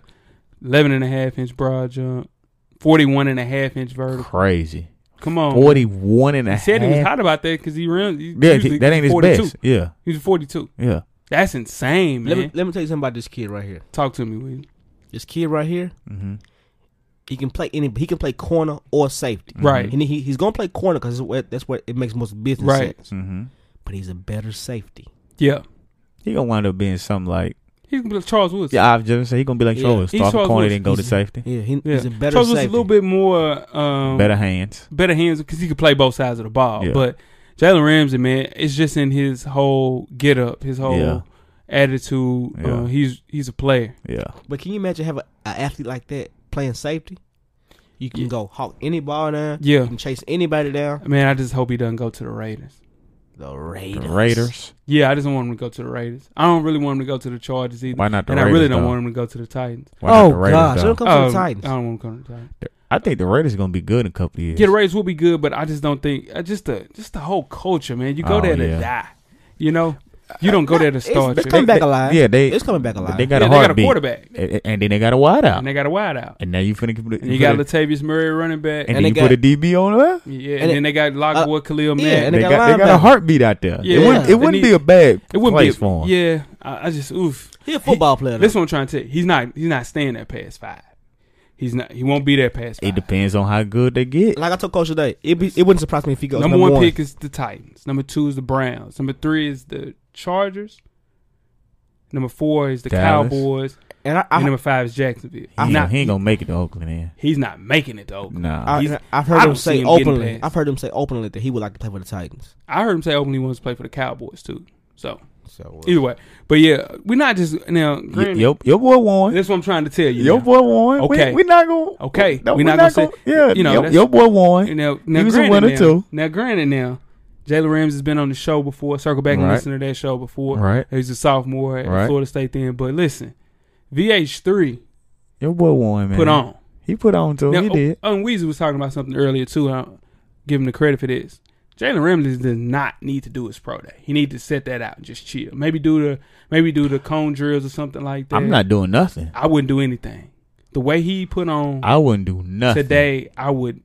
Speaker 3: 11 and a half inch broad jump. 41 and a half inch vertical.
Speaker 4: Crazy.
Speaker 3: Come on.
Speaker 4: Forty one and a
Speaker 3: Oh, He
Speaker 4: half.
Speaker 3: said he was hot about that because he ran. He,
Speaker 4: Yeah,
Speaker 3: he was-
Speaker 4: that ain't
Speaker 3: he was
Speaker 4: his
Speaker 3: 42.
Speaker 4: best. Yeah,
Speaker 3: He was 42.
Speaker 4: yeah.
Speaker 3: That's insane, man.
Speaker 5: Let me let me tell you something about this kid right here.
Speaker 3: Talk to me, Weezy.
Speaker 5: This kid right here,
Speaker 4: Mm-hmm.
Speaker 5: he can play any. He can play corner or safety.
Speaker 3: Right.
Speaker 5: And he, he's gonna play corner because that's where it makes most business
Speaker 3: Right.
Speaker 5: sense.
Speaker 4: Mm-hmm.
Speaker 5: But he's a better safety.
Speaker 3: Yeah.
Speaker 4: He gonna wind up being something like
Speaker 3: He's gonna be like Charles Woods.
Speaker 4: yeah. I've just said he gonna be like
Speaker 5: Yeah.
Speaker 4: Charles,
Speaker 3: He's
Speaker 4: yeah.
Speaker 3: Charles
Speaker 4: corner
Speaker 3: Woodson.
Speaker 4: didn't go to
Speaker 5: He's-
Speaker 4: safety.
Speaker 5: Yeah, he,
Speaker 3: Yeah.
Speaker 5: he's a better
Speaker 3: Charles
Speaker 5: safety.
Speaker 3: Woods is a little bit more um,
Speaker 4: Better hands.
Speaker 3: better hands because he could play both sides of the ball.
Speaker 4: Yeah.
Speaker 3: But Jalen Ramsey, man, it's just in his whole get up, his whole
Speaker 4: Yeah.
Speaker 3: attitude. Uh,
Speaker 4: Yeah.
Speaker 3: he's he's a player.
Speaker 4: Yeah,
Speaker 5: But can you imagine having an athlete like that playing safety? You can
Speaker 3: Yeah.
Speaker 5: go hawk any ball down.
Speaker 3: Yeah.
Speaker 5: You can chase anybody down.
Speaker 3: Man, I just hope he doesn't go to the Raiders.
Speaker 5: The Raiders.
Speaker 4: the Raiders.
Speaker 3: Yeah, I just don't want him to go to the Raiders. I don't really want him to go to the Chargers either.
Speaker 4: Why not the
Speaker 3: and I
Speaker 4: Raiders,
Speaker 3: really don't
Speaker 4: though?
Speaker 3: want him to go to the Titans.
Speaker 4: Why not
Speaker 5: Oh
Speaker 4: the Raiders,
Speaker 5: gosh,
Speaker 4: though?
Speaker 5: they don't come from
Speaker 3: Um,
Speaker 5: the Titans.
Speaker 3: I don't want him to go to the Titans.
Speaker 4: I think the Raiders gonna be good in a couple of years.
Speaker 3: Yeah, the Raiders will be good, but I just don't think uh, just the just the whole culture, man. You go
Speaker 4: Oh,
Speaker 3: there to
Speaker 4: yeah.
Speaker 3: die, you know. You don't go there to
Speaker 5: It's-
Speaker 3: start.
Speaker 5: It's
Speaker 3: your-
Speaker 5: coming
Speaker 4: They-
Speaker 5: back
Speaker 4: they-
Speaker 5: alive.
Speaker 4: yeah, they-
Speaker 5: it's coming back alive.
Speaker 4: They got
Speaker 3: Yeah,
Speaker 4: a
Speaker 3: they got a
Speaker 4: heartbeat.
Speaker 3: quarterback.
Speaker 4: A- and then they got a wideout.
Speaker 3: and
Speaker 4: And,
Speaker 3: they got a wide out.
Speaker 4: now you finna put,
Speaker 3: And you got
Speaker 4: put a,
Speaker 3: Latavius Murray running back.
Speaker 4: and,
Speaker 5: and
Speaker 4: then
Speaker 5: they
Speaker 4: you put
Speaker 5: got-
Speaker 4: a DB on there.
Speaker 3: yeah, and,
Speaker 5: and uh,
Speaker 3: then they got Lockwood, Khalil Mack.
Speaker 5: yeah, and
Speaker 4: They,
Speaker 5: they got
Speaker 4: got, they got a
Speaker 5: linebacker.
Speaker 4: heartbeat out there.
Speaker 3: Yeah.
Speaker 4: it wouldn't,
Speaker 5: They
Speaker 4: it wouldn't
Speaker 3: need-
Speaker 4: be a bad
Speaker 3: it wouldn't
Speaker 4: place
Speaker 3: be.
Speaker 4: for him.
Speaker 3: Yeah, I, I just oof.
Speaker 5: He a football player.
Speaker 3: This
Speaker 5: Though.
Speaker 3: one I'm trying to tell you, he's not he's not staying at past five. He's not. He won't be that past.
Speaker 4: It
Speaker 3: five.
Speaker 4: depends on how good they get.
Speaker 5: Like I told Coach today, it be, it wouldn't surprise me if he goes
Speaker 3: Number, one, pick is the Titans. Number two is the Browns. Number three is the Chargers. Number four is the
Speaker 4: Dallas.
Speaker 3: Cowboys.
Speaker 5: and I,
Speaker 3: and
Speaker 5: I,
Speaker 3: number five is Jacksonville.
Speaker 4: He, ain't-
Speaker 3: not,
Speaker 4: he ain't gonna make it to Oakland. Then.
Speaker 3: he's not making it to Oakland.
Speaker 4: Nah,
Speaker 5: I,
Speaker 3: he's-
Speaker 5: have
Speaker 3: I
Speaker 5: heard
Speaker 3: don't
Speaker 5: him
Speaker 3: see
Speaker 5: say
Speaker 3: him getting
Speaker 5: openly.
Speaker 3: past.
Speaker 5: I've heard him say openly that he would like to play for the Titans.
Speaker 3: I heard him say openly he wants to play for the Cowboys too. So
Speaker 5: So uh,
Speaker 3: either way, but yeah, we're not just now.
Speaker 4: Y-
Speaker 3: Granted,
Speaker 4: your your boy won.
Speaker 3: That's what I'm trying to tell you.
Speaker 4: Your
Speaker 3: now.
Speaker 4: boy won.
Speaker 3: Okay.
Speaker 4: we, we not gonna.
Speaker 3: Okay,
Speaker 4: no,
Speaker 3: we
Speaker 4: we
Speaker 3: not gonna say-
Speaker 4: yeah,
Speaker 3: you know,
Speaker 4: your,
Speaker 3: that's-
Speaker 4: your boy won.
Speaker 3: And Now, now
Speaker 4: he was a
Speaker 3: granted
Speaker 4: winner
Speaker 3: now,
Speaker 4: too.
Speaker 3: Now, granted, now Jalen Rams has been on the show before. Circle back and
Speaker 4: Right.
Speaker 3: listen to that show before.
Speaker 4: Right.
Speaker 3: he's a sophomore at
Speaker 4: Right.
Speaker 3: Florida State then. But listen, VH3
Speaker 4: Your boy won, man.
Speaker 3: put on.
Speaker 4: He put on too.
Speaker 3: Now,
Speaker 4: he did.
Speaker 3: Oh, and Weezy was talking about something earlier too. And I'll give him the credit for this. Jalen Ramsey does not need to do his pro day. He needs to set that out and just chill. Maybe do the maybe do the cone drills or something like that.
Speaker 4: I'm not doing nothing.
Speaker 3: I wouldn't do anything. The way he put on
Speaker 4: I wouldn't do nothing
Speaker 3: today, I would.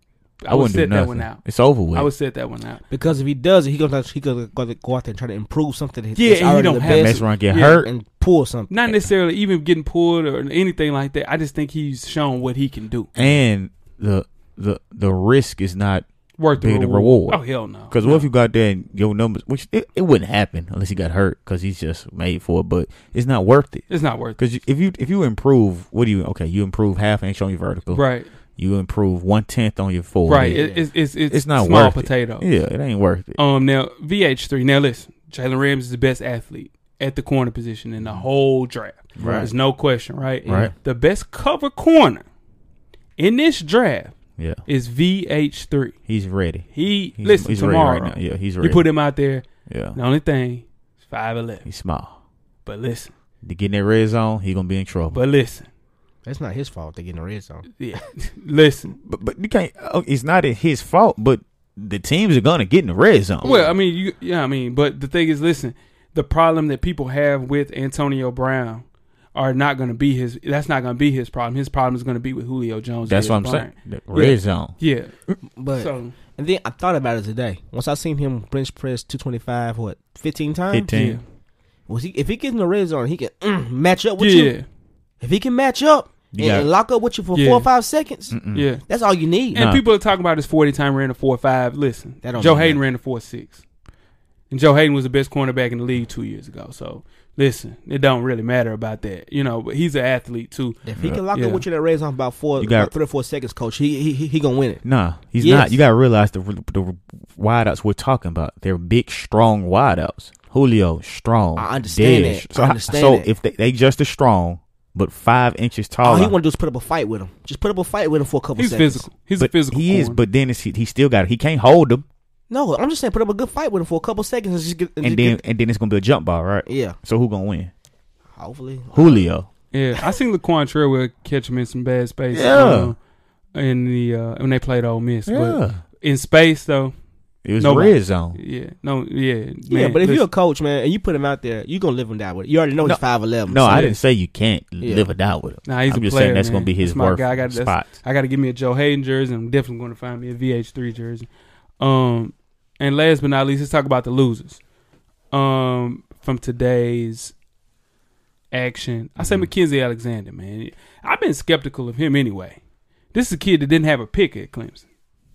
Speaker 3: I,
Speaker 4: I,
Speaker 3: would
Speaker 4: wouldn't
Speaker 3: set
Speaker 4: do
Speaker 3: that
Speaker 4: nothing.
Speaker 3: one out.
Speaker 4: It's over with.
Speaker 3: I would set that one out.
Speaker 5: because if he does it, he goes out, he goes, goes go out there and try to improve something. That
Speaker 3: Yeah,
Speaker 5: that's
Speaker 3: and he
Speaker 5: already
Speaker 3: don't
Speaker 5: the
Speaker 3: have
Speaker 5: best
Speaker 4: Mess around, get
Speaker 3: Yeah.
Speaker 4: hurt.
Speaker 5: and pull something.
Speaker 3: Not necessarily even getting pulled or anything like that. I just think he's shown what he can do.
Speaker 4: and the the the risk is not
Speaker 3: Worth the
Speaker 4: Big
Speaker 3: reward.
Speaker 4: the reward.
Speaker 3: Oh hell no!
Speaker 4: because what if you got there and your numbers, which it, it wouldn't happen unless he got hurt because he's just made for it. But it's not worth it
Speaker 3: it's not worth it.
Speaker 4: because if you if you improve, what do you? Okay, you improve half inch on your vertical.
Speaker 3: Right,
Speaker 4: You improve one tenth on your forward.
Speaker 3: right. It, it's, it's it's
Speaker 4: It's not
Speaker 3: small
Speaker 4: worth it.
Speaker 3: potato.
Speaker 4: Yeah, it ain't worth it.
Speaker 3: Um. Now VH3. Now listen, Jalen Rams is the best athlete at the corner position in the whole draft.
Speaker 4: Mm-hmm. Right.
Speaker 3: There's no question. Right.
Speaker 4: Right.
Speaker 3: The best cover corner in this draft
Speaker 4: Yeah,
Speaker 3: is VH3.
Speaker 4: he's ready.
Speaker 3: He
Speaker 4: He's,
Speaker 3: listen
Speaker 4: he's ready
Speaker 3: tomorrow.
Speaker 4: right now. Yeah, he's
Speaker 3: You
Speaker 4: ready.
Speaker 3: put him out there.
Speaker 4: yeah,
Speaker 3: The only thing, is five eleven.
Speaker 4: he's small.
Speaker 3: But listen,
Speaker 4: To get in that red zone, he gonna be in trouble.
Speaker 3: but listen,
Speaker 5: That's not his fault. They get in the red zone.
Speaker 3: yeah, listen.
Speaker 4: but, but you can't. oh, It's not his fault, but the teams are gonna get in the red zone.
Speaker 3: Well, I mean, you, yeah, I mean, but the thing is, listen, the problem that people have with Antonio Brown are not going to be his. That's not going to be his problem. His problem is going to be with Julio Jones.
Speaker 4: that's
Speaker 3: and
Speaker 4: what I'm
Speaker 3: his
Speaker 4: saying. The
Speaker 3: Yeah.
Speaker 4: red zone.
Speaker 3: Brian. Yeah.
Speaker 5: But
Speaker 3: So
Speaker 5: and then I thought about it today. Once I seen him bench press two twenty five, what fifteen times?
Speaker 4: 15.
Speaker 3: yeah.
Speaker 5: Was he? If he gets in the red zone, he can mm, match up with
Speaker 3: yeah,
Speaker 5: you. If he can match up
Speaker 4: You
Speaker 5: and,
Speaker 4: got-
Speaker 5: and lock up with you for
Speaker 3: Yeah.
Speaker 5: four or five seconds,
Speaker 3: yeah.
Speaker 5: that's all you need.
Speaker 3: And
Speaker 4: Mm. Nah.
Speaker 3: people are talking about his forty time ran a four five. Listen,
Speaker 5: That don't
Speaker 3: Joe
Speaker 5: mean
Speaker 3: Hayden
Speaker 5: nothing.
Speaker 3: ran a four six, and Joe Hayden was the best cornerback in the league two years ago. So listen, it don't really matter about that, you know. But he's an athlete too.
Speaker 5: If he can lock
Speaker 3: Yeah.
Speaker 5: up with you in that red zone about four,
Speaker 4: You got-
Speaker 5: about three or four seconds, coach, he he he, he gonna win it.
Speaker 4: Nah, he's
Speaker 5: Yes.
Speaker 4: not. You gotta realize the the wideouts we're talking about. They're big, strong wideouts. Julio, strong.
Speaker 5: I understand
Speaker 4: dead.
Speaker 5: that.
Speaker 4: So,
Speaker 5: I understand
Speaker 4: So
Speaker 5: that.
Speaker 4: if they, they just as strong, but five inches
Speaker 5: All
Speaker 4: taller.
Speaker 5: he want to do is put up a fight with him. Just put up a fight with him for a couple
Speaker 3: He's
Speaker 5: seconds.
Speaker 3: physical. He's
Speaker 4: but
Speaker 3: a physical.
Speaker 4: He is,
Speaker 3: corner.
Speaker 4: but then it's, he, he still got. He can't hold them,
Speaker 5: No, I'm just saying put up a good fight with him for a couple seconds and just get
Speaker 4: and,
Speaker 5: just
Speaker 4: then
Speaker 5: get-
Speaker 4: and then it's gonna be a jump ball, right?
Speaker 5: yeah,
Speaker 4: So who gonna win?
Speaker 5: hopefully.
Speaker 4: Julio.
Speaker 3: Yeah, I seen Laquan Treadwell catch him in some bad space.
Speaker 4: Yeah.
Speaker 3: uh, in the uh, when they played Ole Miss, but in space though,
Speaker 4: it was
Speaker 3: nobody-
Speaker 4: red zone.
Speaker 3: yeah, no, yeah,
Speaker 5: yeah,
Speaker 3: man,
Speaker 5: but if you're a
Speaker 3: listen,
Speaker 5: coach, man, and you put him out there, you gonna live and die with it. You already know
Speaker 4: No.
Speaker 5: he's five eleven.
Speaker 4: No, I
Speaker 3: Yeah.
Speaker 4: didn't say you can't
Speaker 5: Yeah.
Speaker 4: live or die with him.
Speaker 3: nah, he's
Speaker 4: I'm
Speaker 3: a
Speaker 4: just
Speaker 3: player,
Speaker 4: saying that's
Speaker 3: man.
Speaker 4: gonna be his
Speaker 3: That's my
Speaker 4: worth
Speaker 3: guy. I got
Speaker 4: spot.
Speaker 3: I got to give me a Joe Hayden jersey. I'm definitely going to find me a VH3 jersey. Um, and last but not least, let's talk about the losers. Um, from today's action, I
Speaker 4: Mm-hmm.
Speaker 3: say Mackenzie Alexander, man. I've been skeptical of him anyway. This is a kid that didn't have a pick at Clemson.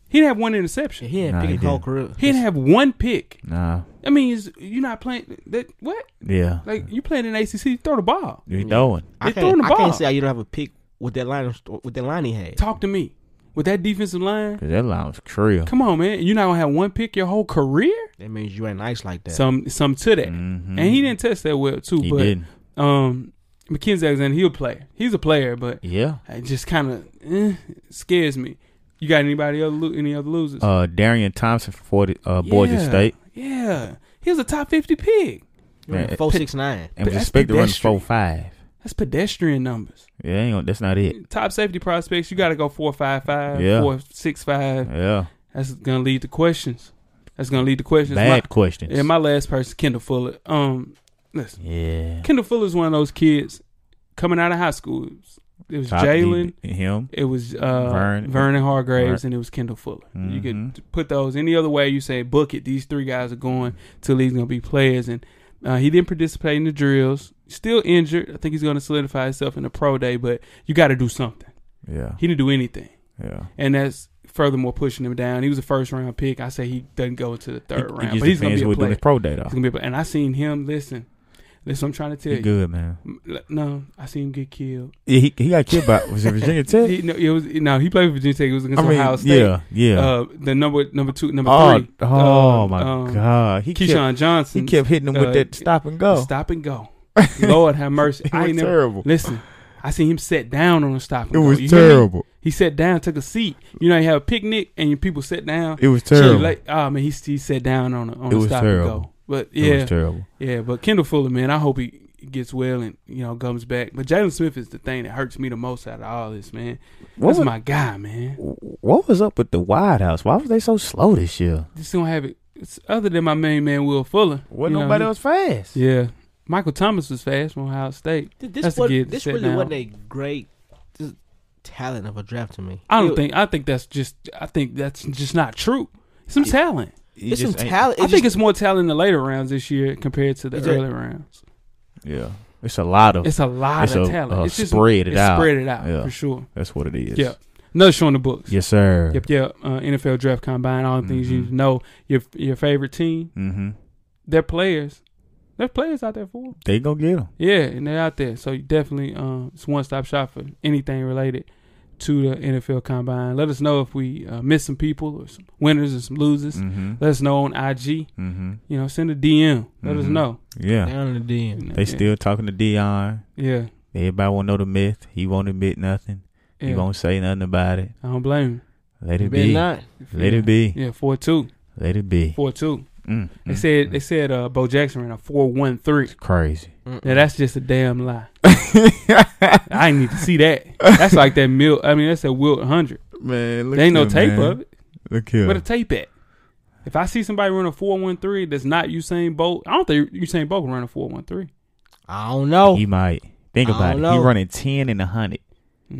Speaker 3: He didn't have one interception.
Speaker 5: he ain't
Speaker 4: Nah,
Speaker 5: picking
Speaker 4: he
Speaker 5: whole
Speaker 4: didn't.
Speaker 5: career.
Speaker 3: He didn't have one pick.
Speaker 4: Nah,
Speaker 3: I mean, is- you're not playing that. What?
Speaker 4: yeah,
Speaker 3: Like you playing in ACC? Throw the ball.
Speaker 4: you throwing.
Speaker 5: I
Speaker 3: They throwing
Speaker 5: can't,
Speaker 3: the
Speaker 5: I
Speaker 3: ball.
Speaker 5: can't say you don't have a pick with that line with that line he had.
Speaker 3: Talk to me with that defensive line.
Speaker 4: Cause that line was trill.
Speaker 3: Come on, man. You're not gonna have one pick your whole career.
Speaker 5: That means you ain't nice like that.
Speaker 3: Some some to that,
Speaker 4: Mhm.
Speaker 3: and he didn't test that well too.
Speaker 4: He
Speaker 3: but
Speaker 4: didn't.
Speaker 3: um, McKenzie Alexander, he'll play. He's a player, but
Speaker 4: Yeah.
Speaker 3: it just kind of eh, scares me. You got anybody other lo- any other losers?
Speaker 4: Uh, Darian Thompson for Florida, uh, Boise
Speaker 3: Yeah.
Speaker 4: State.
Speaker 3: Yeah, he was a top fifty pick.
Speaker 4: Man,
Speaker 5: four six nine.
Speaker 4: and was
Speaker 3: that's
Speaker 4: expected to run
Speaker 3: pedestrian.
Speaker 4: four five.
Speaker 3: That's pedestrian numbers.
Speaker 4: Yeah, ain't gonna- that's not it.
Speaker 3: Top safety prospects, you got to go four five five,
Speaker 4: Yeah.
Speaker 3: four six five.
Speaker 4: Yeah,
Speaker 3: That's gonna lead to questions. That's gonna lead to questions.
Speaker 4: bad
Speaker 3: My,
Speaker 4: questions.
Speaker 3: yeah, my last person, Kendall Fuller. Um, listen,
Speaker 4: yeah,
Speaker 3: Kendall Fuller is one of those kids coming out of high school. It was
Speaker 4: Top-
Speaker 3: Jalen.
Speaker 4: he- him.
Speaker 3: It was uh, Vernon,
Speaker 4: Vernon.
Speaker 3: Hargraves,
Speaker 4: Ver-
Speaker 3: and it was Kendall Fuller. You
Speaker 4: Mhm.
Speaker 3: could put those any other way. You say book it. These three guys are going to these gonna be players, and uh, he didn't participate in the drills. Still injured. I think he's gonna solidify himself in the pro day, but you got to do something.
Speaker 4: Yeah.
Speaker 3: He didn't do anything,
Speaker 4: Yeah.
Speaker 3: and that's furthermore pushing him down. He was a first round pick. I say he doesn't go to the third
Speaker 4: He- he
Speaker 3: round,
Speaker 4: gets
Speaker 3: but
Speaker 4: the
Speaker 3: he's gonna
Speaker 4: fans
Speaker 3: be a
Speaker 4: with doing
Speaker 3: player.
Speaker 4: his pro day though.
Speaker 3: He's gonna be, a, and I seen him. Listen, listen. I'm trying to tell
Speaker 4: He
Speaker 3: you.
Speaker 4: good man.
Speaker 3: L- No, I seen him get killed.
Speaker 4: Yeah, he he got killed by was it Virginia Tech?
Speaker 3: He, no, it was no. He played for Virginia Tech. It was against
Speaker 4: I mean,
Speaker 3: Ohio State.
Speaker 4: yeah, yeah.
Speaker 3: Uh, the number number two, number
Speaker 4: oh,
Speaker 3: three.
Speaker 4: oh
Speaker 3: uh,
Speaker 4: my
Speaker 3: um,
Speaker 4: God! He
Speaker 3: Keyshawn
Speaker 4: kept,
Speaker 3: Johnson.
Speaker 4: he kept hitting him with
Speaker 3: uh,
Speaker 4: that stop and go.
Speaker 3: Stop and go. Lord have mercy.
Speaker 4: It
Speaker 3: I
Speaker 4: was
Speaker 3: ain't never,
Speaker 4: terrible.
Speaker 3: Listen, I seen him sit down on a stop. And
Speaker 4: It
Speaker 3: go.
Speaker 4: was
Speaker 3: You hear me?
Speaker 4: terrible.
Speaker 3: He sat down, took a seat. You know, you have a picnic and your people sit down.
Speaker 4: It was
Speaker 3: Chill,
Speaker 4: terrible.
Speaker 3: like, oh man, he he sat down on a, on
Speaker 4: It
Speaker 3: a
Speaker 4: was
Speaker 3: stop
Speaker 4: terrible.
Speaker 3: and go. But
Speaker 4: It
Speaker 3: yeah,
Speaker 4: was terrible.
Speaker 3: yeah. But Kendall Fuller, man, I hope he gets well and you know comes back. But Jalen Smith is the thing that hurts me the most out of all this, man.
Speaker 4: What
Speaker 3: That's
Speaker 4: was-
Speaker 3: my guy, man.
Speaker 4: What was up with the White House? Why was they so slow this year?
Speaker 3: Just don't have it. It's other than my main man Will Fuller.
Speaker 4: Wasn't
Speaker 3: You know,
Speaker 4: nobody
Speaker 3: he-
Speaker 4: else fast.
Speaker 3: Yeah, Michael Thomas was fast from Ohio State.
Speaker 5: Th- This
Speaker 3: That's the
Speaker 5: was,
Speaker 3: kid that
Speaker 5: this
Speaker 3: sat
Speaker 5: really
Speaker 3: down.
Speaker 5: wasn't a great this- talent of a draft to me.
Speaker 3: I don't
Speaker 5: It-
Speaker 3: think. I think that's just. I think that's just not true. Some talent.
Speaker 4: He
Speaker 5: it's some
Speaker 4: just ain't-
Speaker 5: talent.
Speaker 3: I think it's more talent in the later rounds this year compared to the
Speaker 5: It's a-
Speaker 3: early rounds.
Speaker 4: Yeah, it's a lot of.
Speaker 3: It's a lot
Speaker 4: It's
Speaker 3: of
Speaker 4: a-
Speaker 3: talent.
Speaker 4: uh,
Speaker 3: it's just
Speaker 4: spread it
Speaker 3: it's
Speaker 4: out.
Speaker 3: Spread it out
Speaker 4: Yeah.
Speaker 3: for sure.
Speaker 4: that's what it is.
Speaker 3: Yeah. Another show in the books.
Speaker 4: Yes, sir.
Speaker 3: Yep. Yep. Uh, NFL draft combine. All the things you
Speaker 4: Mhm.
Speaker 3: need to know. Your your favorite team.
Speaker 4: Mm-hmm.
Speaker 3: Their players. There's players out there for 'em.
Speaker 4: They gonna get him.
Speaker 3: Yeah, and they're out there. So you definitely, um, it's one stop shop for anything related to the NFL combine. Let us know if we uh, miss some people or some winners and some losers.
Speaker 4: Mm-hmm.
Speaker 3: Let us know on IG.
Speaker 4: Mm-hmm.
Speaker 3: You know, send a DM. Let us
Speaker 4: Mhm.
Speaker 3: know.
Speaker 4: Yeah,
Speaker 5: down in the den.
Speaker 4: they still talking to Dion.
Speaker 3: Yeah.
Speaker 4: Everybody want to know the myth. He won't admit nothing. He
Speaker 3: yeah.
Speaker 4: won't say nothing about it.
Speaker 3: I don't blame
Speaker 4: Let
Speaker 5: You
Speaker 4: it
Speaker 5: better
Speaker 4: be.
Speaker 5: not.
Speaker 3: him.
Speaker 4: Let
Speaker 3: yeah.
Speaker 4: it be.
Speaker 3: Yeah, four two.
Speaker 4: Let it be.
Speaker 3: Four two.
Speaker 4: Mm,
Speaker 3: They
Speaker 4: mm,
Speaker 3: said
Speaker 4: mm.
Speaker 3: they said uh Bo Jackson ran a four one three.
Speaker 4: It's crazy.
Speaker 3: Now that's just a damn lie. I ain't need to see that. That's like that mil I mean that's that Wilt hundred.
Speaker 4: man, look
Speaker 3: There ain't no
Speaker 4: here,
Speaker 3: tape
Speaker 4: man.
Speaker 3: of it.
Speaker 4: Look here.
Speaker 3: Where the tape at? If I see somebody run a four one three that's not Usain Bolt, I don't think Usain Bolt can run a four one three.
Speaker 5: I don't
Speaker 3: Oh.
Speaker 5: know.
Speaker 4: He might. Think
Speaker 5: I
Speaker 4: about it.
Speaker 5: don't
Speaker 4: He
Speaker 5: know.
Speaker 4: running 10 and a 100.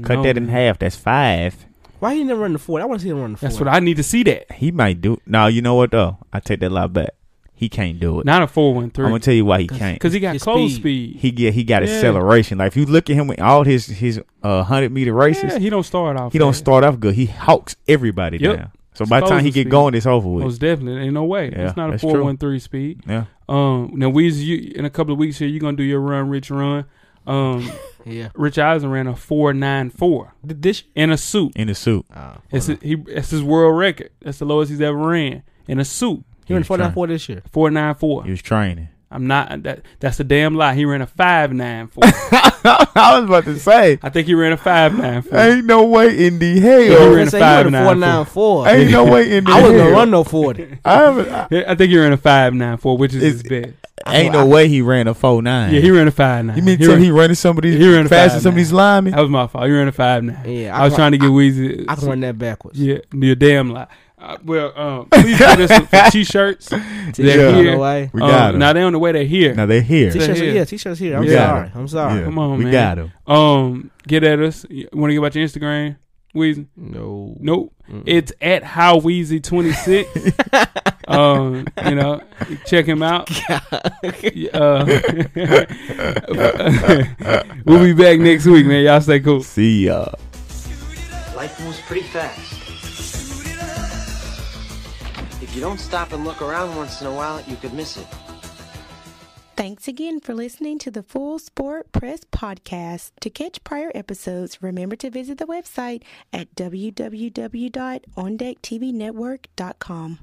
Speaker 4: Cut that in half. That's five.
Speaker 5: Why he never run the four? I want to see him run the four.
Speaker 3: That's what I need to see that.
Speaker 4: He might do. No, you know what, though? I take that lie back. He can't do it.
Speaker 3: Not a four one
Speaker 4: I'm
Speaker 3: three.
Speaker 4: going to tell you why he can't.
Speaker 3: Because he got
Speaker 5: His
Speaker 3: close
Speaker 5: speed.
Speaker 3: speed.
Speaker 4: He get he got
Speaker 3: Yeah.
Speaker 4: acceleration. Like if you look at him with all his his uh, 100 meter races,
Speaker 3: Yeah, he don't start off.
Speaker 4: he don't
Speaker 3: fast.
Speaker 4: start off good. He hawks everybody
Speaker 3: Yep.
Speaker 4: down. So by the time he
Speaker 3: Explosive
Speaker 4: get
Speaker 3: speed.
Speaker 4: going, it's over with.
Speaker 3: Most definitely, ain't no way.
Speaker 4: Yeah,
Speaker 3: it's not a
Speaker 4: that's true.
Speaker 3: four one three speed.
Speaker 4: Yeah.
Speaker 3: Um, now Weezy, you in a couple of weeks here, you're gonna do your run, Rich Run. Um,
Speaker 5: Yeah.
Speaker 3: Rich Eisen ran a four nine four
Speaker 5: Th- This.
Speaker 3: in a suit.
Speaker 4: In the suit.
Speaker 5: Oh,
Speaker 3: It's
Speaker 4: Uh-huh.
Speaker 3: a, he, that's his world record. That's the lowest he's ever ran in a suit.
Speaker 5: he ran
Speaker 4: was
Speaker 5: four
Speaker 4: trying.
Speaker 5: nine four this year.
Speaker 3: Four nine four.
Speaker 4: He was training.
Speaker 3: I'm not that. That's a damn lie. He ran a five nine four.
Speaker 4: I was about to say.
Speaker 3: I think he ran a five nine four.
Speaker 4: Ain't no way in the
Speaker 3: He
Speaker 4: hell.
Speaker 3: ran a
Speaker 5: Say
Speaker 3: five
Speaker 5: he
Speaker 3: nine
Speaker 5: ran
Speaker 3: four.
Speaker 5: four nine four. I
Speaker 4: Ain't no way in the
Speaker 5: was gonna
Speaker 4: hell.
Speaker 5: run no forty.
Speaker 4: I haven't- I-
Speaker 3: I think he ran a five nine four, which is his
Speaker 4: Is-
Speaker 3: best.
Speaker 4: ain't no way he ran a four nine.
Speaker 3: Yeah, he ran a five nine.
Speaker 4: You mean tell
Speaker 3: ran,
Speaker 4: me he running some of these
Speaker 3: he ran a
Speaker 4: faster
Speaker 3: five
Speaker 4: than some of
Speaker 3: nine.
Speaker 4: these linemen?
Speaker 3: That was my fault. You ran a five nine.
Speaker 5: Yeah,
Speaker 3: I, was
Speaker 5: can-
Speaker 3: trying to get
Speaker 5: I-
Speaker 3: Weezy.
Speaker 5: I can run that backwards.
Speaker 3: Yeah, you're damn lie. Uh, well, um, please get us some for t-shirts. They're
Speaker 4: Yeah.
Speaker 5: T-shirt
Speaker 3: here.
Speaker 5: on the way.
Speaker 4: We got
Speaker 3: um,
Speaker 4: 'em.
Speaker 3: now they on the way. They're here.
Speaker 4: Now they're here.
Speaker 3: They're
Speaker 5: T-shirts,
Speaker 3: here.
Speaker 5: yeah, t-shirts here. I'm
Speaker 4: We got
Speaker 5: sorry.
Speaker 4: it.
Speaker 5: I'm sorry.
Speaker 4: Yeah,
Speaker 3: Come on,
Speaker 4: we
Speaker 3: man.
Speaker 4: got him.
Speaker 3: Um, get at us. Want to get about your Instagram, Weezy?
Speaker 5: No.
Speaker 3: Nope. It's at how Weezy twenty six. um, you know, check him out. Uh, we'll be back next week, man. Y'all stay cool.
Speaker 4: See uh, ya.
Speaker 8: Life moves pretty fast. If you don't stop and look around once in a while, you could miss it.
Speaker 6: Thanks again for listening to the Full Sport Press podcast. To catch prior episodes, remember to visit the website at www.ondecktvnetwork.com.